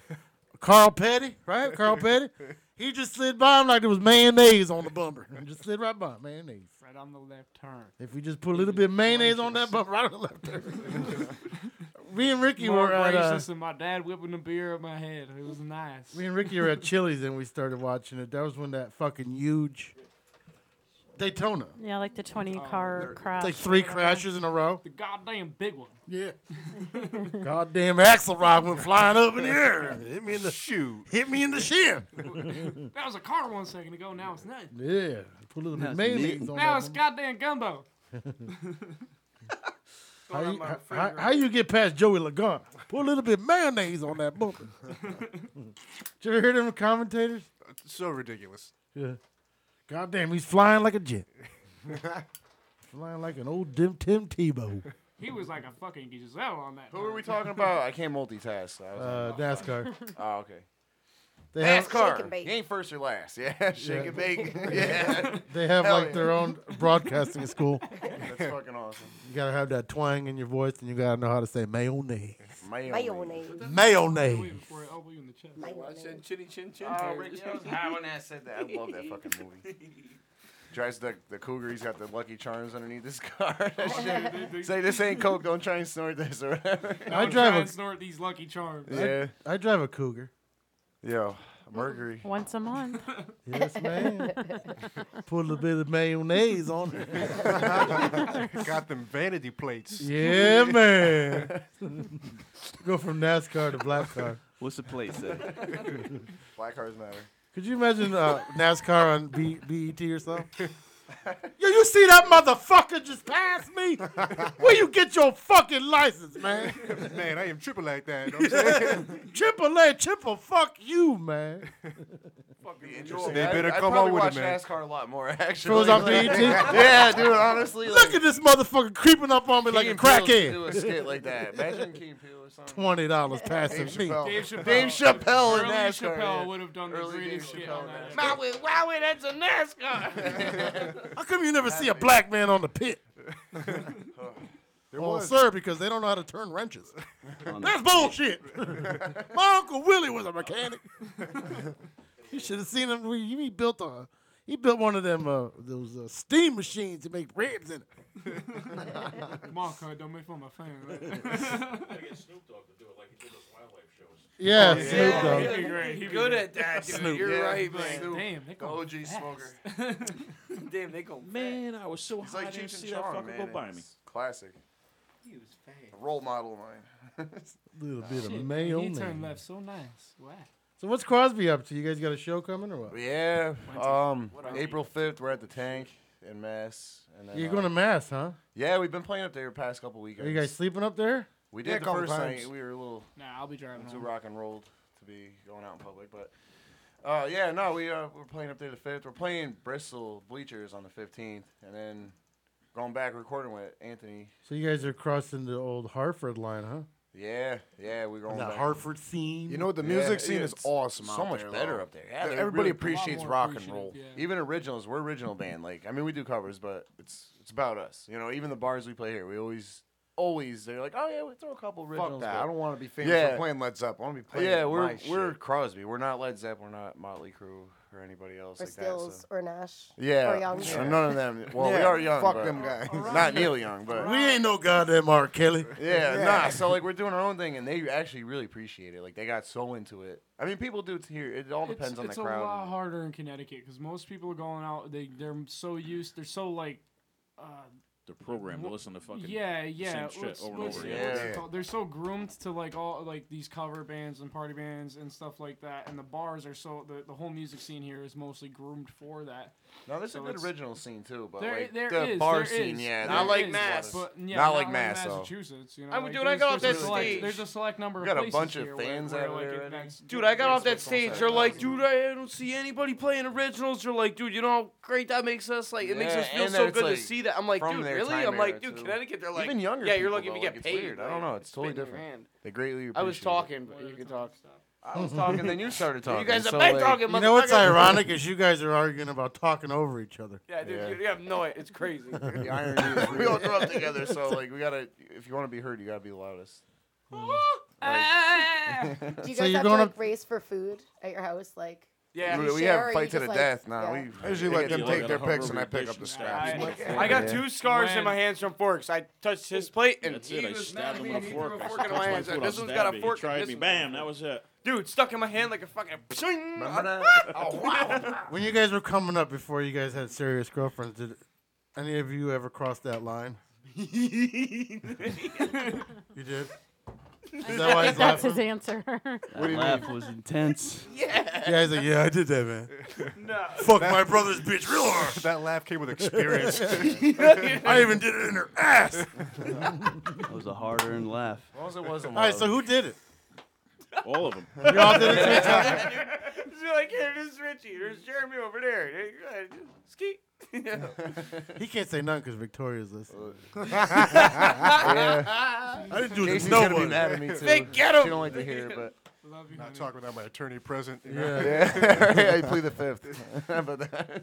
S13: Carl Petty, right? Carl Petty. He just slid by him like there was mayonnaise on the bumper. Just slid right by him, mayonnaise.
S22: Right on the left turn.
S13: If we just put a little bit of mayonnaise on that bumper, right on the left turn. Me and Ricky
S22: Mark
S13: were at uh,
S22: racist and my dad whipping the beer at my head. It was nice.
S13: me and Ricky were at Chili's and we started watching it. That was when that fucking huge Daytona.
S8: Yeah, like
S25: Oh,
S8: the 20 car crash.
S13: It's like three crashes in a row.
S22: The goddamn big one.
S13: Yeah. Goddamn Axelrod went flying up in the air. Hit me in the shoe. Hit me in the shin.
S22: that was a car one second ago. Now it's nothing.
S13: yeah. Put a little bit
S24: That's
S13: of mayonnaise
S24: meat.
S13: on
S22: Now
S13: that.
S22: it's goddamn gumbo.
S13: How you, how, how- how you get past Joey Logano? Put a little bit of mayonnaise on that bumper. Did you ever hear them commentators?
S20: so ridiculous.
S13: Yeah. Goddamn, he's flying like a jet. flying like an old Tim, Tim Tebow.
S22: He was like a fucking Giselle on that.
S25: Who are we
S22: turn.
S25: talking about? I can't multitask. I was
S13: Uh,
S25: like, oh, fuck.
S13: NASCAR.
S25: Oh, okay.
S13: They have-
S25: NASCAR.
S13: Shake and bake.
S25: You ain't first or last. Yeah, shake and bake. Yeah.
S13: They have
S25: Hell
S13: like their
S25: yeah.
S13: own broadcasting school.
S25: That's fucking awesome.
S13: You gotta have that twang in your voice, and you gotta know how to say mayonnaise.
S25: Mayonnaise.
S13: Mayonnaise.
S15: I said chinny chin chin.
S22: Oh,
S15: Oh,
S22: Ricky,
S15: Rick,
S22: I was
S15: how when I said that.
S25: I love that fucking movie. Drives the the cougar. He's got the Lucky Charms underneath his car. That shit. Say this ain't coke. Don't try and snort this or whatever.
S13: I drive
S22: Don't try
S13: a-
S22: and snort these Lucky Charms.
S25: Yeah.
S13: I, I drive a cougar.
S25: Yo, Mercury.
S8: Once a month.
S13: Yes, ma'am. Put a little bit of mayonnaise on it.
S20: Got them vanity plates.
S13: Yeah, man. Go from NASCAR to black car.
S24: What's the place say?
S25: Black cars matter.
S13: Could you imagine uh, NASCAR on B- BET or something? Yo, you see that motherfucker just passed me? Where you get your fucking license, man?
S20: man, I am triple like that. know what I'm saying?
S13: Triple A, triple, fuck you, man.
S25: Fucking
S20: They better
S25: I,
S20: come
S25: I probably
S20: up with it,
S25: watch
S20: man.
S25: NASCAR a lot more actually.
S13: Throws off
S25: Like-
S13: BET.
S25: yeah, dude. Honestly,
S13: look
S25: like,
S13: at this motherfucker creeping up on me like a
S25: Key and Peele Do a skit
S13: crackhead.
S25: like that. Imagine Key Peel or something.
S13: Twenty dollars passing
S25: Dave
S13: me.
S25: Chappelle.
S22: Dave Chappelle.
S25: Dave Chappelle in
S22: Early
S25: NASCAR.
S22: Chappelle
S25: yeah.
S22: would have done
S25: Early
S22: the
S25: Dave
S22: greatest shit
S25: Chappelle
S22: on
S25: in
S22: that.
S25: NASCAR.
S22: Maui, wowie, that's a
S13: How come you never see a black man on the pit?
S20: There
S13: well,
S20: was.
S13: sir, because they don't know how to turn wrenches.
S24: On
S13: That's
S24: the-
S13: bullshit. My uncle Willie was a mechanic. you should have seen him. He he built a, he built one of them uh, those uh, steam machines to make ribs in it.
S22: Come on, cuz, don't make fun of my fan.
S2: Snoop Dogg to do it like he did those wildlife shows.
S13: Yeah,
S22: Oh, yeah.
S13: Snoop Dogg.
S22: He'd be great. He'd be
S15: Good
S22: great.
S15: at that, dude.
S13: Snoop.
S15: You're
S13: Yeah.
S15: right,
S22: Like,
S15: man.
S22: damn, they
S15: the
S22: go
S15: OG
S22: fast.
S15: smoker. damn, they go.
S24: Man, I was so
S15: It's
S24: hot.
S15: like
S24: I didn't
S15: Cheech
S24: see
S15: and
S24: that
S15: Chong,
S24: fucker
S15: man.
S24: go by me.
S25: It's Classic.
S15: He was fast.
S25: A role model of mine.
S13: little bit
S22: Shit,
S13: of
S22: man,
S13: mayo.
S22: He turned left so nice. Wow.
S13: So what's Crosby up to? You guys got a show coming or what?
S25: Yeah.
S22: When's it?
S25: Um,
S22: What are we?
S25: April fifth, we're at the tank in Mass. And then,
S13: You're
S25: uh,
S13: going to mass, huh?
S25: Yeah, we've been playing up there the past couple weekends.
S13: Are you guys sleeping up there?
S25: We
S20: Yeah,
S25: did
S20: a
S25: the
S20: couple
S25: first
S20: times.
S25: night. We were a little
S22: Nah, I'll be driving
S25: too
S22: home.
S25: rock and rolled to be going out in public, but. Uh, yeah, no, we uh, we're playing up there the fifth. We're playing Bristol Bleachers on the fifteenth, and then going back recording with Anthony
S13: So you guys are crossing the old Hartford line, huh?
S25: Yeah, yeah, we're going
S13: the
S25: back.
S13: Hartford scene.
S25: You know the
S13: Yeah,
S25: music scene
S13: yeah,
S25: is
S13: it's
S25: awesome.
S13: so
S25: out
S13: much
S25: there,
S13: better
S25: though.
S13: up there. Yeah, they're really-
S25: everybody
S13: a
S25: appreciates
S13: lot more
S25: rock and
S13: appreciative,
S25: roll.
S13: yeah.
S25: Even originals, we're original band. Like I mean, we do covers, but it's it's about us. You know, even the bars we play here, we always always they're like, oh yeah, we throw a couple originals.
S20: Fuck that.
S25: but-
S20: I don't want to be famous
S25: Yeah.
S20: for playing Led Zeppelin. I want to be playing
S25: yeah, we're
S20: my
S25: we're
S20: shit.
S25: Crosby. We're not Led Zeppelin. We're not Motley Crue or anybody else
S21: Or
S25: like that. so-
S21: Stills or Nash.
S25: Yeah,
S21: Or Young.
S25: so none of them. Well, we
S13: Yeah,
S25: are young.
S13: fuck
S25: but-
S13: them guys.
S25: Not Neil Young, but
S13: we ain't no goddamn R. Kelly.
S25: yeah, nah. So like we're doing our own thing, and they actually really appreciate it. Like they got so into it. I mean, people do it here. It all depends
S22: it's,
S25: on
S22: it's
S25: the
S22: a
S25: crowd.
S22: lot harder in Connecticut because most people are going out. They they're so used. They're so like. Uh,
S2: They're programmed to listen to fucking
S22: yeah, yeah.
S2: same shit
S22: what's-
S2: over and
S22: what's-
S2: over
S22: what's it
S2: again.
S22: called? They're so groomed to like all like these cover bands and party bands and stuff like that. And the bars are so the, the whole music scene here is mostly groomed for that.
S25: No, there's
S22: So
S25: a good
S22: it's-
S25: original scene too, but
S22: There-
S25: like
S22: there
S25: the
S22: is,
S25: bar
S22: there
S25: scene,
S22: is.
S25: yeah,
S22: Not
S25: there
S22: like
S25: is.
S22: Mass, but- yeah,
S25: not
S22: not
S25: like
S22: like
S25: Mass, though.
S22: Massachusetts, you know,
S15: I'm
S22: like,
S15: dude. I
S22: there's-
S15: got off that
S22: there's a select-
S15: stage.
S22: there's a select number of
S25: Got a
S22: places
S25: bunch
S22: here
S25: of
S22: where-
S25: fans
S22: where,
S25: out
S22: like,
S25: there.
S22: it
S25: already.
S22: makes-
S15: Dude, I got off that stage. They're like, dude, I don't see anybody playing originals. They're like, dude, you know how great that makes us? Like, it makes
S25: Yeah,
S15: us feel
S25: and
S15: so
S25: it's
S15: good
S25: like
S15: to see that. I'm like,
S25: from
S15: dude,
S25: their
S15: really?
S25: time
S15: I'm like,
S25: era,
S15: dude,
S25: too.
S15: Connecticut. They're like,
S25: even younger.
S15: Yeah, you're
S25: people,
S15: lucky if
S25: though,
S15: you
S25: like,
S15: get
S25: it's
S15: paid.
S25: Weird. I don't
S15: like,
S25: know. It's totally
S15: spit in your
S25: different.
S15: hand.
S25: They greatly.
S15: I
S25: appreciate
S15: was
S25: it.
S15: talking, but you could talk.
S25: I was talking, then you started talking.
S15: You guys have
S25: so,
S15: been
S25: like-
S15: talking,
S13: You know what's
S15: motherfucker.
S13: ironic is you guys are arguing about talking over each other.
S15: Yeah, dude, You, you have no idea. It's crazy.
S25: the irony is we all grew up together, so like we gotta. If you want to be heard, you gotta be the loudest.
S22: Ah!
S25: Like-
S21: Do you guys
S25: So
S21: have
S25: you're
S21: to
S25: going
S21: like
S25: up-
S21: race for food at your house? Like,
S25: Yeah.
S21: do
S25: We-
S21: you
S25: we
S21: share,
S25: have
S21: or you
S25: fight to
S21: just,
S25: the
S21: like-
S25: death now.
S21: yeah.
S25: We-
S20: I usually
S25: They
S20: let
S25: get
S20: them
S25: you
S20: take
S25: all
S20: their
S25: gotta
S20: picks
S25: hover
S20: and I
S25: with
S20: pick
S25: your
S20: up the
S25: dish.
S20: scraps.
S25: Yeah.
S20: Like,
S15: I got
S20: yeah.
S15: two scars in my hands from forks. I touched his plate and
S2: That's
S15: he
S2: it. I
S15: was
S2: stabbed
S15: mad
S2: him
S15: at
S2: with
S15: me.
S2: a
S15: He
S2: fork.
S15: threw
S2: I
S15: a fork
S2: stuck
S15: in my
S2: my
S15: hands.
S2: foot up,
S15: This one's
S2: stabbed
S15: got
S2: me.
S15: a
S2: He
S15: fork.
S2: tried
S15: and
S2: me.
S15: this
S2: Bam, that was it.
S15: Dude, stuck in my hand like a fucking. Remember
S25: Oh wow.
S13: When you guys were coming up before you guys had serious girlfriends, did any of you ever cross that line? You did. Is that why he's
S8: That's
S13: laughing?
S8: his answer.
S13: do you
S24: laugh
S13: mean?
S24: was intense.
S13: Yeah. Yeah, he's like, yeah, I did that, man.
S8: No.
S13: Fuck
S20: That-
S13: my brother's bitch real hard.
S20: That laugh came with experience.
S13: I even did it in her ass.
S24: That was a hard-earned laugh.
S25: long as it wasn't
S13: All right, so who did it?
S24: All of them.
S13: You all did it to each other?
S15: You're like, hey, there's Richie. There's Jeremy over there. Hey, go ahead, Ski.
S13: He can't say none because Victoria's listening.
S25: Oh. Yeah.
S13: I didn't do this.
S25: Casey's
S13: No
S25: gonna be
S13: one.
S25: mad at me too.
S15: They get 'em.
S25: She don't like to hear, it, but
S20: Not talking without my attorney present. you know?
S13: Yeah.
S25: yeah, yeah, you plead the fifth. but that,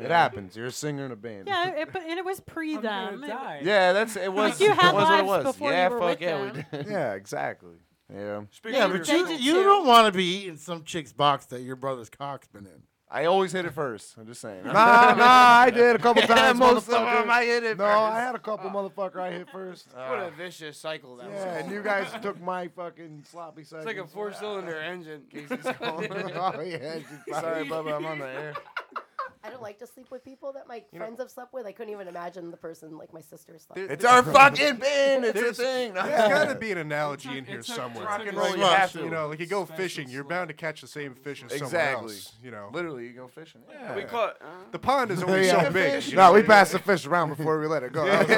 S25: it happens. You're a singer in a band.
S8: yeah, it, but, and it was pre them.
S25: Yeah, that's it. Was
S8: you had
S25: it was what it
S8: lives
S25: was.
S8: before you
S25: yeah,
S8: were
S25: fuck
S8: with
S25: yeah,
S8: them.
S25: we did. Yeah, exactly. Yeah.
S13: yeah, but you, you don't want to be eating some chick's box that your brother's cock's been in.
S25: I always hit it first. I'm just saying.
S20: Nah, nah, I did a couple times.
S25: Most of
S20: motherfucker.
S25: them I hit it Uh,
S20: No,
S25: first.
S20: I had a couple motherfucker I hit first.
S15: What a vicious cycle that was.
S20: yeah, and you guys took my fucking sloppy
S15: It's
S20: seconds.
S15: like a four-cylinder engine. Casey's
S20: oh
S15: calling.
S20: yeah,
S25: Sorry, Bubba, I'm on the air.
S21: I don't like to sleep with people that my
S25: You know-
S21: friends have slept with. I couldn't even imagine the person like my sister slept.
S25: There-
S21: with.
S25: It's our fucking bin. It's a thing.
S20: There's got to be an analogy in here
S25: it's a-
S20: somewhere.
S25: rock and roll,
S20: Like,
S25: you have to.
S20: You know, like you go fishing, you're bound to catch the same fish as someone
S25: Exactly.
S20: else. You know,
S25: Literally, you go fishing.
S20: Yeah.
S15: We caught.
S20: the pond is only
S25: Yeah.
S20: so big.
S25: Fish.
S20: you
S25: No,
S20: know?
S25: we passed the
S20: fish around before we let it go.
S25: What
S24: are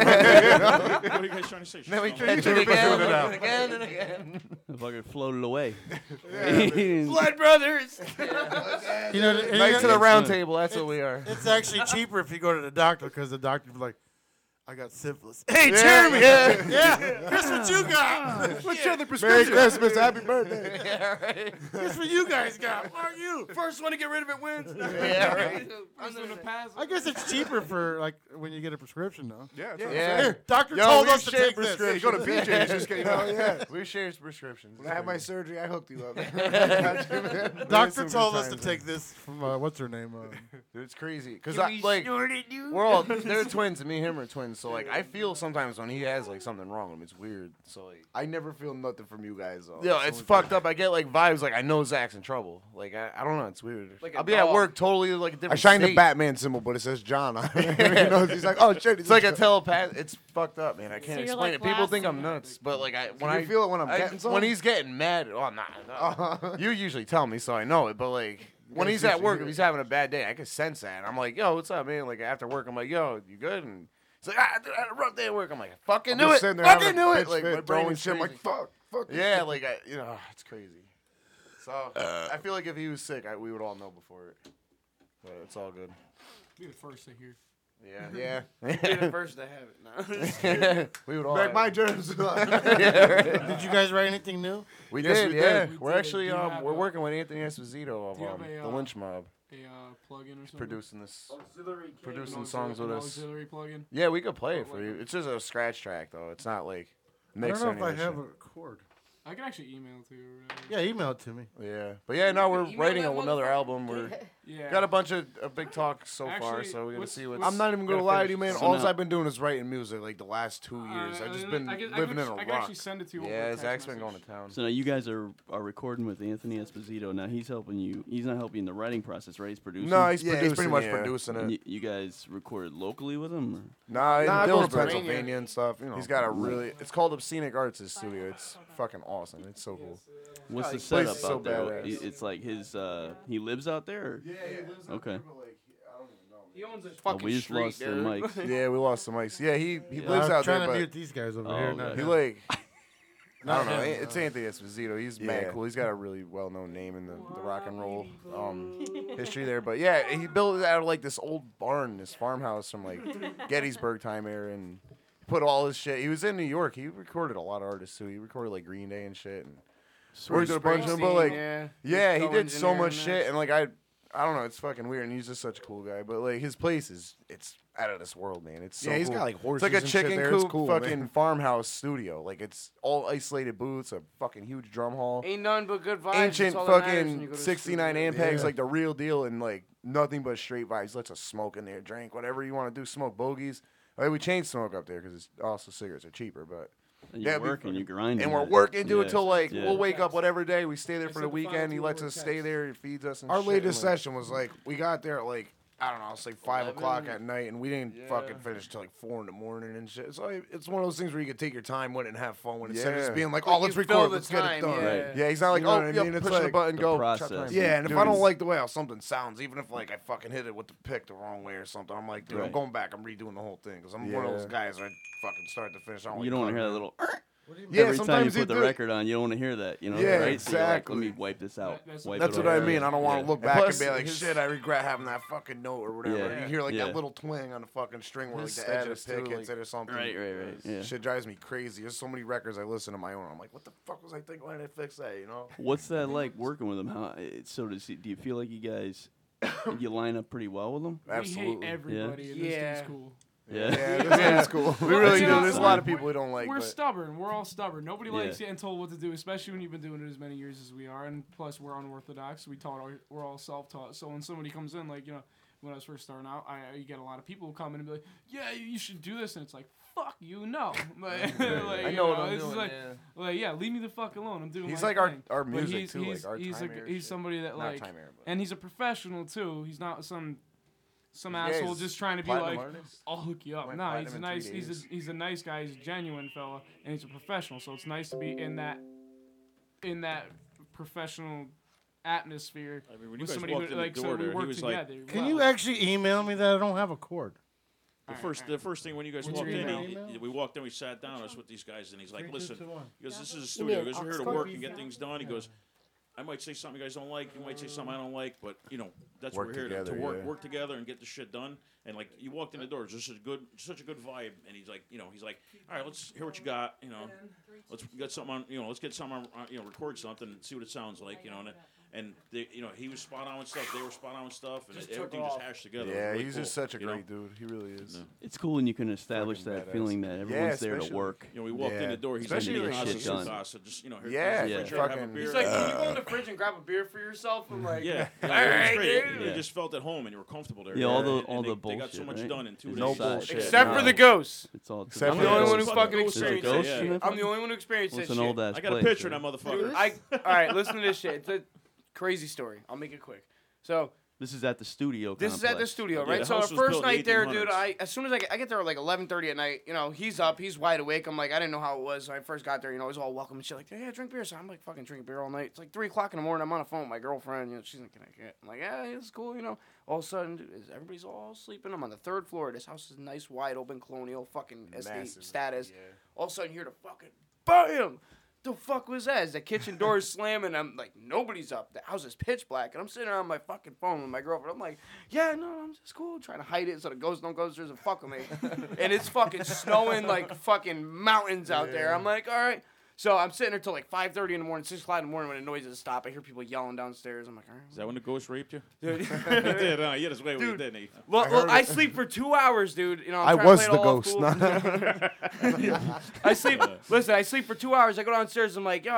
S24: you guys trying to say?
S25: Then we
S24: She's
S25: catch
S24: gone?
S25: it again,
S24: Figured it out.
S25: and again, and again.
S24: The fucker floated away.
S15: Blood brothers.
S13: You know, and
S25: Back
S13: you-
S25: to the round
S13: it's-
S25: table, that's what
S13: it's-
S25: we are.
S13: It's actually cheaper if you go to the doctor because the doctor be like, I got syphilis. Hey,
S25: Yeah,
S13: Jeremy!
S25: yeah.
S13: yeah, here's what you got.
S25: What's
S13: your
S20: Merry
S25: other prescription?
S20: Christmas, happy birthday.
S25: Yeah, right.
S13: Here's what you guys got. What are you?
S15: First one to get rid of it wins.
S25: Yeah, right.
S15: I'm gonna pass.
S13: I guess it's cheaper for like when you get a prescription though.
S20: Yeah, that's
S25: Yeah.
S20: what I'm
S25: Yeah.
S20: saying.
S13: Here, doctor
S20: Yo,
S13: told
S20: we
S13: us to
S20: share
S13: take this.
S20: prescriptions. Hey, go to BJ's, just get-
S13: Hell yeah.
S25: We share prescriptions.
S20: When I had my surgery, I hooked you up.
S13: Doctor told us to take this from uh, what's her name? Uh,
S25: Dude, it's crazy because
S13: Can
S25: I
S13: we
S25: like
S13: snort it, dude?
S25: we're all they're twins. and Me and him are twins, so like I feel sometimes when he has like something wrong with him, it's weird. So like,
S20: I never feel nothing from you guys though.
S25: yo,
S20: That's
S25: it's
S20: the
S25: fucked up. I get like vibes like I know Zach's in trouble. Like I, I don't know, it's weird.
S15: Like a
S25: I'll be at
S15: dog.
S25: work totally like a
S20: only-
S25: different.
S20: I shine the
S25: state.
S20: Batman symbol, but it says John on it. You know, he's like, oh shit.
S25: It's like a telepath. It's fucked up, man. I
S20: So
S25: can't
S20: you're
S25: explain
S20: like
S25: it. People
S20: glass
S25: think
S20: and-
S25: I'm nuts, but like I when
S20: you
S25: I
S20: feel it when I'm
S25: I-
S20: getting
S25: when
S20: something?
S25: he's getting mad. Oh, I'm not. no. You usually tell me, so I know it. But like when
S20: guys
S25: he's at
S20: usually
S25: work,
S20: hear
S25: if
S20: it.
S25: he's having a bad day, I can sense that. And I'm like, yo, what's up, man? Like after work, I'm like, yo, you good? And he's like, ah, dude, I had a rough day at work. I'm like, I fucking
S20: I'm
S25: knew
S20: just
S25: it.
S20: sitting there
S25: Fucking
S20: having a
S25: knew it.
S20: bitch
S25: Like
S20: fit,
S25: my brain
S20: throwing
S25: is
S20: shit. I'm
S25: crazy.
S20: like, fuck, fuck.
S25: Yeah, like I, you know, it's crazy. So
S20: Uh.
S25: I feel like if he was sick, I, we would all know before it. But it's all good.
S22: Be the first to hear.
S25: Yeah, yeah.
S15: Be the first to have it. No, I'm just kidding.
S25: we would all.
S13: Back
S25: have
S13: my
S25: it.
S13: germs.
S25: Did
S13: you guys write anything new?
S25: We
S13: Yes,
S25: did.
S13: we
S25: yeah,
S13: did. We
S25: are
S13: did.
S25: actually
S13: Do you
S25: um
S13: have
S25: we're
S13: a-
S25: working with Anthony Esposito of
S13: do you
S25: um,
S13: have a,
S25: the
S13: uh,
S25: Lynch Mob.
S13: a, uh,
S25: plug-in
S13: plug-in or
S25: He's
S13: something?
S25: producing this.
S13: Auxiliary kit.
S25: Producing
S13: An
S25: songs with
S13: auxiliary- an
S25: us.
S13: auxiliary plug-in?
S25: Yeah, we could play
S13: Oh,
S25: it for
S13: like
S25: you. It's just a scratch track though. It's not like
S13: I don't
S25: mixed
S13: know
S25: or
S13: if I
S25: anything.
S13: have a cord.
S22: I can actually email to you. or whatever.
S13: Yeah, email it to me.
S25: Yeah, but yeah, no, we're
S22: Email
S25: writing
S22: that
S25: another
S22: motherfucker.
S25: album. We're
S22: Yeah.
S25: got a bunch of uh, big talks so far,
S22: Actually,
S25: so we're gonna
S22: what's-
S25: see what's.
S22: what's-
S25: I'm not even gonna
S22: gotta
S25: lie to
S22: finish
S25: you, man.
S22: this.
S25: All
S22: Song
S25: I've been doing is writing music like the last two years. I've just
S22: Uh, I-
S25: been
S22: I can- I
S25: living
S22: can-
S25: in a
S22: I can
S25: rock.
S22: actually send it to you over
S25: Yeah,
S22: text
S25: Zach's been going to town.
S24: So now you guys are, are recording with Anthony Esposito. Now he's helping you. He's not helping in the writing process, right? He's producing.
S25: No, he's Yeah, he's pretty producing, much yeah. producing
S24: And
S25: it.
S24: You, you guys recorded locally with him? Or?
S25: Nah,
S24: Nah, I
S25: in
S24: go to
S25: Dillon,
S24: Pennsylvania.
S25: Pennsylvania and stuff. You know, he's got a really. It's called Obscenic Arts his studio. It's fucking awesome. It's so cool.
S24: What's
S25: He
S24: the
S25: plays
S24: setup out
S25: so
S24: there?
S25: badass.
S24: I- It's like his. Uh, he lives out there. Yeah, he lives out okay.
S22: He owns a
S24: Oh, we just lost the mics.
S25: yeah, we lost the mics. Yeah, he he
S13: Yeah.
S25: lives
S13: I'm
S25: out
S13: trying
S25: there.
S13: to
S25: but
S13: mute these guys
S24: Oh,
S13: over here, not
S25: He
S13: him.
S25: like. I
S13: Not
S25: don't know.
S13: him.
S25: It's Anthony Esposito. He's
S13: Yeah.
S25: mad cool. He's got a really well-known name in the, the rock and roll um, history there. But yeah, he built it out of like this old barn, this farmhouse from like Gettysburg time era, and put all his shit. He was in New York. He recorded a lot of artists too. He recorded like Green Day and shit, and
S13: Sort
S25: worked
S13: of
S25: with a bunch of them. But
S13: Springsteen,
S25: like,
S13: yeah.
S25: yeah,
S13: He's
S25: he did so
S13: co-engineering
S25: much
S13: this.
S25: shit, and like I. I don't know. It's fucking weird, and he's just such a cool guy. But like his place is, it's out of this world, man. It's so
S13: Yeah, he's
S25: cool.
S13: got, like,
S25: It's like a
S13: horses and shit
S25: chicken
S13: there. It's
S25: coop,
S13: cool, man.
S25: fucking farmhouse studio. Like it's all isolated booths, a fucking huge drum hall,
S15: Ain't none but good vibes.
S25: ancient
S15: That's all that matters when you go
S25: fucking
S15: to the
S25: sixty nine
S15: studio.
S25: Ampex,
S13: Yeah.
S25: like the real deal, and like nothing but straight vibes. Let's us smoke in there, drink whatever you want to do, smoke bogeys. Like we chain smoke up there because it's also cigarettes are cheaper, but.
S24: And you're
S25: that'd be
S24: working,
S25: fucking-
S24: you're grinding
S25: and we're
S24: it.
S25: working, dude,
S24: Yeah,
S25: till like
S24: yeah.
S25: we'll wake up whatever day. We stay there
S13: I
S25: for
S13: said
S25: the
S13: the final
S25: weekend. He
S13: two
S25: lets
S13: were
S25: us stay
S13: text.
S25: there. He feeds us. And Our shit, latest like-
S13: session was like
S25: we got there at like I don't know, it's like five o'clock at night, and we didn't
S13: Yeah.
S25: fucking finish till like four in the morning and shit. So I- it's one of those things where you could take your time with it and have fun with it instead of just
S13: Yeah.
S25: being like,
S13: Like,
S25: "Oh, let's
S13: you fill
S25: record,
S13: the
S25: let's get it
S13: time,
S25: done."
S13: yeah.
S25: Yeah, he's not like,
S13: You know
S25: "Oh,
S13: what I
S25: yeah,
S13: mean? It's
S25: push the
S13: like
S25: button,
S13: the
S25: go."
S13: process.
S25: chop, chop.
S13: Dude,
S25: Yeah, and if
S13: it's-
S25: I don't like the way how something sounds, even if like I fucking hit it with the pick the wrong way or something, I'm like, dude, I'm
S24: Right.
S25: going back. I'm redoing the whole thing because I'm one of those
S24: Yeah.
S25: guys where I fucking start to finish. I don't
S24: You don't
S25: want
S24: want to hear that little.
S25: Yeah,
S24: Every time you
S25: sometimes
S24: put the
S25: do.
S24: record on, you don't want to hear that. You know,
S25: Yeah,
S24: right? So you're like,
S25: exactly.
S24: Let me wipe this out.
S25: That's,
S24: wipe
S25: that's
S24: it
S25: what
S24: all
S25: I
S24: out."
S25: mean. I don't want
S24: Yeah.
S25: to look back
S13: plus
S25: and be like,
S13: his-
S25: "Shit, I regret having that fucking note or whatever."
S24: Yeah.
S25: You hear like
S24: Yeah.
S25: that little twang on the fucking string where like
S13: His
S25: the edge of
S13: status,
S25: the pick
S13: too,
S25: hits
S13: like-
S25: it or something.
S24: Right, right, right, yeah.
S25: Shit drives me crazy. There's so many records I listen to my own. I'm like, "What the fuck was I thinking? Why didn't I fix that?" You know?
S24: What's that like working with him? How it- so does he, do you feel like you guys you line up pretty well with him?
S25: We hate Absolutely.
S24: Yeah?
S22: everybody in this Yeah. dude's cool.
S24: Yeah.
S25: Yeah, this Yeah. dude's cool. We really
S22: you
S25: do.
S22: know,
S25: There's a lot of people we don't like,
S22: We're
S25: but-
S22: stubborn. We're all stubborn. Nobody
S24: Yeah.
S22: likes getting told what to do, especially when you've been doing it as many years as we are. And plus, we're unorthodox. We taught. Our, we're all self-taught. So when somebody comes in, like you know, when I was first starting out, I you get a lot of people come in and be like, "Yeah, you you should do this," and it's like. Fuck you, no. Like,
S25: Yeah.
S22: like,
S25: I
S22: you
S25: know what I'm
S22: it's
S25: doing,
S22: Like,
S25: yeah.
S22: like, yeah, leave me the fuck alone. I'm doing.
S25: He's
S22: my
S25: like our-
S22: thing.
S25: our
S22: But
S25: music,
S22: he's,
S25: too, like
S22: He's,
S25: our
S22: he's,
S25: time
S22: a,
S25: era
S22: he's
S25: shit.
S22: somebody that
S25: Not
S22: like,
S25: time era,
S22: and he's a professional too. He's not some some
S25: Yeah,
S22: asshole
S25: he's
S22: just trying to be
S25: platinum
S22: like,
S25: artist.
S22: I'll hook you up.
S25: Went
S22: Nah, he's a
S25: platinum in
S22: nice,
S25: three
S22: he's
S25: days.
S22: a, he's a nice guy. He's a genuine fella, and he's a professional. So it's nice to be in that, in that professional atmosphere. I mean, when you guys walked in the door there, he was like,
S13: Can you actually email me that I don't have a cord?
S2: The first, the first thing when you guys
S13: What's
S2: walked
S13: your
S2: in,
S13: email?
S2: he- we walked in, we sat down, I was with these guys, and he's like,
S13: Three, two,
S2: "Listen,"
S13: two, one.
S2: he goes, "This is a
S13: You mean
S2: studio. He goes, we're here to
S13: Oxford
S2: work and
S13: beef
S2: get
S13: now?
S2: things done." He goes, "I might say something you guys don't like. You might say something I don't like, but you know, that's what
S25: Work
S2: we're here to- to,
S25: together,
S2: work,
S25: yeah.
S2: work together and get the shit done." And like, you walked in the door, just a good, such a good vibe. And he's like, you know, he's like, "All right, let's hear what you got. You know, let's get something on. You know, let's get something on. on- You know, record something and see what it sounds like. You know." And, and they, you know, he was spot on with stuff. They were spot on with stuff, and
S25: Just took
S2: everything just
S25: off.
S2: hashed together. It was
S25: yeah,
S2: really
S25: he's just
S2: cool,
S25: such a
S2: you know?
S25: great dude. He really is.
S24: It's cool when you can establish that
S25: badass.
S24: feeling that
S25: Yeah,
S24: everyone's there to
S25: especially-
S24: work.
S25: you know, we walked in Yeah. the door, he's like,
S24: especially
S25: "Hey,
S24: get
S25: how's
S24: shit
S25: it
S24: done.
S25: going?"
S2: So just you know, here
S25: Yeah,
S2: comes the
S25: yeah.
S2: refrigerator, have a
S25: fucking-
S2: beer.
S25: He's
S22: He's like, can you go in the fridge and grab a beer for yourself? I'm like,
S2: yeah,
S22: all
S2: yeah, it was
S22: right,
S2: great.
S22: dude.
S2: You just felt at home and you were comfortable there.
S24: Yeah, all the
S2: And- and
S24: all
S2: they,
S24: the
S2: They
S24: bullshit.
S2: got so much
S24: right?
S2: done in two
S24: It's
S2: days.
S24: all bullshit.
S15: Except for
S24: No.
S15: the ghost.
S24: It's all.
S15: Except
S24: it's
S15: for the
S24: all
S15: only one who
S24: ghost.
S15: fucking
S24: There's a
S15: experienced that
S24: ghost in
S15: shit.
S24: that
S15: I'm
S24: fucking-
S15: the only one who experienced
S24: Well,
S15: that
S24: it's
S15: shit.
S24: an old-ass
S15: I got a
S24: place,
S15: picture
S24: right?
S15: of that
S2: motherfucker.
S15: I, all right, listen to this shit. It's a crazy story. I'll make it quick. So
S24: This is at the studio.
S15: This is at the
S24: complex.
S15: studio, right? so our first night there, dude, I as soon as I get, I get there at like 11:30 at night, you know, he's up, he's wide awake. I'm like, I didn't know how it was when I first got there. You know, it was all welcome and shit. Like, yeah, drink beer. So I'm like, fucking drinking beer all night. It's like three o'clock in the morning. I'm on the phone with my girlfriend. You know, she's in Connecticut. I'm like, yeah, it's cool. You know, all of a sudden, dude, is- everybody's all sleeping. I'm on the third floor. This house is nice, wide open, colonial, fucking estate
S25: Massive,
S15: status. All of a sudden, you hear the fucking bam. the fuck was that? Is the kitchen door slamming? I'm like, nobody's up. The house is pitch black, and I'm sitting there on my fucking phone with my girlfriend. I'm like, yeah, no, I'm just cool, trying to hide it so the ghost don't go upstairs and fuck with me. and it's fucking snowing like fucking mountains out there.
S22: Yeah.
S15: I'm like, all right. So I'm sitting there till like 5:30 in the morning, 6 o'clock in the morning when the noises stop. I hear people yelling downstairs. I'm like, all right.
S2: Is that when the ghost raped you? Dude, did, huh? You just wait,
S15: Dude,
S2: didn't he?
S15: Well, I, I sleep for two hours, dude. You know,
S25: I
S15: I'm trying
S25: was
S15: to play it
S25: the
S15: all
S25: ghost,
S15: Cool.
S25: not-
S15: I sleep. Listen, I sleep for two hours. I go downstairs. I'm like, yo,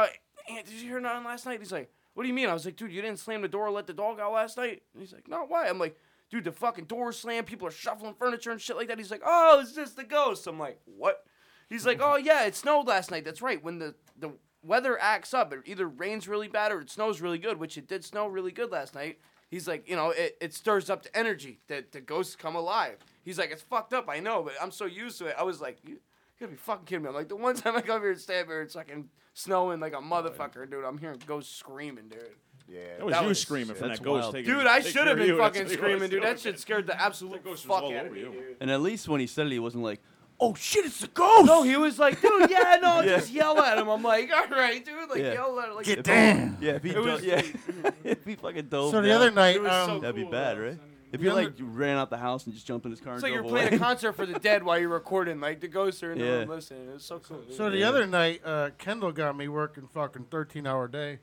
S15: Aunt, did you hear nothing last night? He's like, what do you mean? I was like, dude, you didn't slam the door or let the dog out last night. And he's like, no, why? I'm like, dude, the fucking door slammed. People are shuffling furniture and shit like that. He's like, oh, is this the ghost? I'm like, what? He's like, oh yeah, it snowed last night. That's right. When the the weather acts up, it either rains really bad or it snows really good, which it did snow really good last night. He's like, you know, it, it stirs up the energy that the ghosts come alive. He's like, it's fucked up, I know, but I'm so used to it. I was like, you, you gotta be fucking kidding me. I'm like, the one time I come here and stand here, it's fucking snowing like a motherfucker, dude. I'm hearing ghosts screaming, dude. Yeah,
S2: That was you screaming from
S24: That's
S2: that ghost
S24: wild.
S2: taking-
S15: Dude, I
S2: taking
S15: should have
S2: your
S15: been
S2: units.
S15: fucking
S2: That's
S15: screaming,
S2: what
S15: dude.
S2: I
S15: That
S2: said.
S15: shit scared the absolute
S2: ghost was
S15: fuck
S2: all
S15: out of
S2: over
S15: me.
S2: you.
S24: And at least when he said it, he wasn't like,
S15: Oh shit, it's a ghost! No, he was like, dude, yeah, no,
S24: Yeah.
S15: just yell at him. I'm like, all right, dude, like
S24: Yeah.
S15: yell at him, like
S24: If he- Yeah, if he,
S15: It
S24: do-
S15: was-
S24: yeah, if he fucking dove.
S15: So the
S24: down,
S15: other night, It was um, so
S24: that'd be
S15: cool,
S24: bad,
S15: though.
S24: right? If
S15: The
S24: you
S15: other-
S24: like ran out the house and just jumped in his car and
S15: It's like
S24: drove
S15: you're playing
S24: away.
S15: a concert for the dead while you're recording. Like the ghosts are in the
S24: Yeah.
S15: room listening. It's so cool. dude.
S13: So the other night, uh, Kendall got me working fucking thirteen hour day.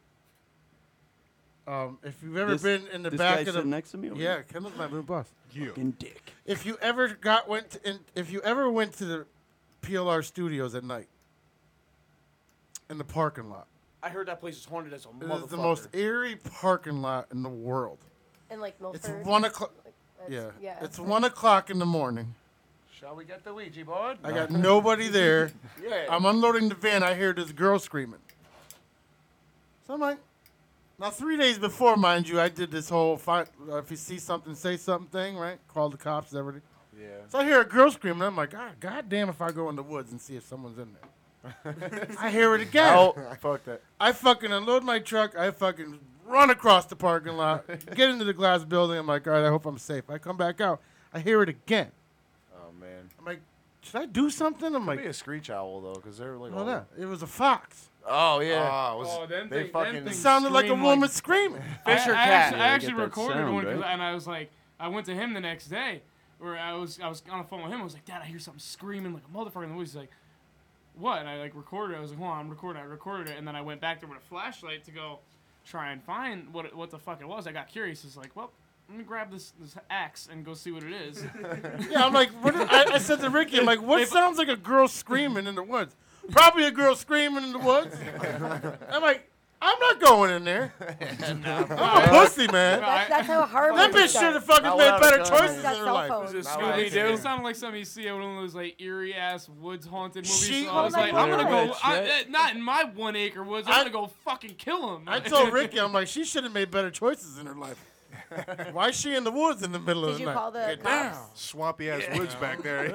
S13: Um, if you've ever
S24: This-
S13: been in the
S24: this
S13: back
S24: guy
S13: of the
S24: sitting next to me over
S13: yeah,
S24: here?
S13: Kendall's my new boss.
S24: You. Fucking dick.
S13: If you ever got went to, in, if you ever went to the PLR studios at night in the parking lot,
S15: I heard that place is haunted as a
S13: it
S15: motherfucker.
S13: is the most eerie parking lot in the world.
S21: And like
S13: It's
S21: Milford.
S13: one o'clock.
S21: Like, that's-
S13: Yeah,
S21: yeah.
S13: it's one o'clock in the morning.
S15: Shall we get the Ouija board?
S13: I got nobody there.
S15: Yeah.
S13: I'm unloading the van. I hear this girl screaming. So I'm like, now three days before, mind you, I did this whole fight, uh, if you see something, say something thing, right? Call the cops, everything.
S25: Yeah.
S13: So I hear a girl screaming. I'm like, God, God damn if I go in the woods and see if someone's in there. I hear it again.
S25: Oh, fuck that.
S13: I fucking unload my truck. I fucking run across the parking lot, get into the glass building. I'm like, all right, I hope I'm safe. I come back out. I hear it again.
S25: Oh man.
S13: I'm like, should I do something? I'm
S25: Could
S13: like,
S25: be a screech owl though, because they're like.
S13: no,
S25: all-
S13: no, it was a fox.
S25: Oh yeah.
S13: Oh,
S25: it was-
S13: oh, them
S25: they
S13: thing- them
S25: fucking
S13: things Sounded like a scream woman like- screaming.
S22: I, I
S13: Fisher cat.
S22: actually, I
S13: Yeah, you
S22: actually
S13: get that
S22: recorded
S13: sound,
S22: one 'cause
S13: right?
S22: I- and I was like, I went to him the next day, where I was I was on the phone with him. I was like, Dad, I hear something screaming like a motherfucker in the woods. He's like, What? And I like recorded. it. I was like, Hold on, I'm recording. I recorded it, and then I went back there with a flashlight to go try and find what it- what the fuck it was. I got curious. It's like, well. Let me grab this, this axe and go see what it is.
S13: Yeah, I'm like, what is- I, I said to Ricky, I'm like, what
S22: If-
S13: sounds like a girl screaming in the woods? Probably a girl screaming in the woods. I'm like, I'm not going in there. I'm a pussy, man.
S21: That's, that's how Harvard.
S13: That bitch should have fucking made better choices in
S21: Got
S13: her
S21: cell
S13: life.
S21: phones.
S22: Scooby Doo. It sounded like something you see in one of those like eerie ass woods haunted movies.
S13: She-
S22: so I was
S13: Oh my
S22: like, I'm gonna
S13: God.
S22: go. I, uh, not in my one acre woods. I'm gonna go fucking kill him.
S13: I told Ricky, I'm like, she should have made better choices in her life. Why is she in the woods in the middle of
S21: Did
S13: the
S21: you
S13: night?
S21: call the
S13: Get
S21: cops?
S13: down.
S20: Swampy ass woods back there.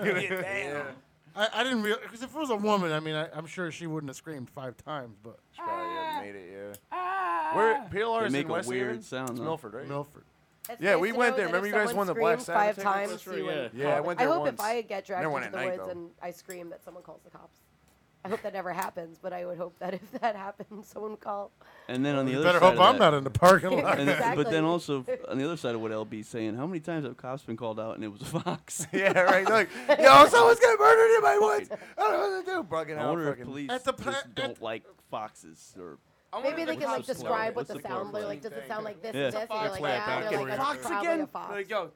S13: I, I didn't realize because if it was a woman, I mean, I, I'm sure she wouldn't have screamed five times, but
S25: She probably
S13: Ah.
S25: hadn't made it. Yeah. Where PLR
S24: They
S25: is
S24: make
S25: in
S24: a
S25: West
S24: weird
S25: Haven?
S24: sound,
S25: It's
S24: huh?
S25: Milford, right?
S13: Milford.
S21: That's
S25: yeah,
S21: nice
S25: we
S21: to
S25: went
S21: know
S25: there.
S21: that
S25: Remember
S21: if
S25: you guys
S21: someone
S25: won the Black
S21: screamed
S25: Sabbath
S21: five
S25: tickets?
S21: times,
S25: That's
S21: you
S25: right,
S21: wouldn't
S25: yeah.
S21: call
S25: Yeah, I
S21: them.
S25: went there
S21: I hope
S25: once.
S21: if I get
S25: Never
S21: dragged
S25: went
S21: into the
S25: at night,
S21: woods
S25: though.
S21: and I scream that someone calls the cops. I hope that never happens, but I would hope that if that happens, someone would call.
S24: And then on the
S13: You
S24: other
S13: better
S24: side
S13: hope
S24: of
S13: I'm
S24: that-
S13: not in the parking lot.
S24: And then- But
S13: Exactly.
S24: then also f- on the other side of what LB's saying, how many times have cops been called out and it was a fox?
S25: yeah, right. Like, yo, someone's getting murdered in my woods. I don't know what to do. Bugging
S24: I
S25: out.
S24: wonder if
S25: fucking-
S24: police just don't like foxes or.
S21: Maybe they can like
S24: what's the plural?
S21: describe what
S24: What's
S21: the
S24: the
S21: sound
S24: plural?
S21: like. Does it sound like this
S24: Yeah.
S21: and this? And you're
S24: Fox.
S21: like,
S24: Play it
S21: yeah.
S24: back
S21: and They're like,
S24: backwards.
S21: that's
S15: Fox
S21: probably
S15: again?
S21: a fox.
S15: Like, yo,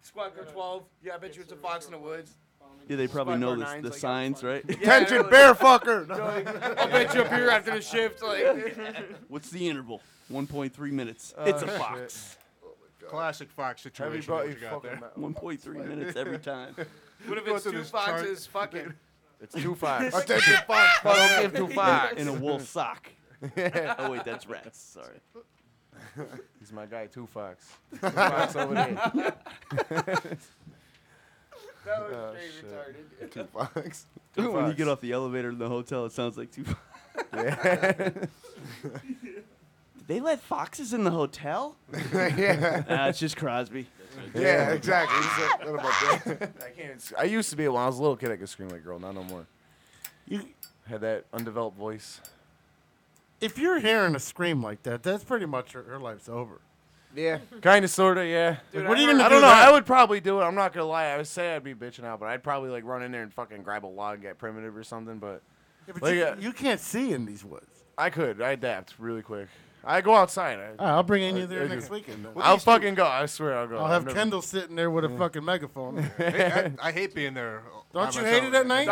S15: Squad Code 12. Yeah, I bet you it's a fox in the woods.
S24: Yeah, they probably
S15: Five
S24: know
S15: or
S24: this,
S15: nines,
S24: the
S15: like,
S24: signs, right?
S25: Attention, bear fucker.
S15: They're like, I'll bet you up here after the shift. Like,
S24: What's the interval? 1.3 minutes.
S20: Uh,
S25: Oh,
S24: it's a
S25: shit.
S24: fox.
S20: Oh, Classic fox situation.
S25: brought
S20: what
S25: you
S20: you got
S25: fucking
S20: there.
S25: ma-
S24: 1.3 minutes every time.
S15: what if
S20: Go
S15: it's
S20: through
S15: two
S20: this chart.
S15: foxes? Fucking.
S25: It's two five.
S15: Fuck
S25: Attention, fox. fuck.
S24: Don't
S25: give two
S24: In-
S25: fox.
S24: In, a wool sock. oh, wait, that's rats. Sorry.
S25: He's my guy, Two Fox. Two Fox over there.
S15: That was
S25: Oh,
S15: pretty
S25: shit.
S15: retarded.
S25: Two Fox. Two
S24: When you
S25: Fox.
S24: get off the elevator in the hotel, it sounds like two fox.
S25: Yeah.
S24: Did they let foxes in the hotel?
S25: Yeah.
S24: Nah, it's just Crosby.
S25: Yeah, exactly. He's like, "What about that?" I can't. even sc- I used to be when I was a little kid. I could scream like a girl. Not no more.
S13: You
S25: had that undeveloped voice.
S13: if you're hearing a scream like that, that's pretty much her, her life's over.
S25: Yeah. Kind of, sort of, yeah.
S13: Hmm. Dude,
S25: Like,
S13: I heard-
S25: I
S13: do
S25: don't know.
S13: that?
S25: I would probably do it. I'm not gonna lie. I would say I'd be bitching out, but I'd probably like run in there and fucking grab a log, and get primitive or something. But,
S13: Yeah, but
S25: like,
S13: you,
S25: uh,
S13: you can't see in these woods.
S25: I could. I adapt really quick. I go outside. I,
S13: All right, I'll bring in you
S25: I-
S13: there
S25: I
S13: next
S25: do.
S13: weekend, then.
S25: I'll fucking go. I swear I'll go.
S13: I'll
S25: I've
S13: have
S25: never-
S13: Kendall sitting there with a fucking megaphone.
S25: Hey,
S20: I, I hate being there.
S13: Don't you hate it at night?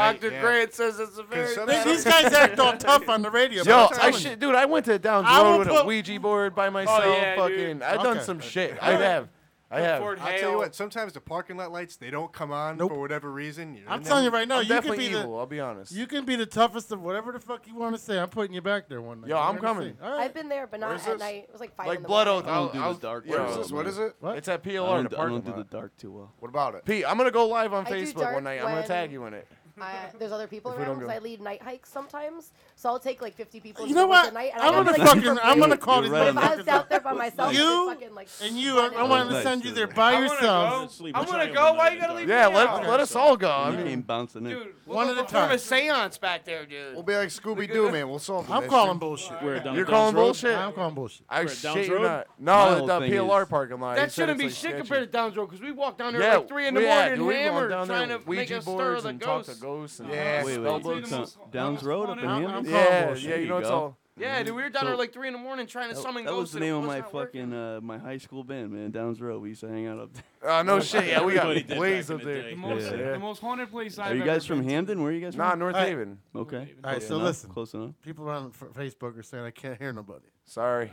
S25: says it's a
S13: very bad- These guys act all tough on the radio, but
S25: Yo,
S13: I'm
S25: I
S13: telling you.
S25: should, dude. I Oh, went to Downs
S13: I will
S25: Road with a
S13: put- Oh,
S25: Ouija board by myself.
S20: yeah,
S25: fucking,
S20: dude.
S25: I've done
S20: Okay.
S25: some shit. I have. I have.
S20: I'll tell you what. Sometimes the parking lot lights they don't come on for whatever reason. You're
S13: I'm
S20: in
S13: telling you
S20: there.
S13: right now, you could be the.
S25: I'll be honest.
S13: You can be the toughest of whatever the fuck you want to say. I'm putting you back there one night.
S25: Yo,
S13: We're
S25: I'm
S13: gonna
S25: coming.
S13: see. All right.
S21: I've been there, but not
S25: Where's
S21: at
S25: this?
S21: night. It was like five.
S25: Like
S21: in the
S25: blood oath.
S21: morning.
S25: I'll,
S24: don't do
S25: I'll,
S24: this dark
S25: yeah,
S24: What is this? What is it?
S25: It's at PLR.
S24: I
S25: the
S24: don't, do- I
S25: parking
S24: don't do
S25: lot.
S24: the dark too well.
S25: What about it? Pete, I'm gonna go live on
S21: I do
S25: Facebook
S21: dark
S25: one night. I'm gonna
S21: when-
S25: tag you in it.
S21: I- there's other people
S25: If we don't
S21: around because
S25: go.
S21: I lead night hikes sometimes, so I'll take like 50 people.
S13: You
S21: to
S13: know
S21: the woods
S13: what?
S21: at Night, and
S13: I'm
S21: I'll be,
S13: gonna
S21: like,
S13: fucking- I'm gonna
S21: free.
S13: call these
S21: But if I
S13: motherfuckers
S21: was out there by
S13: up.
S21: myself, I'd
S13: You
S21: fucking, like,
S13: and you, I, I wanted to send you there by yourself.
S15: I'm gonna go. Why you gotta leave?
S25: Yeah,
S15: me
S25: let,
S15: out?
S25: let us all go. I
S24: You
S25: mean,
S24: came bouncing in.
S15: One at a time. a séance back there, dude.
S25: We'll be like Scooby
S20: Doo, man. We'll solve
S13: I'm calling bullshit.
S2: We're down
S25: You're
S2: Downs
S25: calling
S2: Road?
S25: bullshit.
S13: I'm calling bullshit.
S25: I
S2: We're at Downs
S25: shit you
S2: Road?
S25: not.
S24: My
S25: No,
S24: whole
S25: the
S24: thing
S25: PLR
S24: is-
S25: parking lot. He
S15: That
S25: said it's,
S15: shouldn't be
S25: like,
S15: shit
S25: sketchy.
S15: compared to Downs Road because we walked down there
S25: Yeah,
S15: like three in the
S25: we- yeah,
S15: morning,
S25: dude, we going
S15: hammered,
S25: down there
S15: trying to
S25: with Ouija
S15: make a stir of
S25: boards
S15: the
S25: and talk to
S15: ghosts.
S25: ghosts and
S13: Yeah,
S24: wait,
S25: spell
S24: wait.
S25: books.
S24: Down- Downs Road up in
S13: I'm-
S24: here.
S13: I'm calling
S25: Yeah,
S13: bullshit.
S25: yeah, you know it's
S24: go.
S25: all.
S15: Yeah, dude, we were down
S24: So-
S15: there like three in the morning trying to
S24: That,
S15: summon
S24: that was
S15: ghosts.
S24: the
S15: and it
S24: name of
S15: was
S24: my
S15: not working.
S24: fucking uh, my high school band, man. Downs Road. We used to hang out up there.
S25: Uh, no shit. Yeah, we
S24: Everybody
S25: got
S24: did back
S25: blaze
S24: in
S25: up
S24: the
S25: there.
S24: day.
S22: The most,
S24: Yeah.
S22: the most haunted place I've
S24: Are you
S22: ever
S24: guys from
S22: been to.
S24: Hamden? Where are you guys from?
S25: Nah, North
S13: Alright.
S25: Haven.
S24: Okay.
S13: All right,
S24: Close
S13: so
S24: enough,
S13: listen.
S24: Close enough.
S13: People on F- Facebook are saying I can't hear nobody.
S25: Sorry.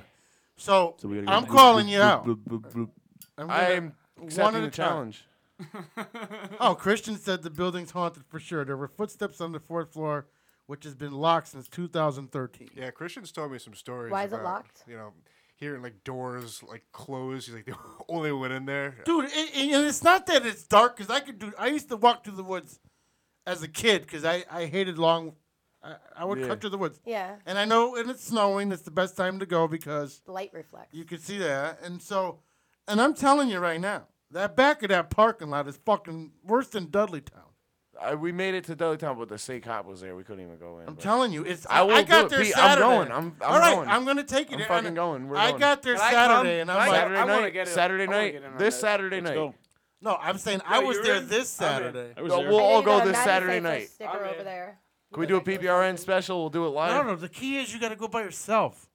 S13: So,
S24: So we gotta go
S13: I'm
S24: bloop,
S13: calling
S24: bloop,
S13: you
S24: bloop,
S13: out.
S24: bloop, bloop, bloop.
S13: I'm gonna-
S25: I am
S13: one
S25: accepting
S13: at
S25: the
S13: a time.
S25: challenge.
S13: Oh, Christian said the building's haunted for sure. There were footsteps on the fourth floor, which has been locked since 2013.
S20: Yeah, Christian's told me some stories.
S21: Why is it
S20: about,
S21: locked?
S20: You know, hearing like doors like close. He's like, they only went in there.
S13: Dude, it, it- and it's not that it's dark because I could do. I used to walk through the woods as a kid because I, I hated long. I, I would
S25: Yeah.
S13: cut through the woods.
S21: Yeah.
S13: And I know, and it's snowing. It's the best time to go because
S21: the light reflects.
S13: you can see that. And so, and I'm telling you right now, that back of that parking lot is fucking worse than Dudley Town.
S25: I, we made it to Dudleytown, but the state cop was there. We couldn't even go in.
S13: I'm
S25: but-
S13: telling you, it's.
S25: I
S13: I,
S25: will do
S13: got
S25: it,
S13: there
S25: Pete. I'm
S13: Saturday.
S25: going. I'm- I'm
S13: All right,
S25: going.
S13: I'm gonna take you.
S25: I'm
S13: there.
S25: fucking
S13: And
S25: going. We're
S13: I
S25: going.
S13: got there
S15: Can I come?
S13: Saturday, and I'm
S15: I
S13: like,
S15: got-
S25: Saturday
S15: I wanna
S25: night.
S15: get it-
S25: Saturday
S15: I wanna
S25: night.
S15: get in on
S25: This
S15: this.
S25: Saturday night.
S2: go.
S13: no, I'm saying I
S15: Yeah,
S13: was
S15: you're
S13: there
S15: in?
S13: this
S15: I'm in.
S13: Saturday.
S2: I was
S25: No,
S2: there.
S25: we'll
S21: I
S25: all
S21: didn't
S25: go
S21: even
S25: this
S21: have a
S25: Saturday
S21: night, so
S25: night.
S21: Sticker
S15: I'm
S21: over
S15: in.
S21: there.
S25: Can we do a PBRN special? We'll do it
S13: No,
S25: live.
S13: no. The key is you got to go by yourself.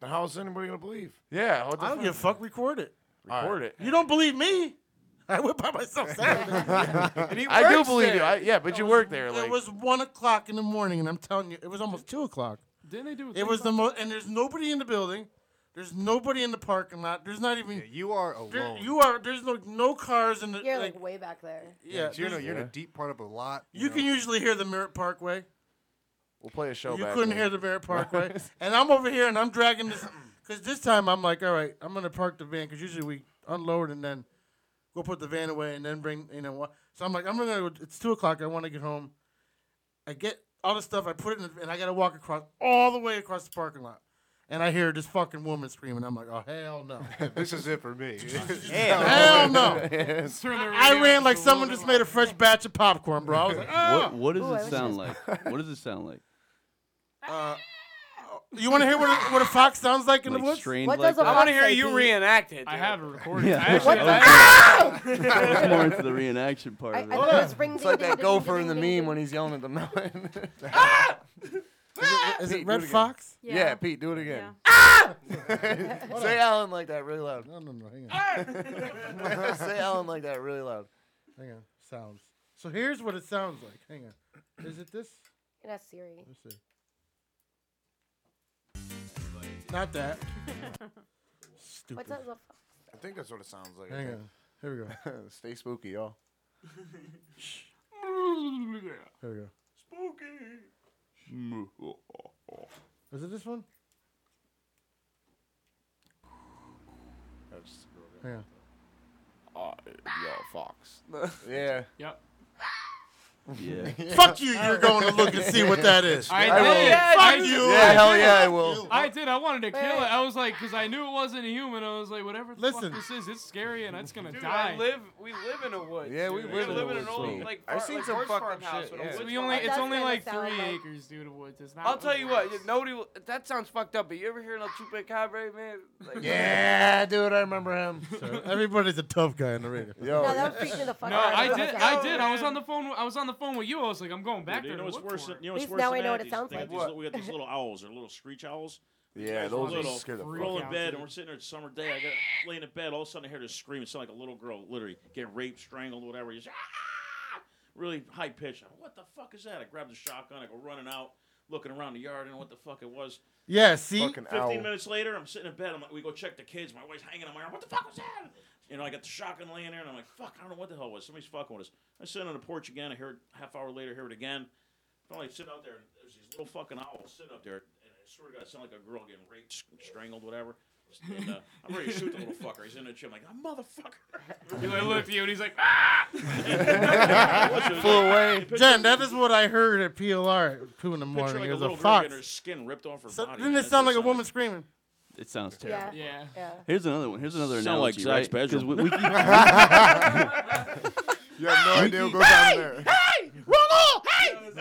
S25: Then how's anybody gonna believe? Yeah, what the
S13: I don't
S25: fuck?
S13: give a fuck. Record it.
S25: record it.
S13: You don't believe me? I went by myself Saturday. And he
S25: I do
S13: works
S25: believe you.
S13: there.
S25: I, yeah, but you work there. Like,
S13: It was one o'clock in the morning, and I'm telling you, it was almost two o'clock.
S22: Didn't they do? a
S13: It was the
S22: thing
S13: most, and there's nobody in the building. There's nobody in the parking lot. There's not even
S20: Yeah, you are
S13: there-
S20: alone.
S13: you are. There's no no cars in the
S21: You're
S13: like.
S21: like way back there.
S13: yeah,
S20: so you're, in a-
S13: there's-
S20: you're in
S25: Yeah.
S20: a deep part of a lot.
S13: You
S20: know.
S13: can usually hear the Merritt Parkway.
S25: we'll play a show.
S13: you
S25: back
S13: couldn't
S25: then.
S13: hear the Merritt Parkway, and I'm over here and I'm dragging this because this time I'm like, all right, I'm gonna park the van because usually we unload and then go put the van away and then bring you know what. So I'm like, I'm gonna. go It's two o'clock. I want to get home. I get all the stuff. I put it in, the, and I gotta walk across all the way across the parking lot. And I hear this fucking woman screaming. I'm like, oh hell no,
S20: this is it for me.
S13: hell no.
S22: Just turn the
S13: I
S22: radio
S13: ran
S22: up
S13: like
S22: to
S13: someone
S22: low.
S13: just made a fresh batch of popcorn, bro. I was like,
S24: What,
S13: ah.
S24: what does
S21: Ooh, I
S24: it
S21: wish
S24: sound like? What does it sound like?
S13: Uh, you want to hear what a, what a fox sounds like in
S24: Like
S13: the woods?
S24: strained
S21: What
S24: like
S21: does a
S15: I
S24: that?
S15: want to
S21: Fox
S15: hear
S21: say
S15: you
S21: beat.
S15: reenact it.
S22: I
S15: dude.
S22: have a recording.
S24: Yeah,
S22: I
S24: actually,
S21: the-
S24: I was more into the reenaction part
S21: I, I
S24: of
S21: thought it
S24: it.
S21: was ring
S25: It's like that gopher in the meme when he's yelling at the mountain.
S13: Is
S25: Pete,
S13: it
S25: do it
S13: red
S25: again.
S13: fox?
S25: yeah. Pete, do it again. Say Alan like that really loud.
S13: No, no, no. Hang on.
S25: Say Alan like that really loud.
S13: Hang on. Sounds. So here's what it sounds like. Hang on. Is it this?
S21: That's Siri.
S13: Let's see. Not that. Stupid.
S21: What does a fox?
S25: I think that's what it sounds like.
S13: Hang on. Here we go.
S25: Stay spooky, y'all.
S13: Here we go. Is it this one? Hang on.
S25: Yeah.
S22: Yep.
S24: Yeah.
S13: Fuck you, you're going to look and see what that is.
S22: I,
S13: I
S22: did.
S13: will.
S22: Yeah,
S13: Fuck
S22: I
S13: you.
S22: did.
S13: Yeah, hell
S22: did.
S13: yeah, I will.
S22: I did. I wanted to kill it. I was like, because I knew it wasn't a human. I was like, whatever the
S13: Listen.
S22: fuck this is, it's scary and it's gonna Dude, die. I live. We live in a woods. Yeah, we dude. live in a live in an woods, old so- like. I've far- seen like, some horse fucked farm up house shit, with a yeah. woods We farm. only- That it's does only kinda like sound three like- acres, dude, of woods. It's not I'll really tell you what. nice. Nobody. will- That sounds fucked up. But you ever hear of Chupacabra, man? Like,
S13: Yeah, dude, I remember him. So everybody's a tough guy in the radio.
S22: Yo.
S21: No, that would freak me the fuck
S22: No,
S21: out.
S22: I
S21: if it
S22: did.
S21: was
S22: I
S21: that.
S22: did. I was on the phone. I was on the phone with you. I was like, I'm going back
S2: Oh, Dude,
S22: there. to
S2: you know what's
S22: look
S2: worse?
S22: for
S2: Than,
S22: it.
S2: you know what's worse than that? These- they got these little- we got these little owls. They're little screech owls.
S25: Yeah,
S2: These
S25: those
S2: guys are little.
S25: scare the
S2: We're
S25: fuck
S2: all in
S25: out
S2: bed,
S25: of
S2: and
S25: me.
S2: we're sitting there. It's summer day. I got laying in bed. All of a sudden, I hear this scream. It sounded like a little girl, literally getting raped, strangled, whatever. Just, "Ah!" really high pitched. I'm, What the fuck is that? I grabbed the shotgun. I go running out, looking around the yard. I don't know what the fuck it was.
S13: Yeah, see? Fucking
S2: Fifteen
S13: owl.
S2: minutes later, I'm sitting in bed. I'm like, we go check the kids. My wife's hanging on my arm. What the fuck was that? You know, I got the shotgun laying there, and I'm like, fuck, I don't know what the hell it was. Somebody's fucking with us. I sit on the porch again. I hear it half hour later, hear it again. Finally, I sit out there, and there's these little fucking owls sitting up there, and I swear to God, it sounded like a girl getting raped, sc- strangled, whatever. And, uh, I'm ready to shoot the little fucker. He's in the gym, like, I'm motherfucker.
S22: He like looked at you, and he's like, ah.
S13: Flew away. Jen, that is what I heard at PLR at 2 in the
S2: Picture
S13: morning.
S2: like
S13: It
S2: a
S13: was
S2: little
S13: a
S2: girl
S13: fox.
S2: getting her skin ripped off her
S13: So-
S2: body.
S13: didn't it
S2: That's
S13: sound
S2: what
S13: like a woman screaming?
S24: It sounds
S22: Yeah.
S24: terrible.
S22: Yeah. Yeah.
S24: Here's another one. Here's another
S2: Sound like
S24: analogy.
S2: Zach's
S24: right? 'Cause
S2: bedroom.
S24: we- we keep-
S25: You have no
S24: We
S25: idea what
S24: keep-
S25: goes on there.
S24: Hey!
S25: Roll Hey!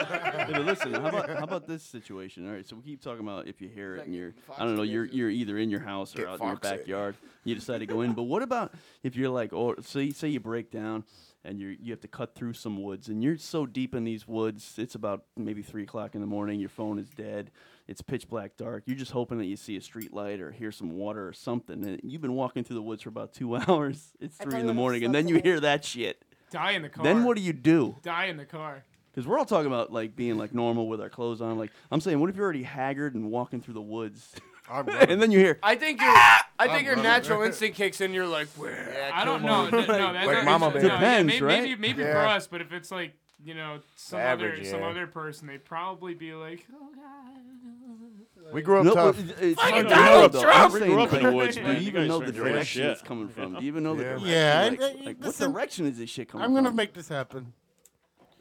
S24: Hey, but listen, how about how about this situation? All right, so we keep talking about if you hear it and you're, I don't know, you're you're either in your house or
S25: Get
S24: out in your
S25: foxy.
S24: backyard. You decide to go in, but what about if you're like, or say say you break down and you you have to cut through some woods and you're so deep in these woods, it's about maybe three o'clock in the morning. Your phone is dead. It's pitch black dark. You're just hoping that you see a street light or hear some water or something. And you've been walking through the woods for about two hours. It's
S22: I
S24: three
S22: thought
S24: in the
S22: it was
S24: morning, and then you hear that shit.
S22: Die in the car.
S24: Then what do you do?
S22: Die in the car.
S24: Because we're all talking about like being like normal with our clothes on. Like I'm saying, what if you're already haggard and walking through the woods, and then you hear
S15: I think your I think your
S24: running.
S15: natural instinct kicks in. You're like, where?
S22: I don't know. Th- no, that's not- no, yeah, may- Maybe, maybe for us, but if it's like you know some
S25: Average,
S22: other some
S25: yeah.
S22: other person, they'd probably be like, oh god.
S25: We grew up
S24: No,
S25: tough.
S24: but it- it's
S25: Fucking
S24: hard to
S25: Donald
S24: know, though. I'm
S25: Trump!
S24: saying,
S25: We grew up in the
S24: like,
S25: woods,
S24: do
S25: man.
S24: you
S25: You
S24: even
S25: guys
S24: know
S25: are
S24: the
S25: great
S24: direction
S25: shit.
S24: it's coming from? Do you even know the
S25: Yeah.
S24: direction?
S25: Yeah,
S24: Like,
S25: I- I-
S24: like, what
S25: listen,
S24: direction is this shit coming
S13: I'm going to
S24: from?
S13: make this happen.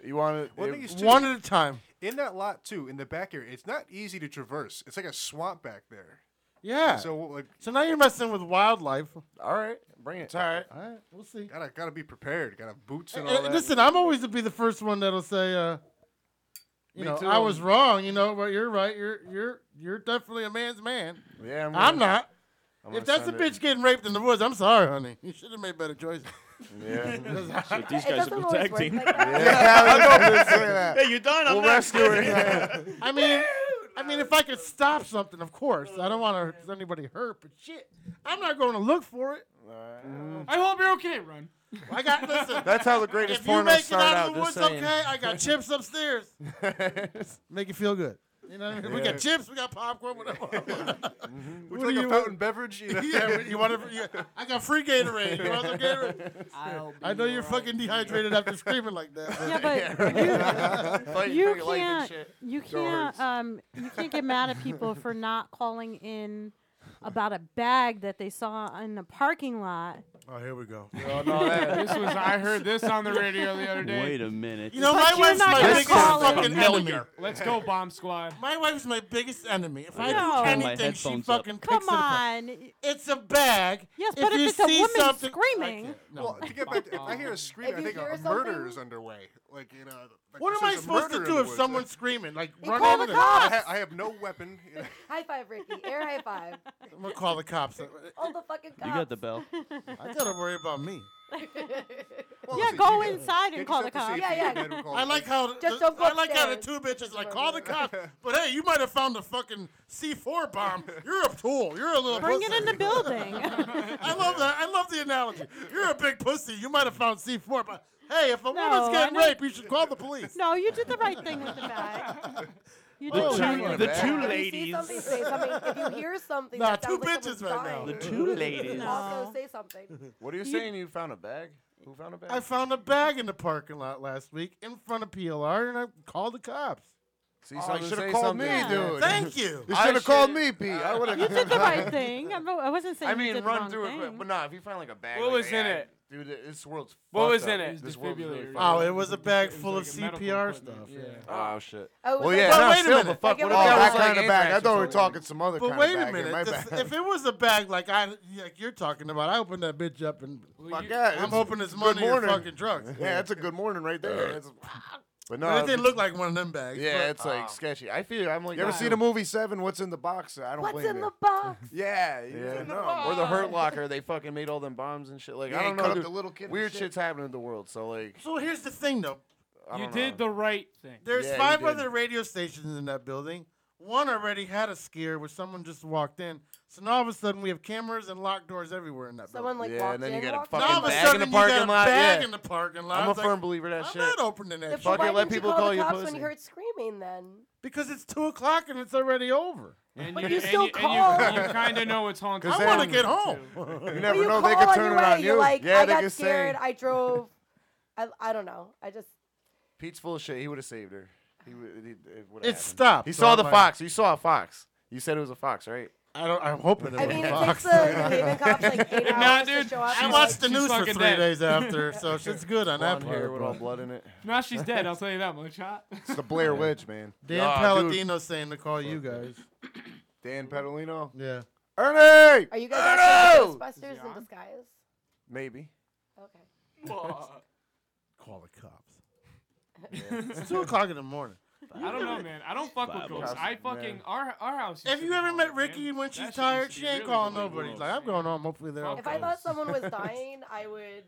S25: You want
S20: One,
S25: to?
S20: thing is too,
S13: One at a time.
S20: In that lot too, in the back area, it's not easy to traverse. It's like a swamp back there.
S13: Yeah.
S20: So like,
S13: So now you're messing with wildlife.
S25: All right, bring it.
S20: It's all right.
S13: All right, we'll see.
S20: Gotta gotta be prepared. Gotta have boots and all
S13: Uh,
S20: that.
S13: Listen, I'm always to be the first one that'll say, uh, you
S20: Me
S13: know,
S20: too.
S13: I was wrong. You know, but you're right. You're you're you're definitely a man's man.
S25: Yeah,
S13: I'm,
S25: I'm gonna-
S13: not.
S25: I'm
S13: if
S25: gonna
S13: that's a
S25: send it.
S13: bitch getting raped in the woods, I'm sorry, honey. You should have made better choices.
S25: Yeah.
S13: That's-
S25: Shit, these It guys are doesn't always protecting. work like
S13: Yeah,
S25: that.
S13: I know this, yeah.
S25: Hey, you done? I'm We'll next. rescue her.
S13: Yeah. I mean, I mean, if I could stop something, of course. I don't want anybody hurt, but shit, I'm not going to look for it.
S22: I hope you're okay, run.
S13: I got listen.
S25: That's how the greatest
S13: If you
S25: pornos
S13: make it
S25: start
S13: out of
S25: out,
S13: the woods,
S25: just saying.
S13: okay. I got chips upstairs. Make you feel good. You know, what I mean? we
S25: Yeah.
S13: got chips, we got popcorn, whatever.
S20: Would
S13: What
S20: you like
S13: do
S20: a
S13: you
S20: fountain
S13: want?
S20: beverage? You know?
S13: yeah, you want to? Yeah. I got free Gatorade. You want some Gatorade?
S20: I'll
S13: I know you're fucking dehydrated after screaming like that.
S8: Yeah, but
S13: Fight-
S8: you
S13: fight life and
S8: can't.
S13: shit.
S8: You
S13: So it
S8: can't.
S13: hurts.
S8: Um, you can't get mad at people for not calling in about a bag that they saw in the parking lot.
S13: Oh, here we go.
S22: this was I heard this on the radio the other day.
S24: Wait a minute.
S13: You know, my
S8: But you're
S13: wife's
S8: not
S13: my
S8: gonna
S13: biggest
S8: call it.
S13: fucking enemy.
S8: Familiar.
S22: Let's go, bomb squad.
S13: My wife's my biggest enemy. If
S8: I gotta
S13: I
S8: turn
S13: do
S8: my
S13: anything, she
S8: headphones up.
S13: fucking
S8: Come
S13: picks it apart. It's a bag.
S8: Yes, but if
S13: you
S8: it's a
S13: see
S8: woman
S13: something-
S8: screaming,
S20: Well, to get back, to, if I hear a scream,
S13: If
S20: I
S13: you
S20: think
S13: hear
S20: a murder is underway. Like you know. Like
S13: What
S20: this
S13: am I
S20: is a
S13: supposed
S20: murder
S13: to
S20: in
S13: do
S20: the
S13: if
S20: woods.
S13: someone's screaming? Like
S20: They
S13: run
S20: call
S13: over
S20: the
S13: them?
S20: cops. I ha- I have no weapon.
S21: High five, Ricky. Air high five.
S13: I'm gonna call the cops.
S21: All the fucking cops.
S24: You got the bell.
S13: I gotta worry about me.
S8: yeah, go inside and call the cops.
S21: Yeah, yeah.
S13: I like how
S21: Just
S13: the,
S21: don't go
S13: I like how the
S21: upstairs.
S13: two bitches like call the cops, but hey, you might have found a fucking C4 bomb. You're a tool. You're a little.
S8: Bring
S13: pussy.
S8: it in the building.
S13: I love that. I love the analogy. You're a big pussy. You might have found C4, but hey, if a
S8: I
S13: woman's getting
S8: know-
S13: raped, you should call the police.
S8: no, you did the right thing with the bag. You
S24: The
S8: did the
S24: two-
S8: right thing.
S24: the two
S21: If you see
S24: ladies.
S21: something, say something. If you hear something,
S13: Nah,
S21: that
S13: two
S21: sounds like
S13: bitches
S21: someone's
S13: right now.
S21: dying,
S24: The two ladies.
S21: Also say something.
S25: What are you
S13: You-
S25: saying? You found a bag? Who found a bag?
S13: I found a bag in the parking lot last week in front of PLR, and I called the cops.
S25: See,
S13: Oh,
S25: someone
S13: you shoulda
S25: say
S13: called
S25: something.
S13: me, dude. Thank you.
S25: You
S13: I
S25: should have called
S13: shoulda-
S25: me, Pete. I would have.
S13: You did
S8: the right thing. I, wo- I wasn't saying
S25: I
S8: you
S25: mean,
S8: did the
S25: run
S8: wrong
S25: through
S8: thing.
S25: it, but, but no, if you find like a bag,
S8: What
S25: like,
S8: was in
S25: "Yeah,
S8: it?
S25: dude? th- This world's
S8: What
S25: fucked
S8: was
S25: up.
S8: in it?
S25: This world's really fucked
S13: Oh,
S25: up.
S13: it was a bag full of CPR stuff. Yeah.
S25: Oh shit.
S13: Oh, it was
S25: well,
S13: like-
S25: yeah.
S13: But
S25: no,
S13: wait a
S25: still,
S13: minute.
S25: But fuck,
S13: Like, it
S25: what
S13: was like
S25: about that
S13: an
S25: kind of
S13: anthrax
S25: bag? I
S13: or
S25: thought we were
S13: something.
S25: talking some other
S13: But
S25: kind
S13: wait
S25: of
S13: a
S25: bag.
S13: minute,
S25: My
S13: this-
S25: bad.
S13: if it was a bag like I like you're talking about, I opened that bitch up and
S25: Fuck yeah,
S13: I'm
S25: it's
S13: hoping it's
S25: good
S13: money or
S25: morning.
S13: fucking drugs.
S25: Yeah, that's a good morning right there. That's- But no,
S13: But it
S25: it's-
S13: didn't look like one of them bags.
S25: Yeah,
S13: but- um,
S25: it's like sketchy. I feel I'm like. You
S13: Yeah.
S25: ever seen a movie Seven? What's in the box? I don't.
S13: What's
S25: blame
S13: in
S25: you.
S13: the
S25: box? yeah, you
S13: Yeah.
S25: don't know. Or the Hurt Locker. They fucking made all them bombs and shit. Like
S13: Yeah,
S25: I
S13: he
S25: don't
S13: cut
S25: know.
S13: up
S25: dude.
S13: the little kid and
S25: Weird
S13: shit.
S25: shit's happening in the world. So like,
S13: So here's the thing, though.
S25: I
S13: You
S25: don't know.
S13: did the
S22: right thing.
S13: There's
S25: Yeah, you
S13: five
S25: did.
S13: other radio stations in that building. One already had a scare where someone just walked in. So now all of a sudden we have cameras and locked doors everywhere in that
S25: Someone,
S13: building.
S25: like, Yeah, and then walked you in, got a walked fucking
S13: Now all of a
S25: bag in the
S13: sudden you got
S25: parking
S13: a
S25: lot,
S13: Bag
S25: yeah.
S13: in the parking lot.
S25: I'm a
S13: I was like,
S25: firm believer of that
S13: I'm
S25: shit.
S13: not opening that.
S25: Yeah,
S13: shit.
S25: but Fuck it,
S21: Why
S25: let
S13: didn't
S25: people
S13: you
S25: call,
S13: call the
S25: you
S13: cops
S25: pussy.
S21: When you heard screaming, then
S13: Because it's two o'clock and it's already over.
S22: And
S21: But
S22: you,
S21: you
S22: and
S21: still
S22: you, And
S21: called.
S22: you, you kind of know what's on.
S13: I want to get home.
S25: You never know.
S21: Well, call
S25: They could
S21: on
S25: turn it
S21: your way,
S25: on
S21: You're
S25: you.
S21: like,
S25: yeah,
S21: I
S25: they
S21: got
S25: could
S21: scared.
S25: say
S21: I drove. I, I don't know. I just
S25: Pete's full of shit. He would have saved her. He would. He, it would've
S13: It
S25: happened.
S13: stopped,
S25: He
S13: so
S25: saw
S13: I'm
S25: the
S13: like-
S25: fox. You saw a fox. You said it was a fox, right?
S13: I don't. I'm hoping it
S21: I
S13: was
S21: mean,
S13: a
S21: it
S13: fox.
S21: takes the Haven cops like eight
S22: Nah,
S21: hours
S22: dude,
S21: to show up.
S13: I
S22: she's-
S13: watched the
S22: she's
S13: news for three
S22: fucking dead.
S13: days after, so shit's good on that
S25: Blonde hair
S13: part.
S25: with
S13: bro.
S25: all blood in it.
S22: Now she's dead. I'll tell you that much. Huh?
S25: It's the Blair Witch, man.
S13: Dan
S25: Ah, dude.
S13: Palladino saying to call you guys.
S25: Dan Pedalino.
S13: Yeah.
S25: Ernie.
S21: Are you guys actually
S25: Ernie!
S21: Ghostbusters in disguise?
S25: Maybe.
S21: Okay.
S13: Call the cops. it's two o'clock in the morning.
S22: I don't know, man. I don't fuck with
S13: Bible.
S22: ghosts. I
S13: Man.
S25: fucking-
S22: our our house.
S13: Have you ever met Ricky when she's tired? She ain't calling nobody. Like I'm going home. Hopefully they're all
S21: If I thought someone was dying, I would.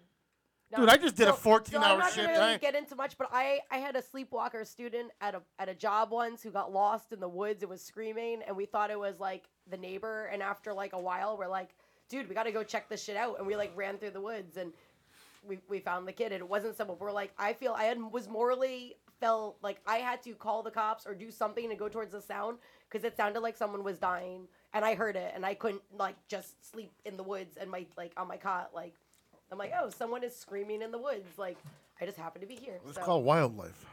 S21: No,
S13: Dude, I just did a
S21: no,
S13: 14
S21: so
S13: hour
S21: I'm not
S13: shift.
S21: gonna
S13: I
S21: really
S13: ain't-
S21: get into much, but I, I had a sleepwalker student at a at a job once who got lost in the woods and was screaming, and we thought it was like the neighbor. And after like a while, we're like, dude, we got to go check this shit out, and we like ran through the woods and we we found the kid. And it wasn't someone. We're like, I feel I had was morally felt like I had to call the cops or do something to go towards the sound because it sounded like someone was dying, and I heard it, and I couldn't like just sleep in the woods and my like on my cot like. I'm like, oh, someone is screaming in the woods. Like, I just happen to be here.
S13: It's
S21: so-
S13: called wildlife.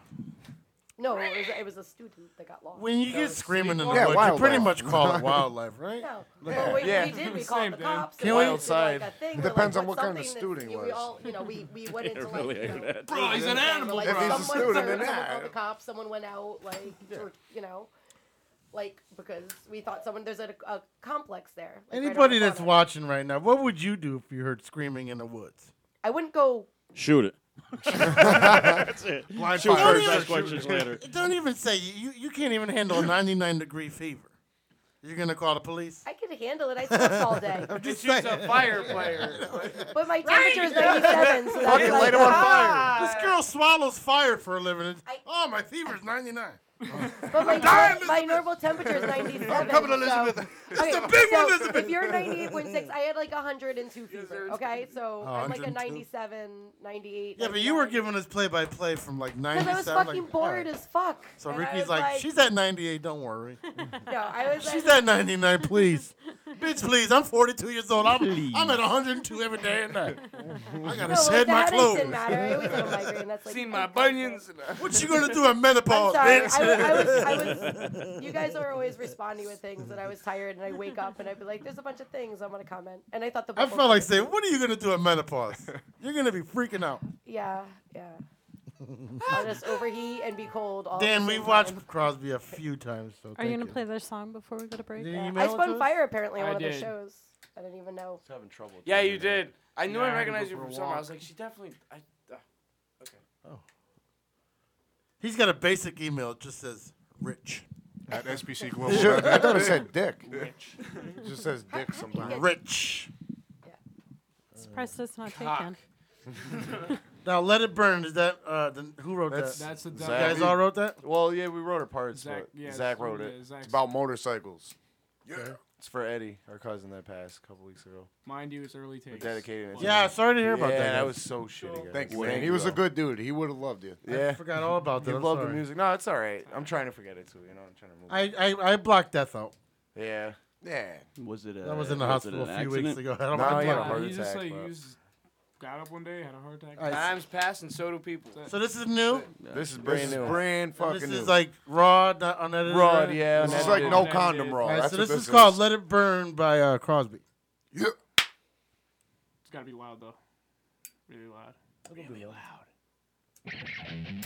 S21: No, it was, it was a student that got lost.
S13: When you
S21: So
S13: get
S21: it's-
S13: screaming in the
S25: Yeah,
S13: woods, you pretty
S25: wildlife.
S13: much call it wildlife, right?
S21: No.
S13: Look
S21: Well,
S13: at
S21: we,
S13: that.
S21: we did. We called the cops.
S13: Can
S21: and
S13: we-
S21: we did, like, a
S25: Outside.
S21: thing,
S25: Depends
S21: we're like,
S25: on
S21: what's
S25: what kind of
S21: something
S25: student
S21: that's-
S25: he
S21: We
S25: was.
S21: all, you know, we, we went into
S2: really
S21: like, you
S2: heard
S21: know,
S2: that.
S22: Bro, he's an
S21: thing, we're
S22: animal,
S21: Like,
S25: bro. If he's a
S21: someone
S25: student,
S21: served,
S25: then
S21: someone
S25: yeah.
S21: called the cops. Someone went out. Like, or, you know, like because we thought someone there's a, a complex there. like, right around
S13: Anybody
S21: the
S13: that's
S21: corner.
S13: watching right now, what would you do if you heard screaming in the woods?
S21: I wouldn't go
S2: Shoot it.
S13: That's
S2: it.
S13: Blind
S2: Shoot
S13: fire.
S2: first,
S13: Don't
S2: ask
S13: even-
S2: questions later.
S13: Don't even say you. You can't even handle a 99 degree fever. You're gonna call the police.
S21: I could handle it. I slept all day.
S13: I'm just
S22: She's
S13: saying.
S22: a fire player.
S21: But my temperature is 97, so that's
S13: Fucking
S21: like,
S13: light 'em on
S21: ah.
S13: fire. This girl swallows fire for a living. And, oh, my fever's 99.
S21: But my, nor- my normal temperature is 97.
S13: I'm coming, Elizabeth.
S21: So,
S13: It's
S21: okay,
S13: a big
S21: so
S13: one, Elizabeth.
S21: If you're 98.6, I had like 102 fever, okay? So
S13: Oh,
S21: I'm like a
S13: 102.
S21: 97, 98.
S13: Yeah, but you were giving us play by play from like 97.
S21: Because I was
S13: like,
S21: fucking
S13: all
S21: bored
S13: right.
S21: as fuck.
S13: So
S21: And I was
S13: Ricky's like, she's at 98. Don't worry.
S21: No, I was
S13: She's
S21: like,
S13: at 99, please. Bitch, please. I'm 42 years old. I'm, I'm at 102 every day and night. I gotta
S21: no,
S13: shed
S21: the
S13: my
S21: headaches
S13: clothes.
S21: Didn't matter. It was a migraine. That's like
S22: Seen my bunions. uh,
S13: What you gonna do at menopause,
S21: Sorry,
S13: bitch?
S21: I, wa- I was, I was, you guys are always responding with things, and I was tired, and I wake up, and I'd be like, "There's a bunch of things I'm gonna comment," and I thought the
S13: I
S21: bubble-
S13: felt like saying, what are you gonna do at menopause? You're gonna be freaking out.
S21: yeah, yeah. I'll just overheat and be cold. All
S13: Dan,
S21: at the
S13: we've
S21: same
S13: watched
S21: time.
S13: Crosby a few times. So
S8: Are you
S13: thank
S8: gonna play their song before we go to break?
S13: Did you
S21: Yeah,
S13: email
S21: I
S13: it to
S21: spun
S13: us?
S21: fire apparently on
S22: I
S21: one of
S22: did.
S21: the shows. I didn't even know.
S25: having trouble.
S22: Yeah, you did.
S15: I knew
S22: Yeah,
S15: I
S22: had to go
S15: recognized you
S22: for a
S15: from somewhere. I
S22: walk.
S15: was like, she definitely. I, uh, okay.
S13: Oh. He's got a basic email. It just says rich.
S20: At SBC Global.
S25: Sure, I thought it said dick.
S20: Rich.
S25: It just says dick sometimes.
S13: Rich.
S8: Surprised it's not
S13: Cock.
S8: taken.
S13: Now, Let It Burn, is that, uh, the, who wrote that? You guys all wrote that?
S25: Well, yeah, we wrote our parts,
S13: Zach-
S25: but
S13: yeah,
S25: Zach
S13: so
S25: wrote
S13: yeah,
S25: it.
S13: Zach's-
S25: It's about motorcycles.
S13: Yeah.
S25: It's for Eddie, our cousin that passed a couple weeks ago.
S22: Mind you, it's early takes.
S25: Dedicated. it to
S13: Yeah,
S25: him.
S13: sorry to hear about that,
S25: Yeah,
S13: guys.
S25: that was so shitty. guys.
S20: Thank you,
S25: Dang,
S20: man.
S25: He was a
S20: though.
S25: good dude. He would have loved you.
S13: I
S25: Yeah.
S13: forgot all about that.
S25: He
S13: I'm
S25: loved the
S13: sorry.
S25: music. No, it's all right. I'm trying to forget it too. You know, I'm trying to move.
S13: I, I, I blocked death out.
S25: on. yeah. Yeah.
S24: Was it? A,
S13: I was in the
S24: was it
S13: hospital
S24: an
S13: a few weeks ago.
S24: accident?
S13: I don't
S25: No,
S13: know.
S25: he had a heart
S22: He Oh, just
S25: attack.
S22: like
S25: bro.
S22: used got up one day, had a heart attack.
S15: Alright, so- Times pass and so do people.
S22: So this is new? This is brand
S25: new.
S13: brand
S25: And
S13: fucking
S25: this
S13: new.
S25: is like
S13: raw, not unedited.
S25: Raw,
S13: right?
S25: Oh, yeah,
S13: This is
S25: unedited.
S13: like no
S25: Unedited.
S13: condom raw.
S25: All right,
S13: That's
S25: so
S13: what
S25: this
S13: this
S25: is
S13: is called "Let It Burn" by uh, Crosby.
S22: It's gotta be loud though. Really loud. Really loud.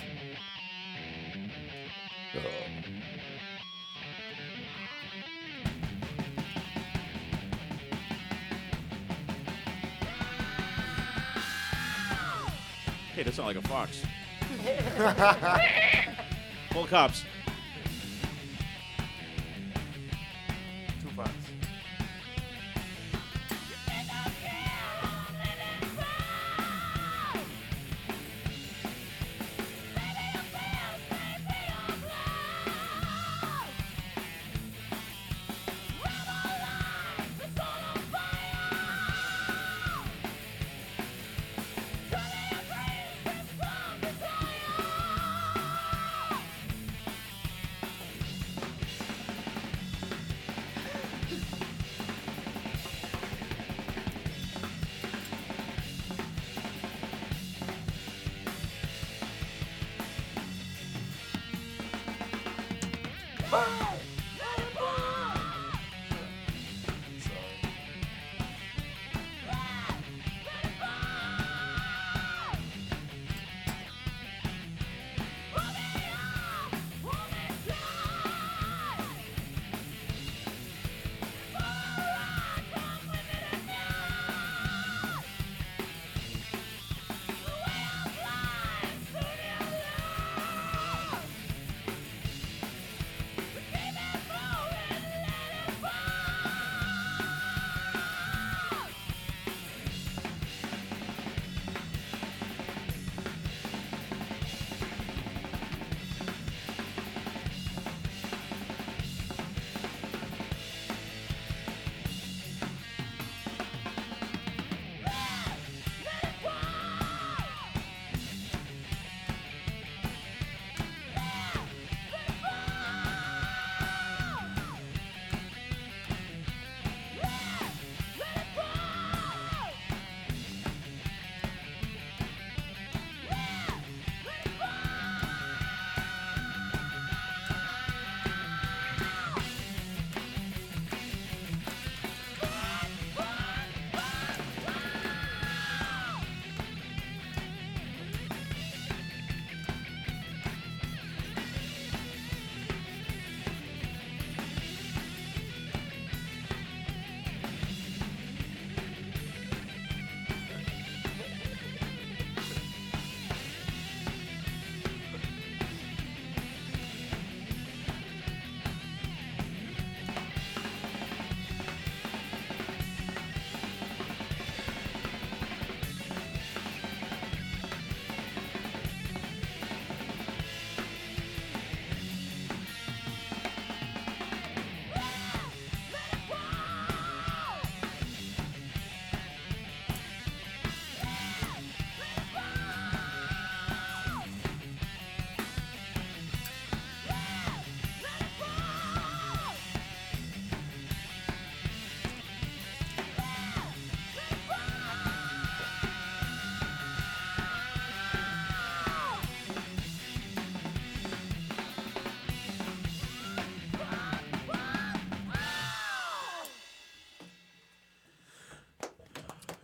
S2: Hey, that sounds like a fox. Full cops.
S13: Two bucks.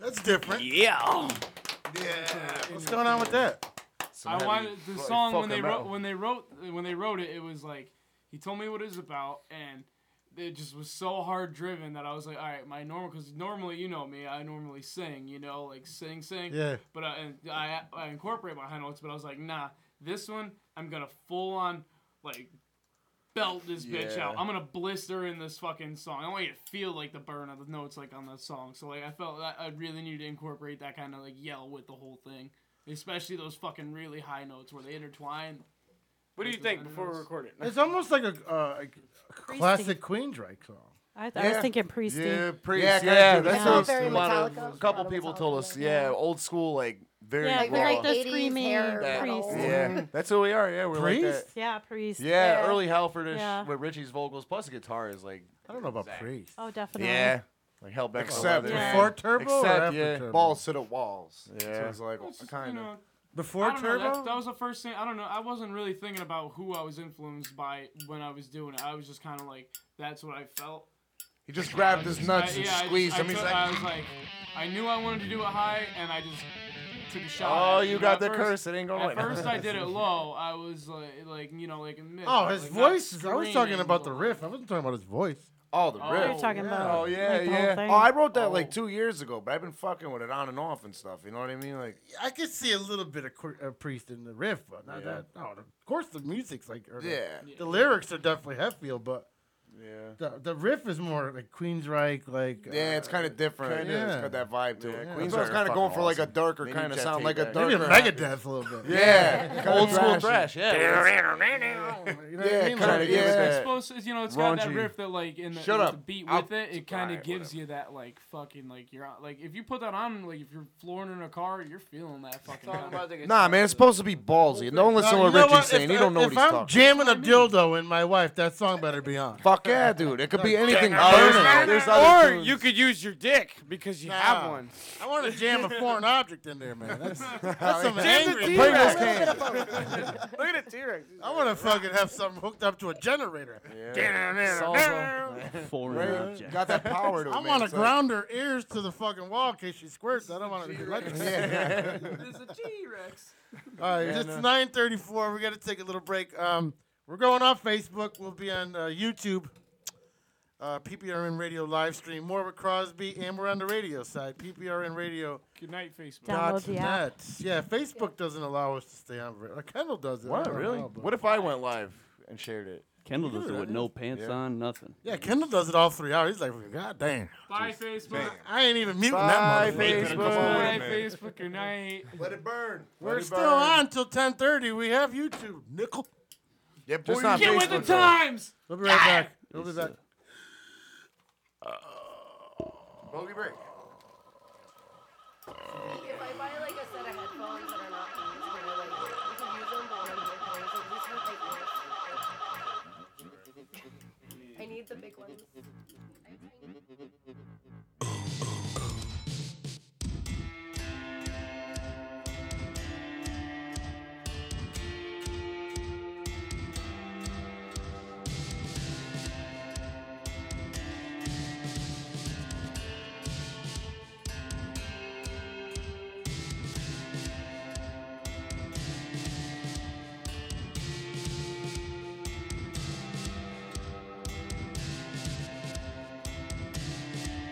S13: That's different.
S2: Yeah.
S13: Yeah. What's going on with that?
S22: I wanted the song when they wrote when they wrote when they wrote it. It was like he told me what it was about, and it just was so hard driven that I was like, all right, my normal because normally you know me, I normally sing, you know, like sing, sing.
S13: Yeah.
S22: But I and I, I incorporate my high notes, but I was like, nah, this one I'm gonna full on like belt this bitch
S2: Yeah.
S22: out. I'm gonna blister in this fucking song. I want you to feel like the burn of the notes like on the song. So like I felt that I really needed to incorporate that kind of like yell with the whole thing, especially those fucking really high notes where they intertwine.
S15: What do you
S22: Those
S15: think
S22: under
S15: before we
S22: notes.
S15: record it?
S13: It's almost like a, uh, like a classic Queensryche song.
S8: I, th- I was thinking Priesty.
S25: Yeah, Priest.
S13: Yeah,
S25: Yeah,
S13: kinda true.
S25: that's
S13: Yeah.
S25: what
S13: Very
S25: a lot of
S13: Metallica.
S25: a couple people told us. Yeah, old school, like very
S8: Yeah,
S25: raw.
S8: like they're like the
S21: 80s
S8: screaming
S21: hair
S25: That-
S8: priest.
S25: Yeah, that's who we are. Yeah, we're like that.
S8: Priest? Yeah, Priest.
S25: Yeah,
S8: Yeah.
S25: early Halfordish
S8: Yeah.
S25: with Richie's vocals plus the guitar is like. I don't know about Priest.
S8: Oh, definitely.
S25: Yeah, Like hell back
S13: Except before turbo or
S25: Except,
S13: after
S25: yeah,
S13: turbo?
S25: balls to the walls. Yeah.
S13: Yeah.
S25: So it's like oh,
S13: It's just,
S25: kind of.
S13: you know,
S25: Before
S13: I don't know,
S25: Turbo?
S13: that's-
S22: That was the first thing. I don't know. I wasn't really thinking about who I was influenced by when I was doing it. I was just kind of like, that's what I felt.
S13: He just grabbed
S22: I
S13: his
S22: just-
S13: nuts
S22: I-
S13: and
S22: yeah, I just-
S13: squeezed
S22: I
S13: them. He's
S22: took-
S13: like-
S22: I was like, I knew I wanted to do it high, and I just took a shot.
S25: Oh,
S22: at it.
S25: you
S22: know,
S25: got
S22: at
S25: the
S22: first-
S25: curse. It ain't going
S22: At
S25: away.
S22: first, I did it low. I was like, like you know, like a mid.
S13: Oh, his
S22: like, not
S13: voice. is- I was talking
S22: screaming,
S13: about
S22: but-
S13: the riff. I wasn't talking about his voice.
S25: Oh, the
S22: Oh,
S25: riff.
S22: you're talking
S25: yeah.
S22: about,
S25: Oh yeah,
S13: like, the whole
S25: yeah.
S13: thing?
S25: Oh, I wrote that like two years ago, but I've been fucking with it on and off and stuff. You know what I mean? Like,
S13: I could see a little bit of Cor- uh, Priest in the riff, but not
S25: Yeah.
S13: that. No, the- of course the music's like. or the-
S25: Yeah.
S13: The lyrics are definitely Heffield, but
S25: yeah.
S13: the the riff is more like Queensryche, like. uh,
S25: Yeah, it's kind of different.
S13: Kinda.
S25: Yeah, it's got that vibe to it.
S13: Yeah.
S25: Queens was kind of going for like a darker kind of sound, like a darker
S13: Maybe Megadeth a little bit.
S25: Yeah, old school thrash.
S13: yeah.
S25: You know what I Yeah, mean? kinda, Like, yeah.
S22: It's supposed to, you know, it's got that
S25: Raunchy.
S22: riff that like in the,
S25: Shut
S22: with
S25: up.
S22: the beat
S25: I'll-
S22: with it. It kind
S25: Alright,
S22: of gives you that like fucking like you're on, like if you put that on like if you're flooring in a car, you're feeling that fucking.
S25: Yeah. Nah, man, it's supposed to be ballsy. Don't listen
S13: No,
S25: to
S13: you know
S25: what
S13: what?
S25: Richie's saying.
S13: If-
S25: He don't know
S13: if
S25: what he's
S13: I'm
S25: talking.
S13: jamming a dildo in my wife, that song better be on.
S25: Fuck yeah, dude. It could be anything.
S13: Oh, there's-
S25: burning. There's
S13: or
S25: other tunes.
S13: you
S22: could use your dick because you
S13: have one. I want to jam a foreign object in there, man. That's, that's some
S25: Jam the
S13: angry.
S25: T-Rex.
S13: Look at the T-Rex. I want to fucking have something hooked up to a generator.
S24: Foreign
S25: Right?
S24: object.
S25: Got that power to it.
S13: I
S25: man.
S13: want to
S25: It's
S13: ground her ears to the fucking wall in case she squirts. I don't want to be like
S25: Yeah.
S22: There's a T-Rex.
S13: All right,
S25: Yeah,
S13: it's
S25: no.
S13: 9:34. We got to take a little break. Um, we're going off Facebook. We'll be on uh, YouTube. Uh, PPRN Radio live stream. More with Crosby, and we're on the radio side. PPRN Radio.
S22: Good night, Facebook.
S13: dot
S22: Download the app.
S13: net. Yeah, Facebook doesn't allow us to stay on. ra- Uh, Kendall does it. I
S25: What
S13: don't
S25: really?
S13: know, but-
S25: What if I went live and shared it?
S24: Kendall does it with no pants
S25: Yeah.
S24: on, nothing.
S13: Yeah, Kendall does it all three hours. He's like, God damn.
S22: Bye, Facebook.
S13: I ain't even muting
S25: Bye,
S13: that motherfucker.
S25: Facebook.
S22: Bye, Facebook. Good night.
S25: Let it burn.
S13: We're still on till 10:30. We have YouTube. Nickel.
S25: Yep,
S13: boy,
S25: just not
S13: get
S25: Facebook,
S13: with
S25: though.
S13: the times. We'll be right back. We'll be
S24: It's,
S13: back.
S25: Bogey break.
S21: If I buy like a set of headphones that are not these, you know, like you can use them, but when I'm here, so these are like yours. I need the big ones.
S6: Thank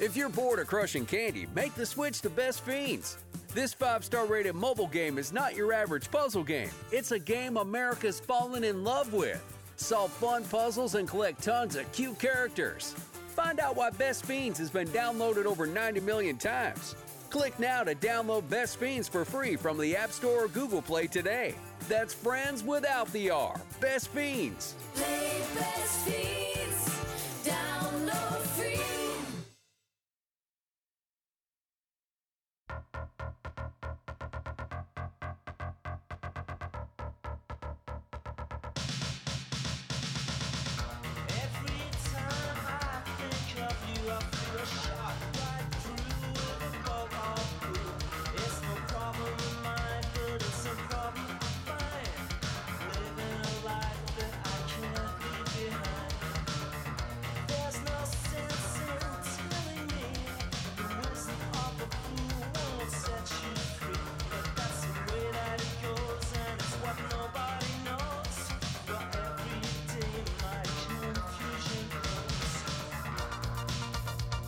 S30: If you're bored of crushing candy, make the switch to Best Fiends. This five star rated mobile game is not your average puzzle game, it's a game America's fallen in love with. Solve fun puzzles and collect tons of cute characters. Find out why Best Fiends has been downloaded over 90 million times. Click now to download Best Fiends for free from the App Store or Google Play today. That's friends without the R. Best Fiends.
S9: Play Best Fiends. Download free. Thank you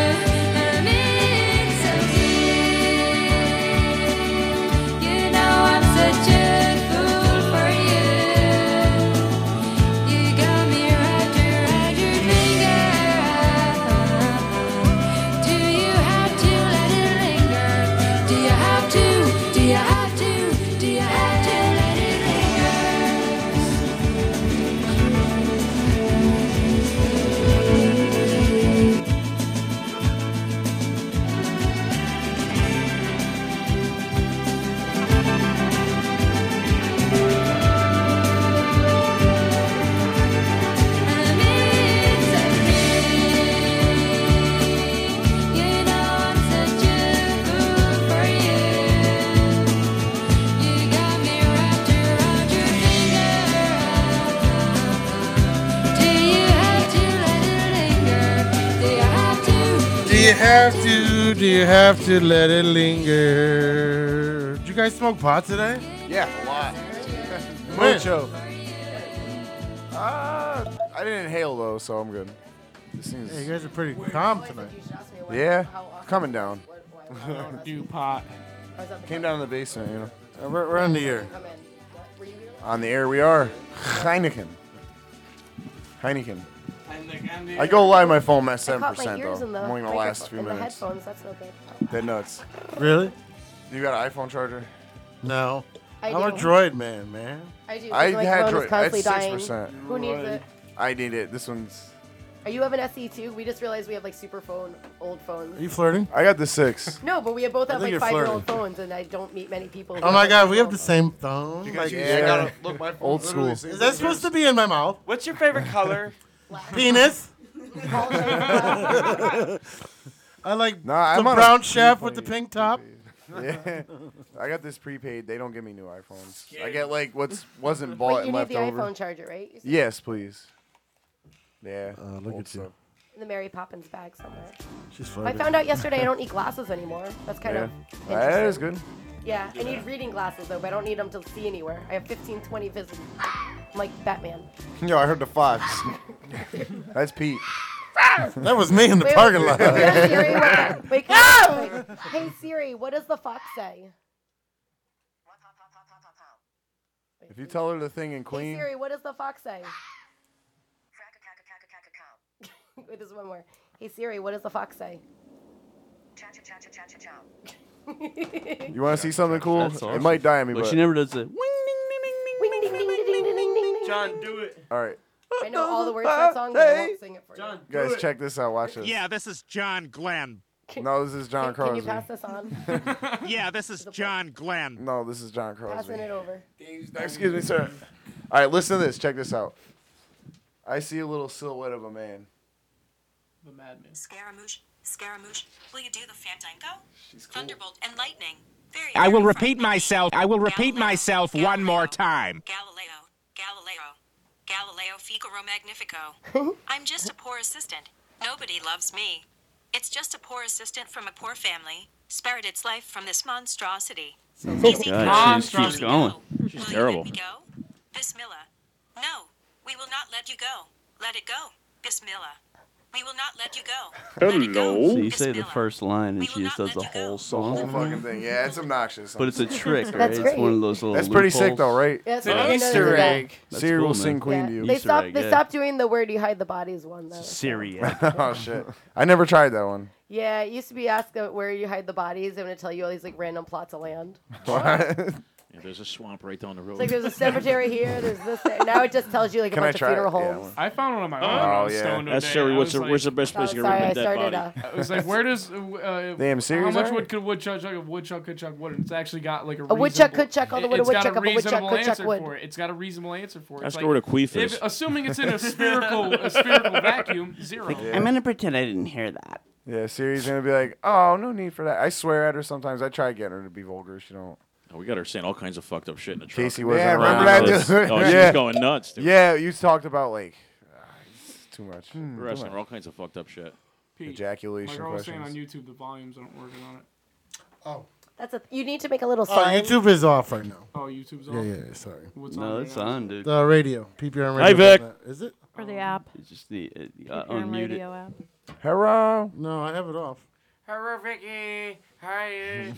S9: Oh,
S13: have to? Do you have to let it linger? Did you guys smoke pot today?
S25: Yeah, a lot.
S13: When?
S25: Mucho. Uh, I didn't inhale though, so I'm good. This seems.
S13: Yeah, you guys are pretty calm tonight.
S25: Yeah, coming down.
S22: Do pot.
S25: Came down to the basement, you know.
S13: Uh, we're, we're on the air.
S25: On the air we are. Heineken. Heineken.
S22: I
S25: I go live my phone. I'm at
S21: I
S25: seven
S21: caught my
S25: percent though.
S21: ears in the
S25: I'm only the
S21: micropho-
S25: last few
S21: in The
S25: minutes.
S21: headphones, that's no good.
S25: Dead nuts.
S13: Really?
S25: You got an iPhone charger?
S13: No.
S21: I
S13: I'm a
S21: do.
S13: droid man, man.
S21: I do.
S25: I
S21: my
S25: had
S21: phone is
S25: droid-
S21: constantly
S25: that's
S21: dying.
S25: 6%.
S21: Who needs it?
S25: I need it. This one's.
S21: Are you have an SE too? We just realized we have like super phone, old phones.
S13: flirting?
S25: I got the six.
S21: No, but we have both
S13: I
S21: have
S13: think you're
S21: like five year old phones, and I don't meet many people. who
S13: Oh
S21: have,
S13: my
S21: like,
S13: god, we have the same phone.
S25: You guys use- I gotta- look, my phone Old literally school.
S13: Is that supposed to be in my mouth?
S3: What's your favorite color?
S13: Penis.
S3: Black.
S13: I like
S25: Nah, I'm
S13: the
S25: on a
S13: brown shaft with the
S25: prepaid.
S13: pink top.
S25: Yeah. I got this prepaid. They don't give me new iPhones. I get like what's wasn't bought
S21: Wait, you
S25: and
S21: need
S25: left
S21: the
S25: over.
S21: iPhone charger, right? You said-
S25: Yes, please. Yeah.
S13: Uh, look at you.
S21: In the Mary Poppins bag somewhere.
S13: She's
S21: I found out yesterday I don't need glasses anymore. That's kind of.
S25: yeah. That is good.
S21: Yeah, I need reading glasses though, but I don't need them to see anywhere. I have 15, 20 vision. I'm like Batman.
S25: Yo, I heard the fox. That's Pete.
S13: That was me in the
S21: Wait,
S13: parking lot.
S21: Yeah, Siri, what- wake up. Like, hey Siri, what does the fox say?
S25: If you tell her the thing in
S21: Hey
S25: Queen,
S21: Siri, what does the fox say? Wait, there's one more. Hey Siri, what does the fox say?
S25: you want to see something cool? It
S24: That's awesome.
S25: might die on me,
S24: Look,
S25: but
S24: she never does the.
S3: John, do it.
S25: All right,
S21: I know all the words to that song, but I won't sing it for
S3: John,
S25: you guys, check this out. Watch this.
S3: Yeah, this is John Glenn.
S25: No, this is John Crosby.
S21: Can- Can you pass this on?
S3: yeah, this is John Glenn.
S25: No, this is John
S21: Passing
S25: Crosby.
S21: it over.
S25: Excuse me, sir. All right, listen to this. Check this out. I see a little silhouette of a man.
S22: The madman.
S16: Scaramouche, Scaramouche, will you do the Fandango? Thunderbolt and lightning. Very
S3: I will repeat myself. I will repeat myself one more time.
S16: Galileo, Galileo, Galileo Figaro Magnifico. I'm just a poor assistant. Nobody loves me. It's just a poor assistant from a poor family, spared its life from this monstrosity. Easy
S24: God, she
S16: come,
S24: just keeps going.
S16: go.
S24: She's
S16: Will you
S24: terrible.
S16: let me go? Bismillah. No, we will not let you go. Let it go. Bismillah. We will not let you go.
S24: Hello. So you say the first line and she just does the whole song.
S25: Whole fucking thing. Yeah, it's obnoxious.
S24: Mm-hmm. But it's a trick, right?
S25: That's
S24: It's one
S25: great.
S24: of those little.
S25: That's pretty sick, though,
S24: loopholes.
S25: right?
S21: Yeah, it's It's an an Easter Easter egg. egg.
S24: That's
S25: Siri
S24: cool,
S25: will sing
S24: man.
S25: Queen to you.
S21: They stopped. They stopped doing the word "you hide the bodies" one though.
S25: Siri. oh shit! I never tried that one.
S21: Yeah, it used to be asked uh, where you hide the bodies. They would tell you all these like random plots of land.
S2: Yeah, there's a swamp right down the road.
S21: It's like there's a cemetery here. There's this. There. Now it just tells you like
S2: Can
S21: a
S2: I
S21: bunch of
S2: try it?
S21: funeral
S2: Yeah, I
S21: homes.
S22: I found one on my
S2: Oh,
S22: own. when I was
S2: yeah.
S22: stoned one
S2: That's
S22: day,
S2: Siri.
S22: and I
S2: What's
S22: was
S2: the- where's the best place
S21: Oh,
S2: to get rid
S21: sorry,
S2: of
S21: I
S2: that
S21: started
S2: body?
S21: a-
S22: I was like, where does uh, uh,
S25: Damn,
S22: how
S25: Siri's
S22: much
S25: alright.
S22: would could woodchuck chuck a woodchuck could chuck wood? It's actually got like a,
S21: A woodchuck
S22: reasonable-
S21: could chuck all the
S22: it-
S21: wood a
S22: it's got
S21: woodchuck of a woodchuck
S22: reasonable
S21: could chuck
S22: answer
S21: wood.
S22: For it. It's got a reasonable answer for it.
S2: That's
S22: It's
S2: where
S22: like,
S2: the
S22: if-
S2: queef is.
S22: assuming it's in a spherical a spherical vacuum, zero.
S3: Like,
S25: I'm gonna
S3: pretend I didn't hear that.
S25: Yeah, Siri's gonna be like, "Oh, no need for that." I swear at her sometimes. I try getting her to be vulgar. She don't.
S2: Oh, we got her saying all kinds of fucked up shit in the truck.
S25: Casey wasn't
S2: yeah,
S25: around.
S2: Remember that? oh, she was going nuts, dude.
S25: Yeah, you talked about like ah, it's too much.
S2: We
S25: Too
S2: Hmm. We're asking
S25: much.
S2: her all kinds of fucked up shit.
S22: Pete,
S25: Ejaculation
S22: My girl was saying on
S25: questions.
S22: YouTube the volumes aren't working on it.
S21: That's a. You need to make a little
S13: Oh,
S21: sign.
S13: YouTube is off right now.
S22: Oh, YouTube's
S13: Yeah,
S22: off?
S13: yeah, yeah, sorry.
S22: What's
S24: No,
S22: on
S24: it's on, dude.
S13: The radio, PPR radio.
S24: Hey, Vic.
S13: Is it?
S8: Or the app.
S24: It's just the uh, uh,
S8: Your
S24: unmute it.
S8: radio app.
S25: Hello.
S13: No, I have it off.
S15: Hello, Vicky. How are you?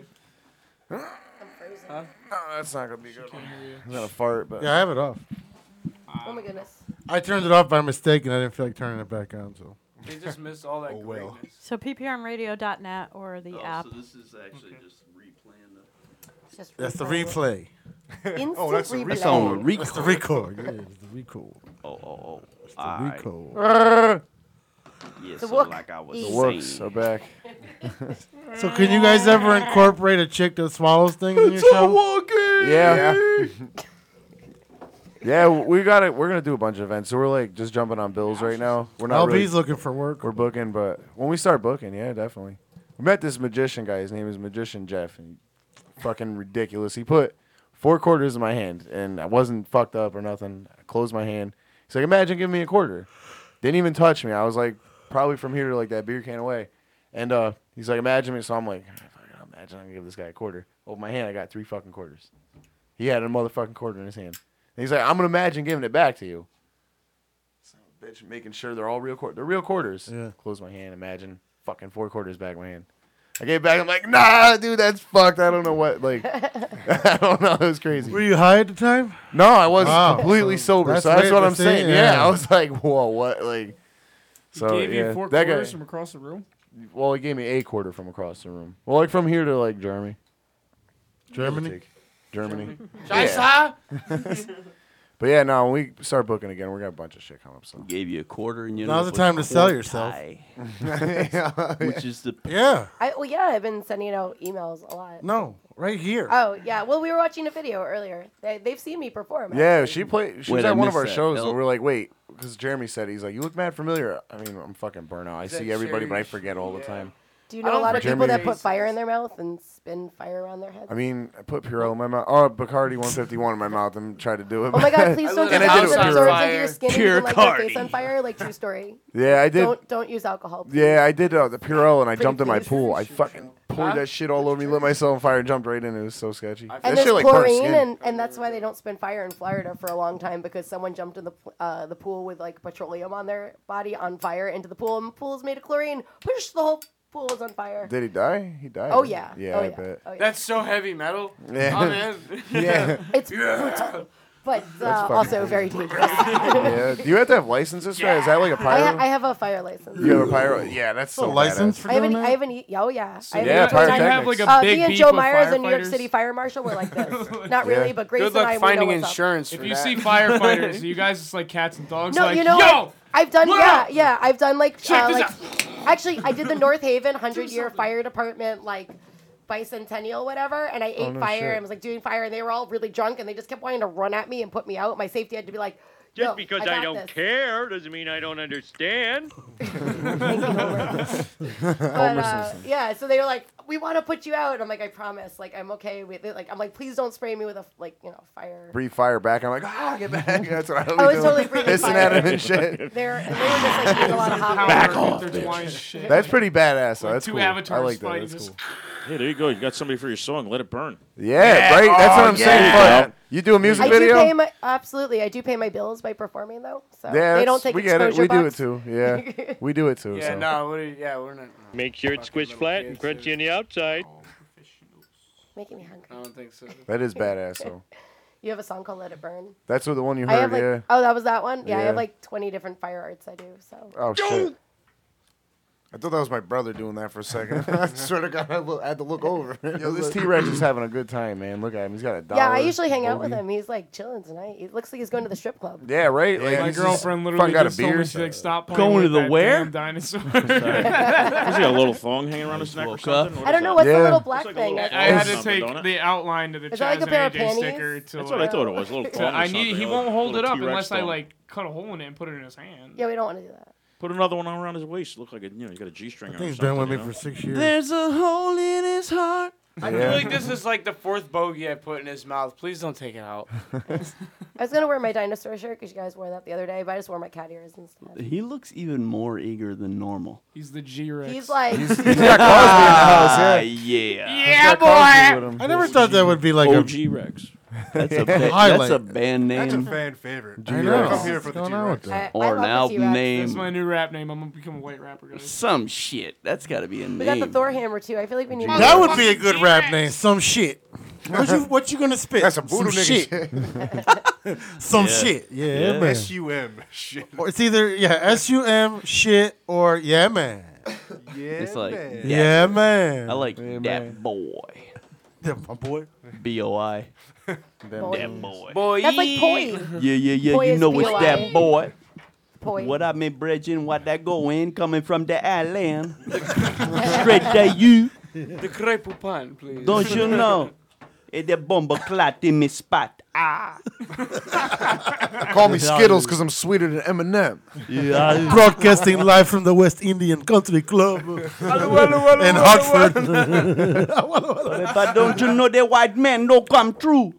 S22: Uh,
S21: Huh?
S25: No, that's not gonna be good. I'm gonna fart, but
S13: Yeah, I have it off.
S21: Oh my goodness.
S13: I turned it off by mistake, and I didn't feel like turning it back on. So
S22: They just missed all that.
S13: well.
S8: So pprmradio.net or the app.
S24: Oh, this is actually just replaying the.
S21: Just
S13: that's the replay.
S21: Instant
S13: oh, that's the
S21: replay.
S13: That's
S24: That's on
S13: the record. That's the
S24: record.
S13: record. Yeah, it's the record.
S24: Oh, oh, oh.
S13: It's the
S24: Aye.
S13: record.
S24: Yeah,
S21: The
S24: so
S21: wook.
S24: like I was
S25: the
S24: saying.
S25: works are back.
S13: So can you guys ever incorporate a chick that swallows things in your show?
S25: Yeah. yeah, we got it. We're gonna do a bunch of events. So we're like just jumping on bills right now. We're not.
S13: LB's
S25: really-
S13: looking for work.
S25: We're booking, but when we start booking, yeah, definitely. We met this magician guy. His name is Magician Jeff, and he- fucking ridiculous. He put four quarters in my hand, and I wasn't fucked up or nothing. I closed my hand. He's like, imagine giving me a quarter. Didn't even touch me. I was like, probably from here to like that beer can away. And uh, he's like, imagine me. So I'm like, imagine I'm gonna give this guy a quarter. Over my hand, I got three fucking quarters. He had a motherfucking quarter in his hand. And he's like, I'm gonna imagine giving it back to you. Son of a bitch, making sure they're all real quarters. They're real quarters. Yeah. Close my hand. Imagine fucking four quarters back in my hand. I gave it back. I'm like, nah, dude, that's fucked. I don't know what. Like, I don't know. It was crazy.
S13: Were you high at the time?
S25: No, I was
S13: Wow.
S25: completely
S13: So
S25: sober.
S13: that's
S25: so that's
S13: late
S25: what
S13: to
S25: I'm
S13: see,
S25: saying.
S13: yeah.
S25: Yeah. I was like, whoa, what? Like,
S22: He
S25: so
S22: gave
S25: yeah,
S22: you four
S25: that
S22: quarters
S25: guy.
S22: from across the room.
S25: Well, he gave me a quarter from across the room. Well, like from here to like Germany.
S13: Germany?
S25: Take- Germany.
S15: Scheiße!
S25: but yeah, no, when we start booking again, we got a bunch of shit coming up. So
S24: gave you a quarter and you
S13: Now's
S24: ended
S13: the
S24: up
S13: time to
S24: with
S13: sell
S24: quart
S13: yourself.
S24: tie.
S25: Yeah.
S24: Which is the
S13: Yeah.
S21: I, well, yeah, I've been sending out emails a lot.
S13: No, right here.
S21: Oh yeah. Well, we were watching a video earlier. They, they've seen me perform.
S25: Yeah,
S21: actually.
S25: she played. She
S24: Wait,
S25: was
S24: I
S25: at one of
S24: missed
S25: our
S24: that.
S25: shows, and
S24: Nope.
S25: we were like, "Wait," because Jeremy said he's like, "You look mad familiar." I mean, I'm fucking burnt out. I
S13: Is
S25: see
S13: that
S25: everybody, but I
S13: Jerry's?
S25: forget all the time.
S21: Do
S13: I
S21: you know a
S13: don't
S21: lot of people
S25: Jeremy-
S21: that put fire in their mouth and spin fire around their heads?
S25: I mean, I put Purell in my mouth. Oh, Bacardi 151 in my mouth and tried to do it.
S21: Oh my
S25: but-
S21: god! Please don't get
S25: and I did it
S21: alcohol
S25: with
S21: that
S25: Purell.
S21: absorbs into your skin and you
S25: Pure
S21: can, like your
S25: Cardi.
S21: face on fire. Like true story.
S25: Yeah, I did.
S21: Don't don't use alcohol. please.
S25: Yeah, I did uh, the Purell, and I jumped in my
S21: Please.
S25: pool. I fucking poured
S21: Huh?
S25: that shit all over me, lit myself on fire, and jumped right in. It was so sketchy.
S21: And
S25: that shit
S21: there's
S25: like burnt
S21: chlorine,
S25: skin.
S21: and, and that's why they don't spin fire in Florida for a long time because someone jumped in the p- uh, the pool with like petroleum on their body on fire into the pool, and the pool is made of chlorine. Push, the whole pool was on fire.
S25: Did he die? He died.
S21: Oh,
S25: didn't
S21: yeah.
S25: he? Yeah,
S21: Oh,
S25: I
S21: yeah.
S25: bet.
S15: That's so heavy metal. Oh,
S25: Yeah.
S15: I'm in.
S25: Yeah.
S21: It's brutal, but uh,
S25: fucking
S21: also
S25: crazy.
S21: very dangerous.
S25: yeah. Do you have to have licenses for that? Is that like a
S21: I,
S25: pyro?
S21: ha- I have a fire license.
S25: you have a pyro? Yeah, that's so
S13: A license
S25: badass.
S13: for
S21: I haven't. I haven't. e- Oh yeah. I haven't
S25: Yeah,
S21: eaten lunch.
S25: pyrotechnics. You have, like, a
S21: uh,
S25: big
S21: me and
S25: beef
S21: Joe
S25: with
S21: Myers, a New York
S25: firefighters?
S21: City fire marshal, were like this.
S25: Yeah.
S21: Not really, but Grace
S15: Good luck
S21: and I. we
S15: finding
S21: know what's up.
S15: insurance
S21: If
S15: for
S21: you
S15: that.
S21: see
S22: Firefighters, you guys just like cats and dogs.
S21: No,
S22: like,
S21: you know,
S22: yo,
S21: what? I've done
S22: What
S21: yeah,
S22: up?
S21: yeah. I've done like,
S22: Check
S21: uh,
S22: this
S21: like actually, I did the North Haven hundred year fire department like bicentennial whatever, and I ate Oh, no fire shit. and was like doing fire, and they were all really drunk, and they just kept wanting to run at me and put me out. My safety had to be like,
S14: Just
S21: "No,
S14: because
S21: I,
S14: I,
S21: got
S14: don't
S21: this."
S14: care doesn't mean I don't understand.
S21: But, uh, yeah, so they were like, "We want to put you out." And I'm like, "I promise. Like, I'm okay with it. Like, I'm like, please don't spray me with a like, you know, fire."
S25: Breathe fire back. I'm like, ah, get back. That's what I,
S21: I was Oh, totally
S25: doing.
S21: breathing
S25: Pissing
S21: fire.
S25: at him and shit.
S21: They're they were just like doing a lot of hot
S25: Back
S21: water.
S25: off,
S22: They're twined
S25: bitch.
S22: shit.
S25: That's pretty badass. Though.
S22: Like
S25: That's
S22: two
S25: cool. I
S22: avatars
S25: like that.
S22: fighting
S25: That's
S22: this-
S25: cool.
S2: Hey, there you go. You got somebody for your song. Let it burn.
S25: Yeah, Oh, right. That's what I'm saying. Fuck. You do a music
S21: I
S25: video.
S21: do pay my absolutely. I do pay my bills by performing though, so
S25: yeah,
S21: they
S25: that's-
S21: don't take
S25: we get it.
S21: exposure
S25: We do it
S21: bucks.
S25: too. Yeah, we do it too.
S21: Yeah,
S25: so.
S15: No, what are you, yeah, we're not.
S14: Make sure it's squished flat and crunchy on the outside.
S21: Making me hungry.
S15: I don't think so.
S25: That is badass. So
S21: You have a song called "Let It Burn."
S25: that's what the one you
S21: I have
S25: heard.
S21: like
S25: yeah.
S21: oh that was that one. Yeah, I
S25: Yeah.
S21: have like twenty different fire arts I do. So
S25: Oh shit. I thought that was my brother doing that for a second. I swear to God, I, lo- I had to look over. Yo, this T Rex is having a good time, man. Look at him. He's got a dollar.
S21: yeah, I usually hang out with
S25: bogey.
S21: him. He's like chilling tonight. It looks like he's going to the strip club.
S25: Yeah, right.
S22: Yeah, my
S25: he's just
S22: girlfriend
S25: fucking
S22: literally
S25: got
S22: just
S25: a
S22: told
S25: beer.
S22: me she's like, stop playing
S25: Going
S22: with
S25: to the
S22: that
S25: where?
S22: damn dinosaur.
S2: Is he a little thong hanging around his neck or something? What
S21: I don't
S2: is
S21: know
S2: that?
S21: what's the
S25: Yeah.
S21: little black
S2: Looks like a
S21: thing.
S2: little-
S22: I had to
S2: Something, don't
S22: take
S2: it?
S22: the outline to the
S21: Is
S22: Chaz
S21: that like a
S22: and
S21: pair of
S22: AJ
S21: panties?
S22: sticker to.
S2: That's
S22: like,
S2: what I thought it was, a little
S22: to-
S2: thong or
S22: I need. He
S2: something, a
S22: won't
S2: little-
S22: hold it
S2: little
S22: up
S2: T-Rex
S22: unless I
S2: thong.
S22: like cut a hole in it and put it in his hand.
S21: Yeah, we don't want to do that.
S2: Put another one around his waist. Look like a, you know, he's got a G string.
S13: I think he's been with me for six years.
S15: There's a hole in his heart. I feel
S13: Yeah.
S15: like this is like the fourth bogey I put in his mouth. Please don't take it out.
S21: I was gonna wear my dinosaur shirt because you guys wore that the other day, but I just wore my cat ears instead.
S24: He looks even more eager than normal.
S22: He's the G Rex.
S21: He's like,
S24: Ah, yeah.
S22: Yeah, boy.
S13: I never thought that would be like a
S2: G Rex.
S24: That's a, ba- that's
S13: Highlight.
S24: a band name.
S20: That's a fan favorite.
S13: I know.
S20: Come here for the
S13: What's going
S20: G
S13: on with that?
S20: Rex.
S21: I
S24: or
S21: love
S24: an
S21: the
S24: album
S21: T-Rex.
S24: name.
S22: That's my new rap name. I'm gonna become a white rapper, guys.
S24: Some shit. That's got to be a
S21: we got the
S24: name.
S21: Thor hammer too. I feel like we need.
S13: That would be a good rap name. Some shit. What you what you gonna spit?
S25: That's a voodoo
S13: Some shit. Some shit. Yeah, man.
S20: S U M. Shit.
S13: Or it's either yeah, S U M shit or yeah man.
S24: It's like
S13: Yeah,
S24: yeah,
S13: man.
S24: I like that boy.
S13: Yeah, my boy.
S24: B O I.
S21: Boy.
S24: That boy.
S15: Boy,
S21: That's like poi.
S24: Yeah, yeah, yeah.
S21: Boy
S24: you
S21: is
S24: know it's
S21: B.O.I..
S24: that boy.
S21: Poi.
S24: What I mean, brethren, what that going? Coming from the island, straight to you.
S15: The crepe pun, please.
S24: Don't you know? It's the bomba clot in me spot. Ah.
S25: Call me Skittles because I'm sweeter than Eminem.
S24: Yeah.
S13: Broadcasting live from the West Indian Country Club in Hartford.
S24: but don't you know the white Oh, man don't come true?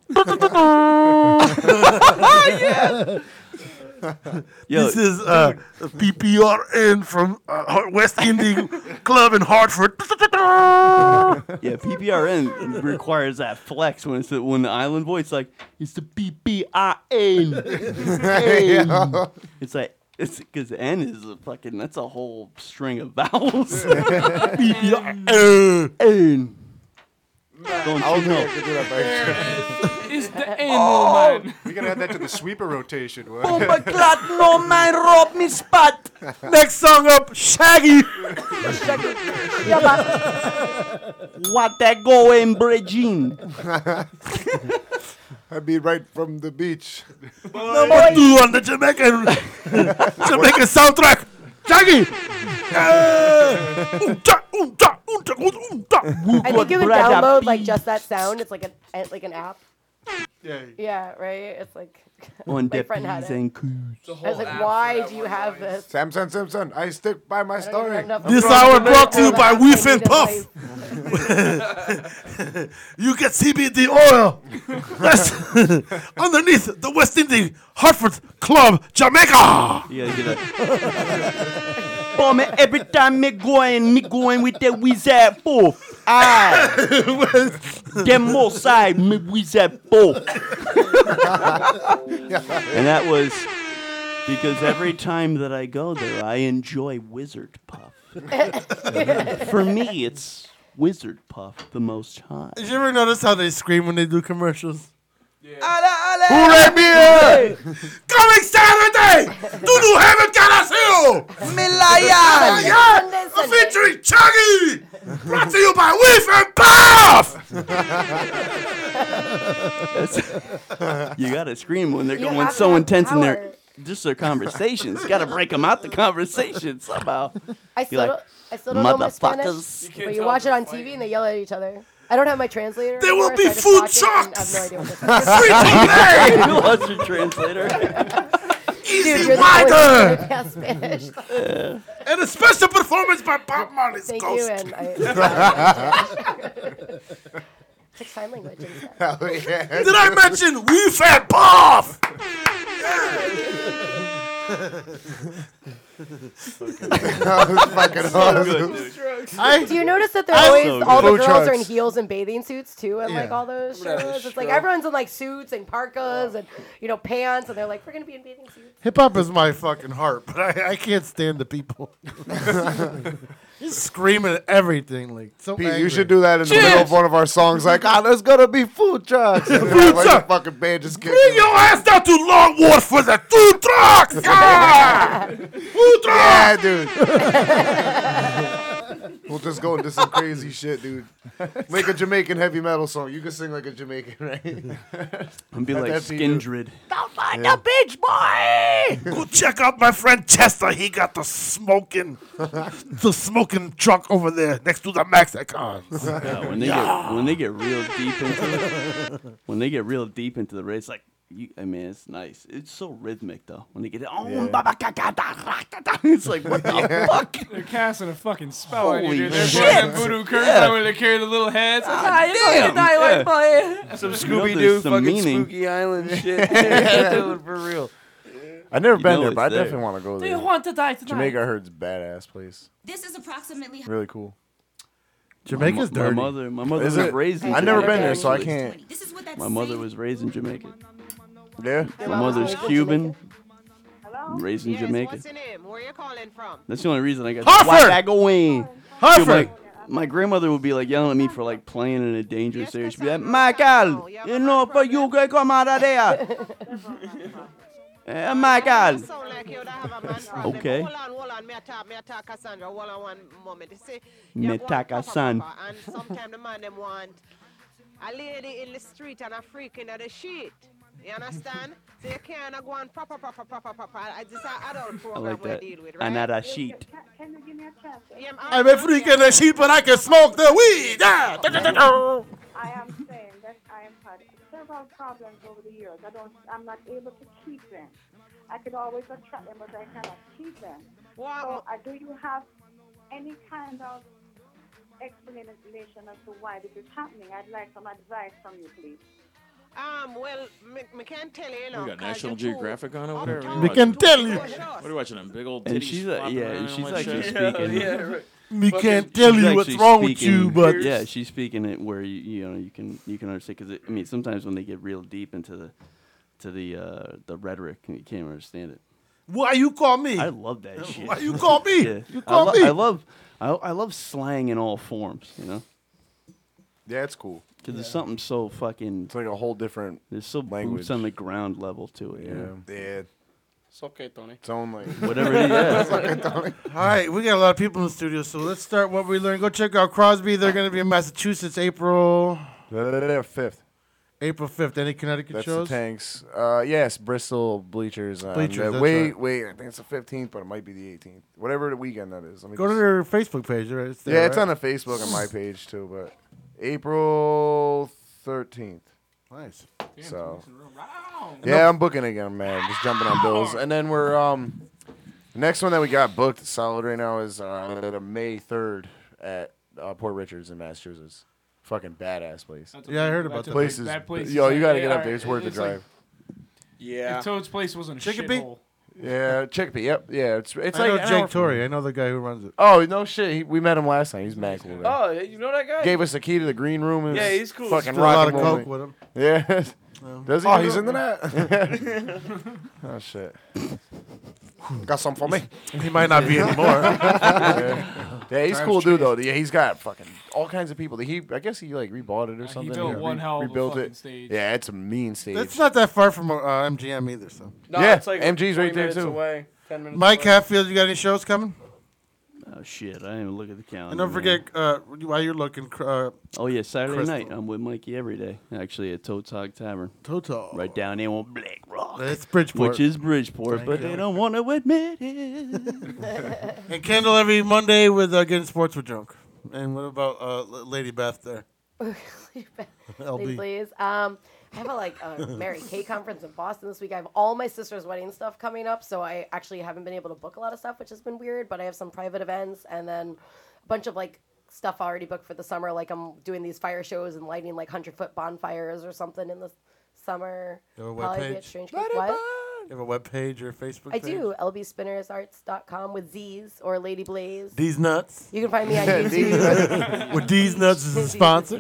S24: Yo,
S19: this is uh, PPRN from uh, Har- West Indian Club in Hartford.
S24: yeah, PPRN requires that flex when it's the, when the island voice like it's the PPRN. it's like it's because N is a fucking that's a whole string of vowels. PPRN. Don't
S25: I'll
S24: you
S25: do
S24: know?
S25: it to get up extra.
S22: It's the
S24: Oh.
S22: animal man.
S20: We're gonna add that to the sweeper rotation. what?
S19: oh my god, no man rob me spot. Next song up, Shaggy.
S24: Shaggy. Yeah, What that going, Bridging?
S25: I be right from the beach.
S19: Number two on the Jamaican Jamaican soundtrack. Shaggy.
S21: I think you can download like just that sound. It's like an eh, like an app.
S13: Yeah.
S21: Yeah, right. It's like
S24: On
S21: my
S24: the
S21: friend had
S24: peas
S21: it.
S24: and coos.
S21: I was like, why do you have this?
S25: Samson, Samson, I stick by my story.
S19: This hour brought to you by Weef and Puff. you get CBD oil. That's underneath the West Indian Hartford Club, Jamaica.
S24: You gotta get a. Boy, me every time me going, me going with the wizard both. I them more side me wizard both. and that was because every time that I go there, I enjoy wizard puff. For me, it's wizard puff the most time.
S13: Did you ever notice how they scream when they do commercials?
S19: Hooray,
S13: beer!
S19: Coming Saturday to New Haven Coliseum.
S6: Milayan.
S19: Milayan. Featuring Chuggy. Brought to you by Weef and Puff.
S24: That's- you gotta scream when they're
S19: You
S24: going
S19: have
S24: so
S19: that
S24: intense in their just their conversations. gotta break them out the conversation somehow.
S21: I
S24: Be
S21: still
S24: like,
S21: don't, I still don't know my
S24: "Motherfuckers."
S21: Spanish.
S24: You can't
S21: but you
S24: tell
S21: watch it
S24: they're
S21: on TV and they yell at each other. I don't have my translator.
S19: There will
S21: anymore,
S19: be
S21: so I just
S19: food
S21: watch it and I have no idea what this is.
S24: You lost your translator.
S19: Easy
S21: you're the
S19: Rider.
S21: voice of Spanish.
S19: and a special performance by Bob Marley's
S21: Thank
S19: Ghost.
S21: you, and I. It's like sign language. and stuff.
S19: Did I mention we fat Puff?
S25: That was fucking awesome.
S13: I-
S21: Do you notice that they're
S13: I-
S21: always
S13: So
S21: all the
S13: good.
S21: girls
S13: Food
S21: are in
S13: trucks.
S21: heels and bathing suits too, and like
S13: Yeah.
S21: all those
S13: Whatever,
S21: shows? It's like
S13: sure.
S21: everyone's in like suits and parkas and you know pants, and they're like, we're gonna be in bathing suits.
S13: Hip hop is my fucking heart, but I, I can't stand the people. He's screaming at everything like so.
S25: Pete,
S13: angry.
S25: you should do that in the middle of one of our songs. Like, ah, there's gonna be food trucks. And then, like, the
S19: truck.
S25: fucking band just kicks
S19: Bring your ass down to Long Wharf for the food trucks. Yeah! Food
S25: Yeah,
S19: trucks.
S25: dude. we'll just go into some crazy shit, dude. Make a Jamaican heavy metal song. You can sing like a Jamaican, right?
S24: And be
S25: Have
S24: like
S25: that be you.
S24: Skindred.
S19: Don't
S25: find
S19: a bitch, boy. Go check out my friend Chester. He got the smoking, the smoking truck over there next to the Mexicans.
S24: Yeah, when they get when they get real deep into it, when they get real deep into the race, like you, I mean, it's nice. It's so rhythmic though. When they get oh,
S22: Yeah.
S24: baba, ga, ga, da, ra, ga, da. it's like what the fuck?
S22: They're casting a fucking spell on
S24: Holy
S22: you, dude. They're
S24: shit.
S22: putting that voodoo curse
S24: Yeah.
S22: on where they carry the little heads.
S24: Ah,
S22: Like,
S24: damn,
S22: damn,
S24: yeah.
S22: Some
S24: You know,
S22: Scooby
S24: there's
S22: Doo
S24: some
S22: fucking
S24: meaning.
S22: spooky island shit.
S25: Dude,
S22: for real.
S25: I've never
S24: You
S25: been
S24: know
S25: there,
S24: it's
S25: but I
S24: there.
S25: definitely want to
S31: Do
S25: go there.
S31: you want to die tonight?
S25: Jamaica Herd's badass place.
S31: This is approximately
S25: Really cool.
S24: Jamaica's My mo- my dirty. mother- my mother
S25: Is
S24: was
S25: it?
S24: raised in
S25: I've never
S24: Jamaica,
S25: been there, so I
S24: actually.
S25: can't.
S24: My mother was raised in Jamaica.
S25: Yeah.
S24: My mother's Cuban. Raised in Jamaica. That's the only reason I got. Harford! Why I go in? Harford! my, my grandmother would be like yelling at me for like playing in a dangerous area. She'd be like, Michael, you know, for you can come out of there. Eh, Michael. Okay. Metaka san.
S18: and sometimes the man them want a lady in the street and a freak in the sheet. You understand? So you can't go on proper, proper, proper, proper. I- This is an adult
S24: I
S18: program
S24: like
S18: we
S24: that.
S18: deal with, right?
S24: Another sheet.
S18: Yeah,
S19: I'm a freak and a sheep, but I can smoke the weed. Yeah.
S24: I am saying that I have had several problems over the years. I don't, I'm not able to keep them. I could always attract them, but I cannot keep them. So, uh, do you have any kind of explanation as to why this is happening? I'd like some advice from you, please.
S18: Um, well, me, me can't tell you, you
S2: We
S18: know,
S2: got
S18: 'cause
S2: National
S18: you
S2: Geographic on over
S18: up
S2: there.
S18: top
S2: We
S18: of
S2: can
S18: two
S2: tell you.
S18: shorts.
S2: What are you watching? Them big old titties
S24: And she's like,
S2: flopping
S24: yeah,
S2: around
S24: and she's
S2: like
S24: actually
S2: shit?
S24: speaking.
S13: Me
S24: Fucking-
S13: can't tell
S24: she's
S13: you what's
S24: actually
S13: wrong with you,
S24: speaking-
S13: but-
S24: yeah, she's speaking it where you you know you can you can understand because I mean sometimes when they get real deep into the to the uh, the rhetoric you can't understand it.
S13: Why you call me?
S24: I love that shit.
S13: Why you call me?
S24: Yeah.
S13: You
S24: I
S13: call
S24: lo-
S13: me.
S24: I love I, I love slang in all forms. You know.
S25: Yeah, it's cool.
S24: Because there's something so fucking. It's
S25: like a whole different.
S24: There's so
S25: language.
S24: boots on the ground level to it. you know?
S25: Yeah.
S15: It's okay, Tony.
S25: It's own language.
S24: Whatever it is, yeah.
S25: It's okay, Tony.
S13: All right, we got a lot of people in the studio, so let's start what we learned. Go check out Crosby. They're going to be in Massachusetts April
S25: fifth.
S13: April fifth. Any Connecticut
S25: That's
S13: shows?
S25: the tanks. Uh, yes, Bristol Bleachers. On
S13: Bleachers,
S25: the-
S13: that's
S25: wait,
S13: right.
S25: wait. I think it's the fifteenth, but it might be the eighteenth. Whatever the weekend that is. Let me
S13: Go to
S25: just-
S13: their Facebook page. Right? It's there,
S25: yeah, it's
S13: right?
S25: on the Facebook on my page too. But April thirteenth.
S13: Nice.
S25: so.
S13: And
S25: Yeah,
S13: the-
S25: I'm booking again. I'm mad. Just jumping on bills, and then we're um, the next one that we got booked solid right now is uh May third at uh, Port Richards in Massachusetts. Fucking badass place.
S22: That's a Yeah, I big- heard about that's a that. big-
S25: Place is,
S22: that place is
S25: yo,
S22: like-
S25: you got to
S22: they
S25: get up
S22: are-
S25: there. It's worth the
S22: it's like-
S25: drive.
S22: Yeah. If Toad's place wasn't a
S13: Chicopee?
S22: shithole.
S25: Yeah, Chickpea. Yep. Yeah, it's it's
S13: I
S25: like
S13: know
S25: an hour
S13: Jake
S25: from-
S13: Torrey. I know the guy who runs it.
S25: Oh no shit! He, we met him last night. He's mad cool. though.
S11: Oh, you know that guy?
S25: Gave us the key to the green room. and
S11: Yeah,
S25: was
S11: he's cool.
S25: Fucking
S11: Did a lot
S25: rock
S11: of
S25: and roll.
S11: coke with him.
S25: Yeah.
S11: Oh.
S25: Does he?
S11: Oh,
S25: do
S11: he's
S25: coke?
S11: into that?
S25: oh shit. Got some for me.
S13: He might not be anymore.
S25: yeah. Yeah, he's
S13: Time's
S25: cool dude though. Yeah, he's got fucking all kinds of people. He, I guess he like rebought it or something.
S13: built
S25: or
S13: one hell of a
S25: rebuilt
S13: fucking
S25: it.
S13: stage.
S25: Yeah, it's a mean stage.
S13: That's not that far from uh, MGM either. So
S25: No, Yeah, it's like MG's right 20 there, minutes too.
S15: away, 10 minutes
S13: Mike
S15: away.
S13: Hatfield, you got any shows coming?
S24: Oh shit! I didn't even look at the calendar.
S13: and don't
S24: man.
S13: forget, uh, while you're looking, cr- uh,
S24: Oh yeah, Saturday
S13: Crystal.
S24: night I'm with Mikey every day. Actually at Totog Tavern.
S13: Totog.
S24: Right down there on Black Rock.
S13: That's Bridgeport.
S24: Which is Bridgeport,
S13: Thank
S24: but
S13: you.
S24: they don't want to admit it.
S13: and Kendall every Monday with uh, getting sports with drunk. And what about uh, L- Lady Beth there?
S21: Please, please. Um, I have a like a Mary Kay conference in Boston this week. I have all my sister's wedding stuff coming up, so I actually haven't been able to book a lot of stuff, which has been weird. But I have some private events and then a bunch of like stuff already booked for the summer. Like I'm doing these fire shows and lighting like hundred foot bonfires or something in the s- summer.
S13: You have a
S21: Probably be
S13: webpage?
S21: at Strange Cake- What?
S13: You have a web page or a Facebook
S21: I
S13: page?
S21: do. lbspinnersarts.com with Z's or Lady Blaze.
S13: These nuts.
S21: You can find me on YouTube.
S13: With these nuts as a sponsor.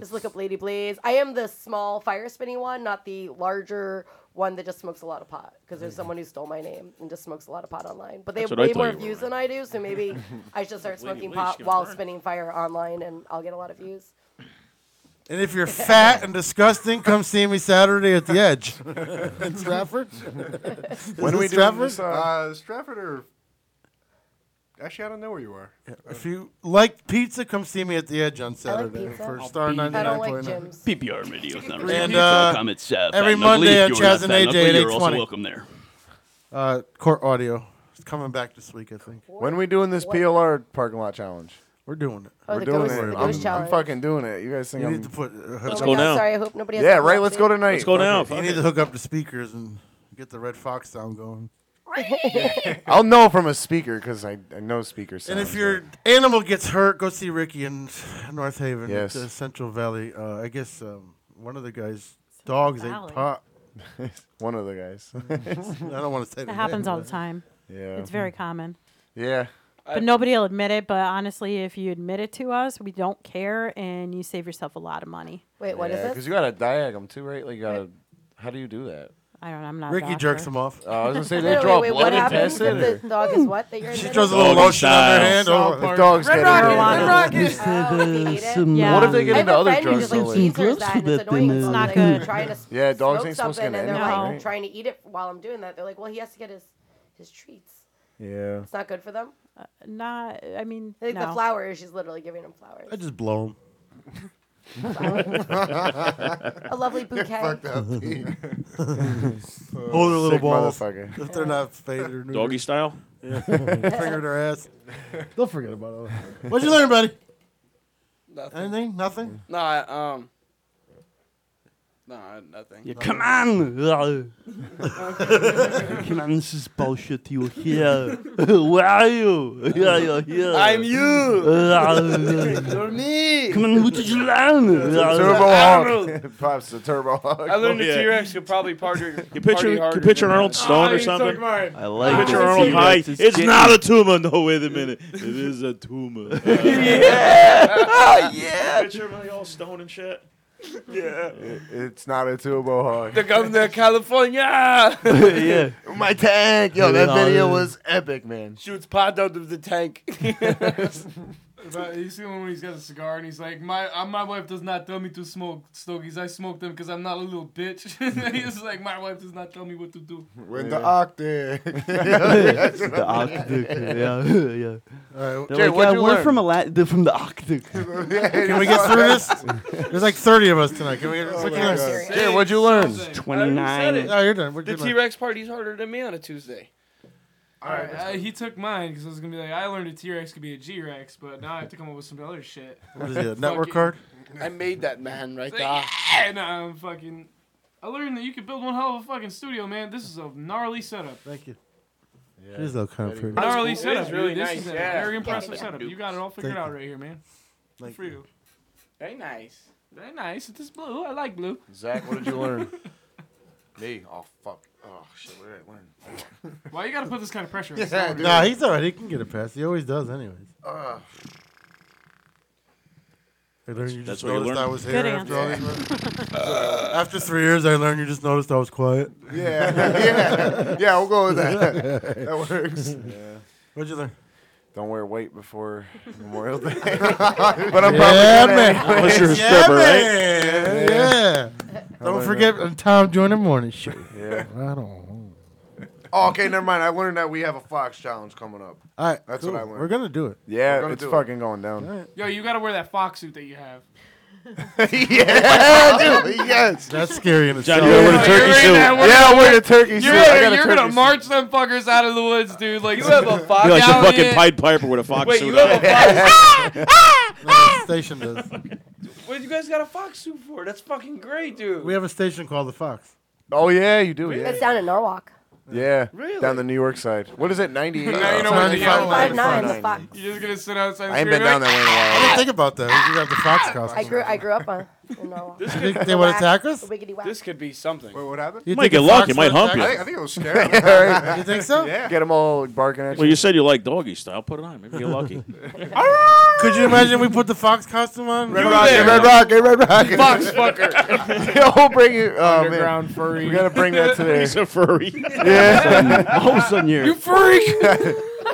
S21: Just look up Lady Blaze. I am the small fire spinning one, not the larger one that just smokes a lot of pot. Because there's someone who stole my name and just smokes a lot of pot online. But they
S6: That's
S21: have
S6: what I
S21: way
S6: thought
S21: more
S6: you were,
S21: views than I do, so maybe I should
S6: Lady
S21: start smoking
S6: Blaze,
S21: pot
S6: she
S21: while
S6: was
S21: spinning fire online, and I'll get a lot of views.
S13: And if you're fat and disgusting, come see me Saturday at the Edge. in Stratford.
S19: when
S13: Is
S19: are we
S13: it
S19: doing
S13: Stratford?
S19: this? Uh, Stratford or actually, I don't know where you are.
S13: If you like pizza, come see me at the Edge on Saturday
S19: pizza.
S13: for
S19: I'll
S13: Star
S19: be there. I don't like
S13: 99.9.
S24: PPR radio is not
S13: Free
S24: responsible
S13: pizza.
S24: for
S13: uh,
S24: comments, uh,
S13: every
S24: Fat
S13: Monday
S24: Knuckly.
S13: at
S24: If you are
S13: Chaz and
S24: not Fat
S13: AJ at
S24: Knuckly, You're also
S13: 8:20.
S24: welcome there.
S13: Uh, court audio. It's coming back this week, I think.
S25: When we doing this PLR parking lot challenge?
S13: We're doing it.
S21: Oh,
S25: We're
S21: the
S25: doing
S21: ghost-
S25: it.
S21: the
S25: I'm-
S21: ghost
S25: I'm,
S21: challenge.
S25: fucking doing it. You guys think
S13: You
S25: I'm
S13: need to put. Uh, hook
S25: Let's
S21: Oh my
S25: go
S21: God,
S25: now.
S21: Sorry, I hope nobody has
S25: Yeah,
S21: a
S25: right. Let's go
S21: epilepsy.
S25: tonight. Fuck it.
S13: You need to hook up the speakers and get the Red Fox sound going.
S25: I'll know from a speaker because I, I know speaker sounds.
S13: And if your animal gets hurt, go see Ricky in North Haven
S25: Yes.
S13: at the Central Valley. Uh, I guess um, one of the guys' dogs
S8: Valley.
S13: ate pot.
S25: One of the guys.
S13: I don't want to say
S8: That happens all the time.
S25: Yeah.
S8: It's very common.
S25: Yeah.
S8: But nobody will admit it. But honestly, if you admit it to us, we don't care, and you save yourself a lot of money.
S21: Wait,
S25: Because you gotta diag them too, right? Like you gotta. How do you do that?
S8: I don't. know. I'm not. a
S13: Ricky
S8: doctor.
S13: jerks 'em off.
S25: Oh, I was gonna say
S21: Wait,
S25: they
S21: wait,
S25: draw
S21: wait,
S25: blood
S21: what
S25: and
S21: happens
S25: test it.
S21: if
S25: or-
S21: the dog is what? That you're she
S13: throws a little lotion on their hand.
S25: Dog
S13: Oh,
S25: dogs
S13: Red
S25: get
S13: Rocket,
S25: it.
S13: Red Rocket.
S24: Oh,
S21: Yeah.
S25: What if they get
S21: I have
S25: into
S21: a
S25: other
S21: friend who
S25: drugs?
S21: just, like,
S25: though,
S21: eats theirs that, and it's annoying. It's not good. Trying to s-
S25: Yeah, dogs
S21: smoke
S25: ain't supposed to
S21: something,
S25: get
S21: and
S25: into
S21: they're like
S25: anything, right?
S21: trying to eat it while I'm doing that. They're like, well, he has to get his his treats.
S25: Yeah.
S21: It's not good for them.
S8: Uh, Not. I mean,
S21: I think the
S8: no.
S21: flowers. She's literally giving him flowers.
S13: I just blow them.
S21: A lovely bouquet.
S13: Fucked up. Hold
S25: Hold
S13: their little
S25: Sick
S13: balls
S25: motherfucker.
S13: Oh. if they're not faded or neutered.
S2: Doggy style?
S13: Yeah. Finger their ass. They'll forget about it. What'd you learn, buddy?
S15: Nothing.
S13: Anything? Nothing.
S15: No, I, um, No, nothing.
S24: Yeah, come on! come on, this is bullshit. You're here. Where are you? Yeah, you're here.
S15: I'm you. You're me.
S24: Come on, who did you learn?
S25: Turbo Hawk. Pops the Turbo Hawk.
S15: I learned
S2: Oh, Yeah.
S15: the T Rex could probably party.
S2: You picture,
S15: party
S2: you
S15: harder
S2: picture
S15: than
S2: Arnold
S15: that.
S2: Stone
S15: Ah,
S2: or
S15: you took
S2: something.
S15: mine.
S2: I like
S24: that.
S2: picture Arnold
S24: See,
S2: High.
S24: that's
S2: It's,
S24: his game.
S2: not a tumor. No, wait a minute. it is a tumor. Uh,
S25: Yeah. Oh, yeah.
S2: Picture him like all stone and shit.
S25: Yeah. it's not a turbo hog.
S15: The governor of California.
S25: Yeah. My tank. Yo, that video was epic, man.
S15: Shoots pot out of the tank.
S22: But you see when he's got a cigar and he's like, my uh, my wife does not tell me to smoke stogies. I smoke them because I'm not a little bitch. he's like, my wife does not tell me what to do.
S20: When the Arctic.
S24: the Arctic, yeah, yeah.
S20: All right,
S24: They're
S20: Jay, what'd
S24: like, yeah,
S20: you
S24: we're
S20: learn?"
S24: from Ala- they're from the Arctic.
S20: Can we get through this?
S13: There's like 30 of us tonight. Can we get,
S20: Oh
S13: what
S20: my
S13: can I
S20: God.
S13: say?
S20: Jay, what'd you learn?
S13: Something.
S24: Twenty nine.
S13: No, Oh, you're done. We're
S15: The
S13: good.
S15: T Rex party's harder than me on a Tuesday.
S22: All right, uh, he took mine because I was gonna be like, I learned a T Rex could be a G Rex, but now I have to come up with some other shit.
S13: What is it, a
S22: Fuck
S13: network
S22: it.
S13: card?
S15: I made that man right
S22: It's
S15: there.
S22: Like, yeah, no, I'm fucking. I learned that you could build one hell of a fucking studio, man. This is a gnarly setup.
S13: Thank you. It is though kind of pretty.
S22: Gnarly
S15: That's cool. It
S22: setup,
S15: is
S22: dude.
S15: really
S22: this
S15: nice,
S22: is a
S15: yeah.
S22: very
S15: Yeah,
S22: impressive
S15: yeah.
S22: setup. You got it all figured
S13: Thank
S22: out right here, man. Good for you.
S15: Very nice.
S22: Very nice. It is blue. I like blue.
S25: Zach, what did you learn? Me? Oh fuck. Oh shit. What did I learn?
S22: Why you gotta put this kind of pressure? on
S25: Yeah,
S22: someone?
S25: dude.
S13: Nah, he's all right. He can get a pass. He always does, anyways.
S25: Ugh.
S13: I learned you
S2: That's
S13: just
S2: what you
S13: noticed
S2: learned?
S13: I was
S2: Good
S13: here after all these
S2: answer.
S13: months. After three years, I learned you just noticed I was quiet.
S25: Yeah, yeah, yeah. We'll go with that. that works.
S13: What'd you learn?
S25: Don't wear white before Memorial Day. but I'm
S13: Yeah,
S25: probably
S13: man.
S25: gonna
S13: Unless you're a Yeah, stripper, man. right? Yeah.
S25: I
S13: Don't
S25: learned
S13: forget
S25: that.
S13: uh, Tom joined the morning show.
S25: Yeah.
S13: I don't. know.
S25: Oh, okay, never mind. I learned that we have a Fox challenge coming up.
S13: All right,
S25: that's
S13: cool.
S25: what I learned.
S13: We're gonna do it.
S25: Yeah,
S13: We're gonna
S25: it's
S13: do it.
S25: fucking going down.
S22: Yo, you gotta wear that fox suit that you have.
S25: yeah, dude. Yes.
S13: That's scary in
S25: John,
S13: itself.
S25: you gotta wear the turkey You're in suit. that- we're Yeah, gonna- I wear the turkey
S22: you're
S25: suit.
S22: Gonna,
S25: I got a
S22: you're
S25: turkey
S22: gonna
S25: suit.
S22: march them fuckers out of the woods, dude. Like you have a fox.
S2: You're like the
S22: down
S2: fucking
S22: in-
S2: Pied Piper with a fox
S22: Wait,
S2: suit
S22: you have
S2: on.
S22: a fox.
S13: That's what the station does.
S15: What you guys got a fox suit for? That's fucking great, dude.
S13: We have a station called the Fox.
S25: Oh yeah, you do. Yeah.
S21: It's down in Norwalk.
S25: Yeah. Down the New York side. What is it? Ninety-eight.
S22: Now you know where the yellow
S21: Five
S22: line
S21: nine,
S22: is.
S21: the fox.
S22: You're just gonna sit outside.
S25: I ain't been down that way in a while.
S13: I didn't think about that. We could have the Fox
S21: I
S13: costume.
S21: grew I grew up on in Norwalk.
S13: You think they would attack us?
S21: Wiggity whack.
S15: This could be something.
S25: Wait, what happened?
S13: You
S2: Might
S13: think
S2: get
S13: the
S2: lucky,
S13: Fox
S2: might
S13: would
S2: hump
S13: attack
S2: you.
S13: us?
S25: I think, I think it was scary.
S13: You think so?
S25: Yeah. Get them all barking at
S2: Well,
S25: you.
S2: you said you like doggy style. Put it on. Maybe you're lucky.
S13: Could you imagine we put the Fox costume on?
S25: Red Rocket, Red Rocket, Red Rocket.
S15: Fox fucker.
S25: Yo, we'll bring it. Oh,
S22: Underground
S25: man.
S22: furry.
S25: We gotta bring that today.
S2: He's a furry.
S25: Yeah.
S24: All of a sudden, you're.
S22: You freak.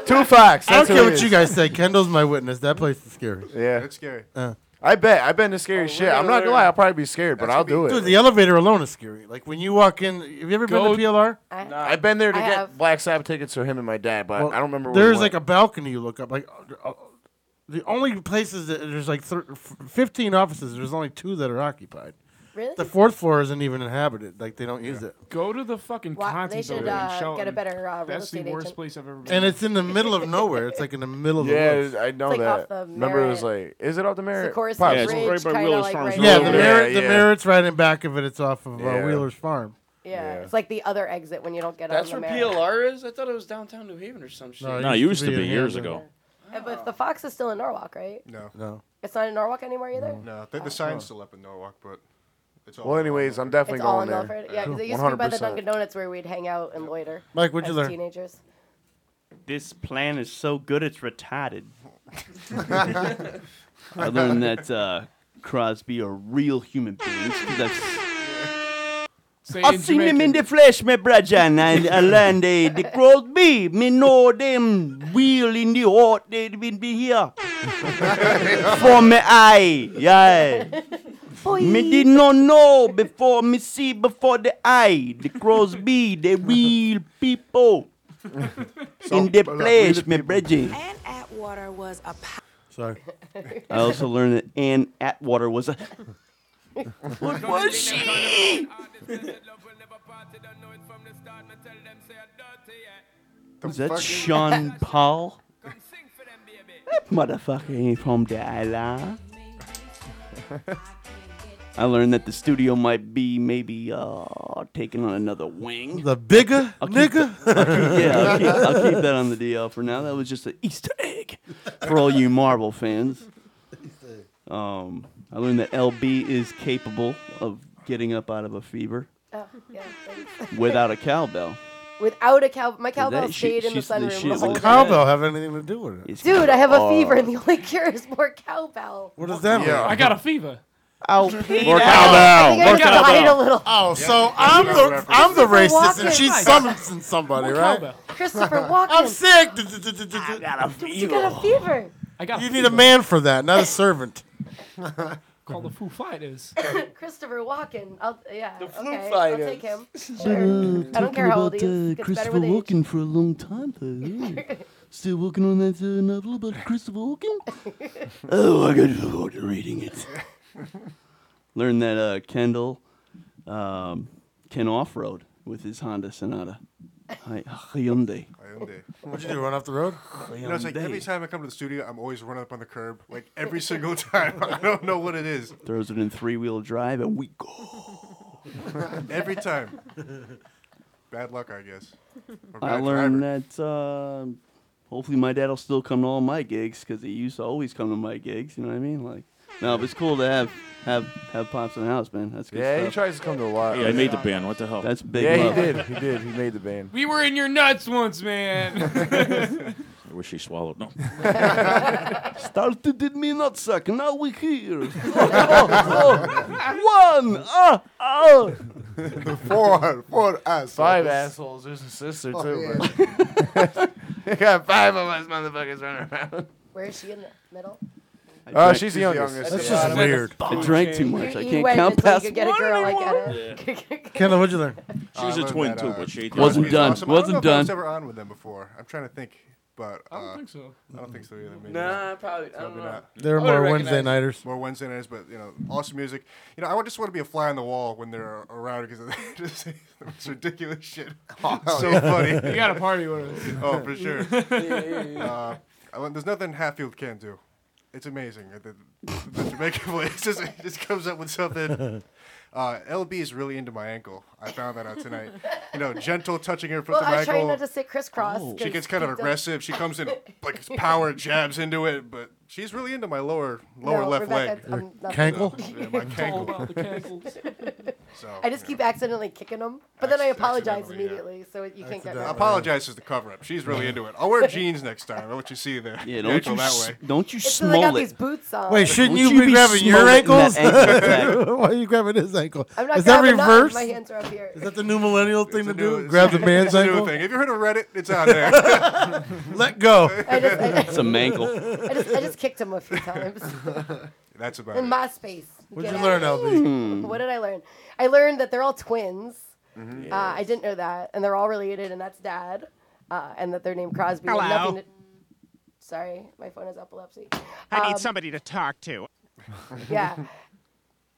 S25: Two Fox.
S13: I don't
S25: That's
S13: care
S25: it
S13: what
S25: is.
S13: you guys say. Kendall's my witness. That place is scary.
S25: Yeah.
S20: That's scary.
S13: Uh.
S25: I bet. I've been to scary shit. I'm not gonna lie. I'll probably be scared, but I'll do it.
S13: Dude, the elevator alone is scary. Like when you walk in, have you ever
S25: Go-
S13: been to PLR?
S25: I've been there to
S21: I
S25: get
S21: have-
S25: Black Sabbath tickets for him and my dad, but
S13: Well,
S25: I don't remember. Where
S13: There's like a balcony you look up. Like uh, uh, the only places that there's like thir- f- 15 offices. There's only two that are occupied.
S21: Really?
S13: The fourth floor isn't even inhabited. Like they don't use it.
S22: Go to the fucking
S21: Why-
S22: Conti
S21: they should,
S22: building
S21: uh,
S22: and show
S21: get a better, uh, real
S22: That's the
S21: estate
S22: worst
S21: agent.
S22: place I've ever been.
S13: And it's in the middle of nowhere. It's like in the middle of
S25: yeah,
S13: the woods.
S25: I know
S21: It's like
S25: that.
S21: off the
S25: Remember, it was like, is it off the
S21: It's the
S25: Merritt?
S21: Coruscant
S25: Pops.
S22: Yeah, it's
S21: Bridge,
S22: right by
S21: kinda
S22: Wheeler's
S21: like
S22: Farms
S21: right
S2: Road
S13: yeah,
S21: there.
S13: the
S2: Yeah,
S13: Merritt, the
S25: yeah.
S13: Merritt's right in back of it. It's off of uh,
S25: Yeah.
S13: Wheeler's Farm.
S21: Yeah, it's like the other exit when you don't get
S15: That's
S21: on
S15: where
S21: the Merritt.
S15: PLR is. I thought it was downtown New Haven or some shit.
S13: it
S2: No, it used to be years
S13: Hampton.
S2: ago.
S21: Uh, But the fox is still in Norwalk, right?
S20: No.
S13: No.
S21: It's not in Norwalk anymore either.
S20: No, I think the sign's still up in Norwalk, but it's all.
S25: Oh, Well, anyways, I'm definitely
S21: It's all
S25: going
S21: in
S25: there.
S21: Milford. Yeah, because it used to be by the Dunkin' Donuts where we'd hang out and loiter.
S13: Mike, what'd you
S21: as
S13: learn?
S21: Teenagers.
S26: This plan is so good it's retarded.
S24: I learned that uh, Crosby are real human beings. 'cause I've-
S22: Say
S26: I've
S22: in
S26: seen them in
S22: Jamaican.
S26: the flesh, my brother, and I learned they, the Crosby, me know them real in the heart, they been be here. For me eye, yeah. Me did not know before me see before the eye. The Crosby, the real people. in the flesh, my brother.
S6: Ann Atwater was a
S13: Sorry.
S24: I also learned that Anne Atwater was a.
S6: What was she?
S24: Was that Sean Paul? That motherfucker ain't from the island. I learned that the studio might be maybe uh, taking on another wing.
S13: The bigger
S24: I'll keep
S13: nigga?
S24: the- I'll keep- yeah, I'll keep, I'll keep that on the DL for now. That was just an Easter egg for all you Marvel fans. Um, I learned that LB is capable of getting up out of a fever
S21: Oh, yeah. thanks.
S24: without a cowbell.
S21: Without a cow, my cowbell
S24: That shit-
S21: stayed in the
S24: she's- that
S21: sunroom.
S24: shit
S21: the
S24: was-
S21: whole
S24: Does
S13: cowbell have anything to do with it?
S24: It's
S21: Dude, I have a fever, and
S13: Oh.
S21: the only cure is more cowbell.
S13: What does that mean?
S22: Yeah. I got a fever.
S21: Ow.
S13: More
S21: I think I
S13: More
S21: just died a little.
S13: Oh, so I'm the I'm the
S21: Christopher
S13: racist, and
S21: Walken.
S13: she's summoning somebody,
S21: More
S13: right?
S21: cowbell. Christopher Walken.
S13: I'm sick. I
S24: got a
S21: You got a fever.
S22: I got
S13: You need a man for that, not a servant.
S22: Call the Foo Fighters.
S21: Christopher Walken. I'll, yeah. The
S22: Foo
S21: okay, I'll
S22: Fighters.
S21: take him.
S24: But, uh,
S21: Sure. I don't care how old he
S24: talking
S21: is.
S24: about, uh,
S21: Gets better
S24: Christopher
S21: with age.
S24: Walken for a long time, though. eh? Still working on that uh, novel about Christopher Walken? oh, I got to forward to reading it. Learned that uh, Kendall um, can off road with his Honda Sonata. Hy- Hyundai.
S20: Hyundai.
S13: What'd you do? Run off the road?
S20: You know, it's like
S24: Hyundai.
S20: every time I come to the studio, I'm always running up on the curb. Like every single time. I don't know what it is.
S24: Throws it in three wheel drive and we go.
S20: every time. Bad luck, I guess. Or
S24: I
S20: bad
S24: learned that um hopefully my dad will still come to all my gigs because he used to always come to my gigs. You know what I mean? Like, no, but it's cool to have have have pops in the house, man. That's good
S25: Yeah, he
S24: stuff.
S25: tries to come to a lot.
S2: Hey, I made the band. What the hell?
S24: That's big.
S25: yeah,
S24: love.
S25: he did. He did. He made the band.
S22: We were in your nuts once, man.
S2: I wish he swallowed. No.
S24: Started did me not suck. Now we here. Oh, One. Ah, ah.
S20: Four, four assholes.
S25: Five assholes. There's a sister
S20: Oh,
S25: too.
S20: yeah.
S25: but- they got five of us motherfuckers running around.
S21: Where is she in the middle?
S24: I
S25: Oh,
S24: drank-
S25: she's the youngest.
S13: That's That's just weird.
S24: I
S13: weird.
S24: drank too
S13: You-
S24: much. I
S21: you
S24: can't
S21: waited
S24: count
S21: until you
S24: past
S21: could get a
S24: one
S21: girl like
S24: anymore.
S21: that.
S13: Kendall, what'd you lein?
S20: I
S2: She's a
S20: learned
S2: twin,
S20: that,
S2: too,
S20: uh,
S2: but she-
S20: Crosby's
S24: Wasn't done.
S20: awesome. I
S24: Wasn't
S20: don't know If I was
S24: done.
S20: ever on with them before. I'm trying to think, but uh, I don't think
S22: so.
S20: I don't think so either. Maybe
S22: Nah,
S20: not.
S22: probably- I don't know.
S13: They're I would've more Wednesday recognized. nighters.
S20: More Wednesday nighters, but you know, awesome music. You know, I would just want to be a fly on the wall when they're around because it's it's ridiculous shit.
S13: Oh,
S20: It's so
S22: yeah.
S20: funny.
S22: You gotta party with us.
S20: Oh, for sure.
S22: Yeah, yeah, yeah.
S20: Uh, I want- there's nothing Hatfield can't do. It's amazing. Uh, The, the Jamaican voice just, it just comes up with something. Uh, LB is really into my ankle. I found that out tonight. You know, gentle touching her foot
S21: Well,
S20: to my
S21: I try
S20: ankle.
S21: not to sit crisscross. 'cause
S20: She gets kind of
S21: people-
S20: aggressive. She comes in like it's power jabs into it, but she's really into my lower lower
S21: No,
S20: left
S21: Rebecca,
S20: leg.
S21: I'm not-
S20: So, yeah, my cankle. so
S21: I just keep accidentally kicking them, but then I apologize immediately, so it- you can't get.
S20: I
S21: mad.
S20: apologize as the cover up. She's really into it. I'll wear jeans next time. I'll let you see the
S24: Yeah,
S20: the
S24: don't
S20: ankle
S24: you
S20: that
S24: s-
S20: way.
S24: don't you
S21: It's 'cause I got
S24: smell
S21: these
S24: it.
S21: boots on.
S13: Wait, shouldn't
S24: Won't
S13: you,
S24: you
S13: be
S24: be
S13: grabbing your
S24: smoking that
S13: ankles?
S24: ankle tag?
S13: Why are you grabbing his ankle?
S21: I'm not
S13: Is that
S21: grabbing nothing.
S13: reverse?
S21: My hands are up here.
S13: Is that the new millennial thing to
S20: It's a
S13: do?
S20: new-
S13: Grab the
S20: it's a-
S13: man's
S20: it's a new
S13: ankle.
S20: Thing. Have you heard of Reddit? It's out there.
S13: Let go.
S21: I just, I,
S24: It's a mankle.
S21: I just, I just kicked him a few times
S20: That's about
S21: in
S20: it.
S21: my space.
S13: What'd
S21: Get
S13: you
S21: out.
S13: learn, LB?
S21: What did I learn? I learned that they're all twins.
S20: Mm-hmm.
S13: Mhm.
S24: Mm-hmm.
S21: Uh, I didn't know that, and they're all related, and that's dad, uh, and that they're named Crosby. and
S10: Hello.
S21: nothing to- Sorry, my phone has epilepsy.
S10: I
S21: Um,
S10: need somebody to talk to.
S21: Yeah.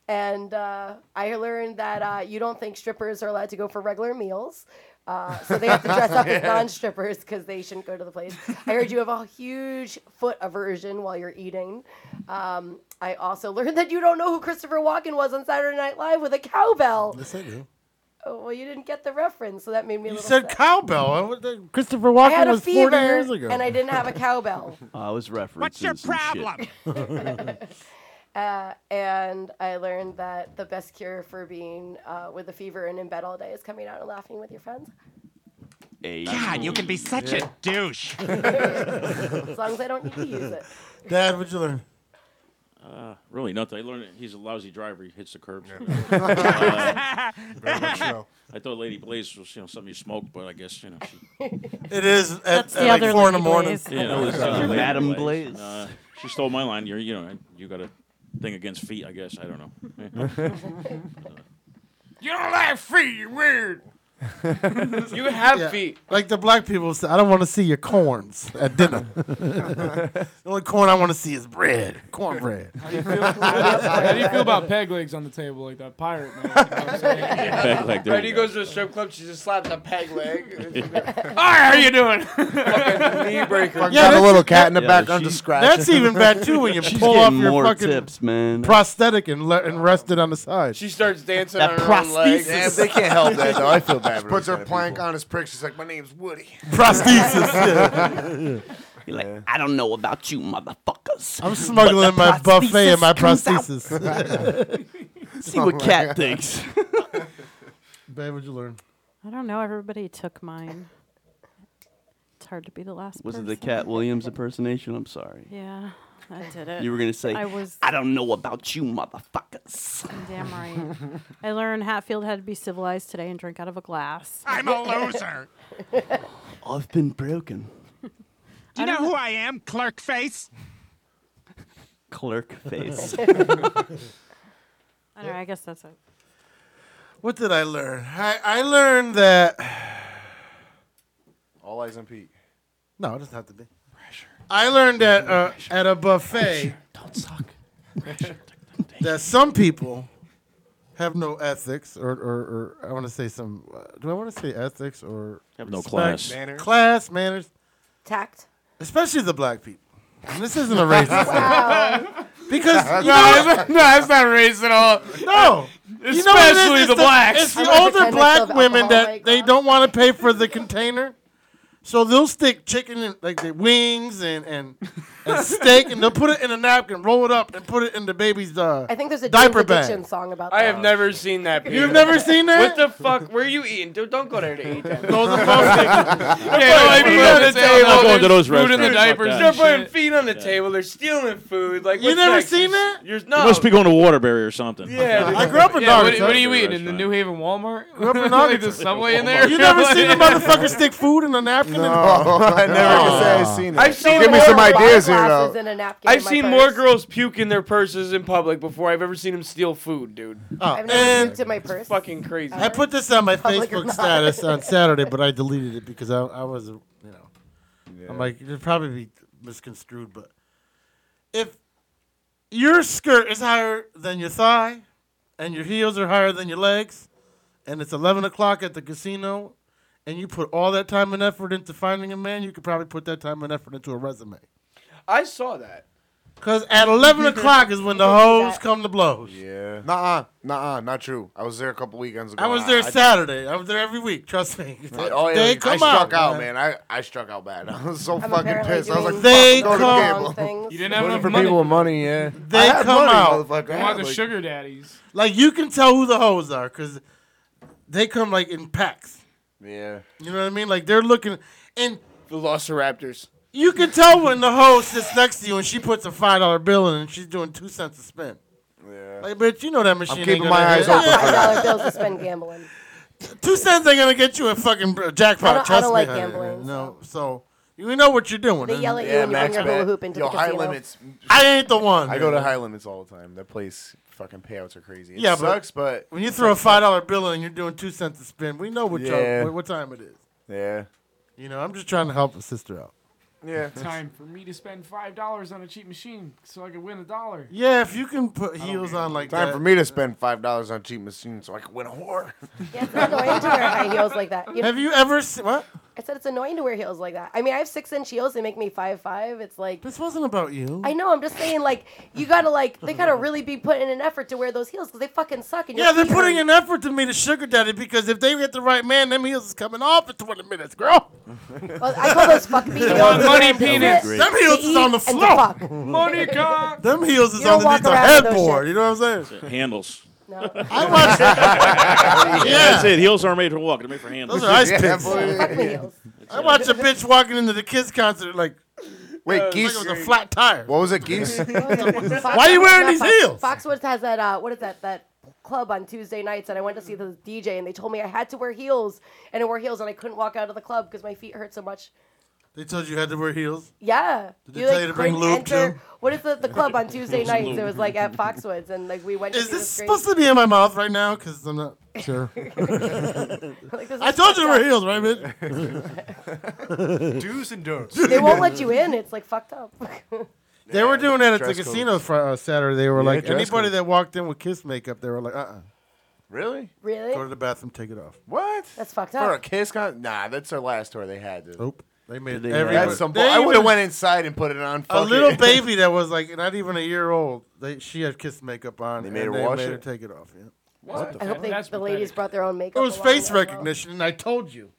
S21: And uh, I learned that uh, you don't think strippers are allowed to go for regular meals. Uh, so they have to dress up as
S9: Yeah.
S21: non strippers because they shouldn't go to the place. I heard you have a huge foot aversion while you're eating. Um, I also learned that you don't know who Christopher Walken was on Saturday Night Live with a cowbell.
S13: Yes, I do.
S21: Oh, well, you didn't get the reference, so that made me a
S13: You
S21: little
S13: said
S21: sad.
S13: cowbell. I would think Christopher
S21: I
S13: Walken
S21: had a
S13: was 40
S21: fever
S13: years ago.
S21: and I didn't have a cowbell.
S24: I was referencing
S21: What's your
S24: some shit.
S21: Uh, and I learned that the best cure for being uh, with a fever and in bed all day is coming out and laughing with your friends.
S10: God, you can be such
S13: Yeah.
S10: a douche.
S21: As long as I don't need to use it.
S13: Dad, what'd you learn?
S2: Uh, really nothing. I learned that he's a lousy driver. He hits the curbs.
S13: Yeah.
S2: Uh,
S13: Very much so.
S2: I thought Lady Blaze was you know something you smoked, but I guess you know. She,
S13: It is at- That's at the like other four in the Lady morning. Blaze.
S2: Yeah, that was
S13: Your
S2: uh, Lady
S24: Madam Blaze.
S2: Uh, she stole my line. You're you know you got a thing against feet.
S21: Uh,
S2: I guess I don't know.
S22: you don't like feet, you weird. you have
S13: Yeah.
S22: feet.
S13: Like the black people say, I don't want to see your corns at dinner. the only corn I want to see is bread, cornbread.
S9: How do, you feel, how do you feel about peg legs on the table like that pirate man? You know what I'm saying?
S2: Peg leg, there
S15: Right,
S2: you
S15: he
S2: go.
S15: goes to a strip club. She just slaps a peg leg.
S2: Yeah.
S15: Hi, how you doing?
S22: Knee breaker.
S13: Yeah, that's-
S24: Yeah, she-
S13: That's even bad too when you
S24: She's
S13: pull off
S24: getting
S13: your
S24: more
S13: fucking
S24: tips, man.
S13: prosthetic and le- and rest it on the side.
S15: She starts dancing
S13: That
S15: on her own
S13: prosthesis.
S15: legs.
S13: Yeah, they can't help that, though. I feel bad
S25: She
S13: for
S25: puts
S13: those kind
S25: her
S13: of
S25: plank on his prick. She's like, my name's Woody.
S24: Prosthesis. You're like, I don't know about you, motherfuckers.
S13: I'm smuggling
S24: but the
S13: my buffet and my
S24: comes out."
S13: prosthesis.
S24: See what cat thinks.
S13: Babe, what'd you learn?
S8: I don't know. Everybody took mine. It's hard to be the last.
S24: Was it
S8: person.
S24: the Cat Williams impersonation? I'm sorry.
S8: Yeah, I did it.
S24: You were gonna say,
S8: I was.
S24: I don't know about you, motherfuckers.
S8: Damn right. I learned Hatfield had to be civilized today and drink out of a glass.
S3: I'm a loser.
S24: I've been broken.
S3: Do you know who I am, clerk face?
S24: Clerk face.
S8: I don't know. I guess that's it.
S13: What did I learn? I, I learned that
S25: All eyes on Pete.
S13: No, it doesn't have to be. I learned that uh, at a buffet.
S25: Don't suck.
S13: that some people have no ethics, or, or, or I want to say some. Uh, do I want to say ethics or
S2: Have no
S13: respect,
S2: class.
S13: manners. class manners,
S21: tact,
S13: especially the black people. And this isn't a racist.
S21: Wow.
S13: thing. Because
S21: That's
S13: you
S21: not-
S13: know,
S21: that's-
S22: no, that's not racist at all.
S13: No,
S22: especially
S13: You know what it is? It's
S22: the blacks.
S13: It's the older black women that they don't want to pay for the container, so they'll stick chicken in, like the wings and and, and steak, and they'll put it in a napkin, roll it up, and put it in the baby's uh,
S21: I think there's a
S13: diaper
S21: Jane's Addiction
S13: bag.
S21: song about
S15: I
S21: that.
S15: have never seen that.
S13: You've
S15: Peter.
S13: never seen that?
S15: What the fuck? Where are you eating? Dude, don't go there to eat that.
S13: Those are fucking- Yeah,
S15: They're putting
S13: you
S15: feet
S13: know,
S15: on the
S13: it's all-
S15: table.
S13: I'm going to
S15: There's
S13: those
S15: food in the
S13: restaurants, fuck
S15: diapers.
S13: that.
S15: They're putting
S13: Shit.
S15: feet on the table. They're stealing food. Like
S13: You
S15: what's
S13: never
S15: next?
S13: seen that?
S15: You're
S2: You
S15: no.
S2: must be going to Waterbury or something.
S15: Yeah, dude.
S13: Dark,
S22: yeah, what,
S13: huh?
S22: what are you eating in the New Haven Walmart?
S13: Grew up in
S22: like the
S13: Arkansas.
S22: subway in there.
S13: You never seen a motherfucker stick food in a napkin? No,
S25: I never can say I've seen
S15: I've seen
S25: Give me
S15: more
S25: some
S15: wine
S25: ideas here,
S15: glasses
S25: though.
S21: in a napkin
S15: I've
S21: in my
S15: seen more girls puke in their purses in public before I've ever seen them steal food, dude.
S21: I've never puked in my purse.
S15: fucking crazy.
S13: Oh. I put this on my
S21: Public or
S13: Facebook
S21: not.
S13: status on Saturday, but I deleted it because I, I was, you know,
S25: Yeah.
S13: I'm like, it'd probably be misconstrued, but if your skirt is higher than your thigh and your heels are higher than your legs, and it's 11 o'clock at the casino, and you put all that time and effort into finding a man, you could probably put that time and effort into a resume.
S15: I saw that.
S13: Because at 11 o'clock is when the hoes come to blows.
S25: Yeah. Nah, nah, not true. I was there a couple weekends ago.
S13: I was there Saturday. I was there every week. Trust me.
S25: I- oh yeah,
S13: They
S25: I
S13: come
S25: struck
S13: out,
S25: out,
S13: man.
S25: man. I, I struck out bad. I was so
S13: I'm
S25: fucking
S13: apparently
S25: pissed. I was
S13: doing
S25: like, fuck,
S13: They
S25: I'm going
S13: come-
S25: to the
S21: things.
S25: gamble.
S22: You didn't have
S25: Looking
S22: enough
S25: for
S22: money.
S25: people with money, yeah. I
S13: They
S25: had
S13: come
S25: money,
S13: out.
S25: motherfucker. I
S22: Come out
S25: had,
S22: the
S25: like-
S22: sugar daddies.
S13: Like you can tell who the hoes are because they come like in packs.
S25: Yeah.
S13: You know what I mean? Like they're looking, and
S15: The Velociraptors.
S13: you can tell when the hoe sits next to you and she puts a five dollar bill in and she's doing two cents a spin.
S25: Yeah.
S13: Like, bitch, you know that machine. ain't
S25: keeping
S13: gonna
S25: my eyes
S13: hit.
S25: open for
S21: Dollar bills to spend gambling.
S13: Two cents ain't gonna get you a fucking br- jackpot.
S21: I don't- I
S13: trust
S21: don't
S13: me.
S21: like gambling,
S13: No, so you know what you're doing.
S21: They yell at you
S25: Yeah,
S21: when you bring
S25: max
S21: your hula
S25: bet.
S21: hoop into
S25: Yo,
S21: the
S25: high
S21: casino.
S25: limits.
S13: I ain't the one.
S25: I go to
S13: man.
S25: high limits all the time. That place fucking payouts are crazy. It
S13: yeah,
S25: sucks,
S13: but,
S25: but,
S13: when you throw a five dollar bill in and you're doing two cents a spin, we know what y'all-
S25: Yeah.
S13: what, what time it is.
S25: yeah,
S13: You know, I'm just trying to help a sister out.
S25: yeah.
S22: Time for me to spend five dollars on a cheap machine so I could win a dollar.
S13: Yeah, if you can put heels on like
S25: Time
S13: that.
S25: for me to spend five dollars on cheap machines so I can win a whore.
S21: annoying to wear high heels like that.
S13: Have you ever seen what?
S21: I said it's annoying to wear heels like that. I mean, I have six inch heels. They make me five five. It's like
S13: this wasn't about you.
S21: I know. I'm just saying, like you gotta like they gotta really be putting in an effort to wear those heels because they fucking suck. And your
S13: Yeah, they're
S21: feet are-
S13: putting an effort to meet a sugar daddy because if they get the right man, them heels is coming off in 20 minutes, girl.
S21: Well, I call those fuck me
S13: Come
S21: heels.
S13: on, money
S21: They're
S13: penis.
S21: fit
S13: Them
S21: to
S13: heels is
S21: eat
S13: on the
S21: and to
S13: floor.
S21: fuck.
S22: Money cock.
S13: Them heels is
S21: You
S13: underneath
S21: don't walk
S13: the
S21: around with those
S13: headboard.
S21: shit.
S13: You know what I'm saying?
S2: Handles.
S13: I watched.
S2: yeah. That's
S13: yeah.
S2: it. Heels aren't made for walking; they're made for handles.
S13: Those are ice
S2: Yeah,
S13: picks.
S2: boy.
S13: I watched a bitch walking into the Kiss concert like.
S25: Wait,
S13: uh,
S25: geese.
S13: Like it was a flat tire.
S25: What was it, geese?
S21: Oh, Fox-
S13: Why are you wearing
S21: not
S13: these
S21: Fox-
S13: heels?
S21: Foxwoods has that uh, what is that that club on Tuesday nights, and I went to see the DJ, and they told me I had to wear heels, and I wore heels, and I couldn't walk out of the club because my feet hurt so much.
S13: They told you you had to wear heels.
S21: Yeah.
S13: Did they
S21: You,
S13: tell
S21: like,
S13: you to bring
S21: couldn't
S13: lube,
S21: enter-
S13: too?
S21: What is the, the club on Tuesday
S13: Some
S21: nights? It
S13: lube.
S21: was like at Foxwoods, and like we went.
S13: Is
S21: to the
S13: this
S21: screen.
S13: supposed to be in my mouth right now? Because I'm not sure.
S21: Like, this
S13: I
S21: is
S13: told you to
S21: fucked
S13: wear
S21: up.
S13: heels, right, bitch?
S20: Do's and don'ts.
S21: They won't let you in. It's like fucked up.
S13: They were doing it at the
S25: dress code.
S13: casino fr- uh, Saturday. They were
S25: Yeah,
S13: like,
S25: dress
S13: anybody
S25: code.
S13: that walked in with kiss makeup, they were like, uh-uh.
S25: Really?
S21: Really?
S13: Go to the bathroom, take it off.
S25: What?
S21: That's fucked
S25: For a
S21: up.
S25: kiss con? Nah, that's their last tour. They had to.
S13: Nope. They made
S25: They
S13: every-
S25: That's some.
S13: They
S25: bull- I would have
S13: even-
S25: went inside and put it on.
S13: A
S25: fuck
S13: little
S25: it.
S13: baby that was like not even a year old. They she had kiss makeup on.
S25: They made
S13: and
S25: her wash
S13: made
S25: it?
S13: her take it off. Yeah.
S21: What I hope they, the ladies brought their own
S13: It
S21: makeup.
S13: was
S21: along
S13: face
S21: as well.
S13: recognition, and I told you.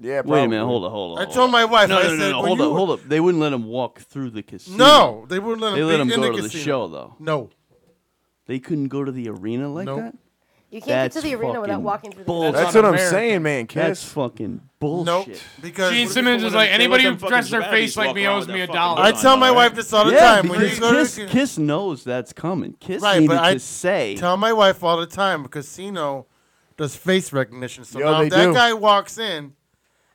S25: Yeah.
S24: Wait a minute,
S25: probably.
S24: hold up, hold up.
S13: I
S24: hold
S13: told
S24: up.
S13: my wife,
S24: No,
S13: I
S24: no, no,
S13: said,
S24: no,
S13: "When
S24: hold up,
S13: you-
S24: hold up. They wouldn't let him walk through the casino.
S13: No, they wouldn't let him
S24: They let
S13: be
S24: him
S13: in
S24: go
S13: the
S24: to the
S13: casino.
S24: show though.
S13: No,
S24: they couldn't go to the arena like
S13: Nope.
S24: that.
S21: You can't get to
S24: That's
S21: the arena without
S24: fucking
S21: walking through the
S24: bullshit.
S25: That's That's what I'm unAmerican. saying, man.
S24: That's
S25: Kiss.
S24: fucking bullshit.
S13: because
S22: Gene
S13: what if
S22: Simmons
S13: people wanna
S22: is like,
S13: stay with
S22: anybody
S13: them
S22: who
S13: fucking
S22: dresses their
S13: baddies
S22: face like
S13: walk
S22: me
S13: around
S22: owes
S13: with
S22: me
S13: that
S22: a
S13: fucking
S22: dollar.
S13: I tell my wife this all the
S24: yeah,
S13: time. When you
S24: because
S13: go to
S24: Kiss,
S13: the-
S24: Kiss knows that's coming. Kiss
S13: right,
S24: needed
S13: but I
S24: to say.
S13: tell my wife all the time casino does face recognition. So
S24: Yo,
S13: now
S24: they
S13: if that
S24: do.
S13: guy walks in,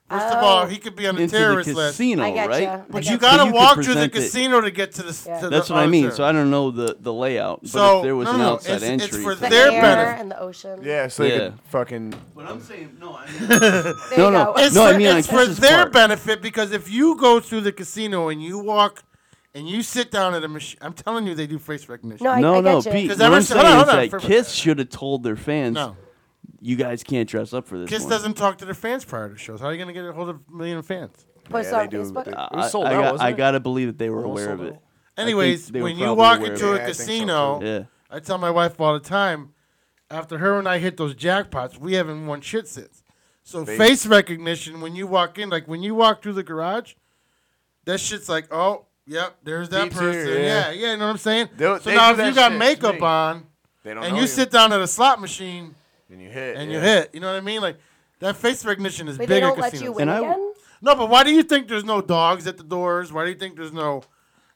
S13: first of all,
S21: Oh.
S13: he could be on a
S24: Into the
S13: terrorist list.
S24: casino, I gotcha, right? I
S13: But
S24: gotcha.
S13: you got
S24: But
S13: to
S24: you could
S13: walk through the
S24: present it-
S13: casino to get to the. s- To
S24: That's
S13: the
S24: what I mean.
S13: officer.
S24: So I don't know the, the layout, but
S13: So,
S24: if there was
S13: no,
S24: an
S13: no, no,
S24: outside
S13: it's- it's
S24: entry,
S13: for
S21: The
S13: Their
S21: air
S13: benefit.
S21: and the ocean.
S25: Yeah, so they
S24: Yeah.
S25: could fucking.
S24: But I'm saying no. I
S21: There
S24: no,
S21: you
S24: no,
S21: go.
S13: It's
S24: no.
S13: for,
S24: I mean,
S13: it's
S24: on
S13: for
S24: Kiss's
S13: their
S24: part.
S13: benefit because if you go through the casino and you walk and you sit down at a machine, I'm telling you, they do face recognition.
S24: no, no, Pete.
S13: 'Cause
S24: What
S13: ever
S24: I'm
S13: si-
S24: saying
S13: hold on, hold on,
S24: is
S13: for-
S24: that Kiss should have told their fans,
S13: No.
S24: you guys can't dress up for this.
S13: Kiss
S24: one."
S13: doesn't talk to their fans prior to shows. How are you going to get a hold of a million fans?
S21: Post on Facebook.
S24: Uh, I, I got, I gotta believe that they were aware of it. I think
S13: Anyways,
S24: they were
S13: when you
S24: probably
S13: walk
S24: aware of
S13: into
S24: it.
S13: a casino,
S24: Yeah.
S13: I tell my wife all the time, after her and I hit those jackpots, we haven't won shit since. So
S19: Face.
S13: face, recognition when you walk in, like when you walk through the garage, that shit's like, oh, yep, there's that
S19: Me too,
S13: person.
S19: yeah.
S13: yeah, yeah, you know what I'm saying?
S19: They'll-
S13: so
S19: they
S13: now
S19: do
S13: if
S19: that
S13: you got
S19: shit to
S13: makeup
S19: me.
S13: on
S25: They don't
S13: and
S25: know
S13: you,
S25: you.
S13: sit down at a slot machine
S25: And you hit.
S13: and
S25: yeah.
S13: you hit, you know what I mean? Like that face recognition is
S21: Wait,
S13: big
S21: they
S13: at
S21: don't let you
S13: casinos.
S21: win And I w- again?
S13: No, but why do you think there's no dogs at the doors? Why do you think there's no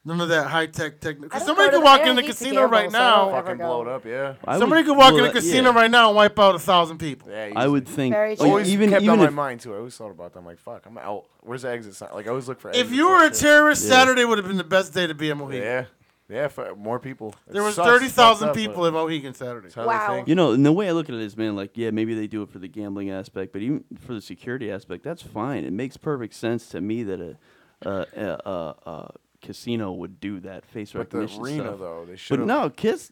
S13: none of that high tech technique?
S21: I
S13: Because
S21: don't
S13: somebody
S21: go to
S13: could
S21: the-
S13: walk
S21: I
S13: in the
S21: hate to
S13: casino
S21: gamble,
S13: right
S21: so I
S13: now.
S21: don't ever
S25: Fucking blow it up, yeah.
S24: I
S13: Somebody
S24: would-
S13: could walk in
S24: well,
S13: a casino
S24: yeah.
S13: right now and wipe out a thousand people.
S25: Yeah,
S24: I would think.
S21: Very
S24: oh,
S25: always
S24: even
S25: kept
S24: even
S25: on my
S24: if
S25: mind too. I always thought about that. I'm like, fuck, I'm out. Where's the exit sign? Like I always look for.
S13: If
S25: exits
S13: you
S25: and
S13: were a
S25: shit.
S13: terrorist, Saturday would have been the best day to be a Mohegan.
S25: Yeah, yeah, fu- more people. It
S13: There was
S25: sucks,
S13: thirty thousand
S25: fucked up,
S13: people
S25: but
S13: at Mohegan Saturday.
S25: that's how they think.
S24: You know, and the way I look at it is, man, like, yeah, maybe they do it for the gambling aspect, but even for the security aspect, that's fine. It makes perfect sense to me that a a, a, a, a casino would do that face
S25: But the
S24: recognition
S25: arena,
S24: stuff.
S25: though, they
S24: but
S25: should've-
S24: no, Kiss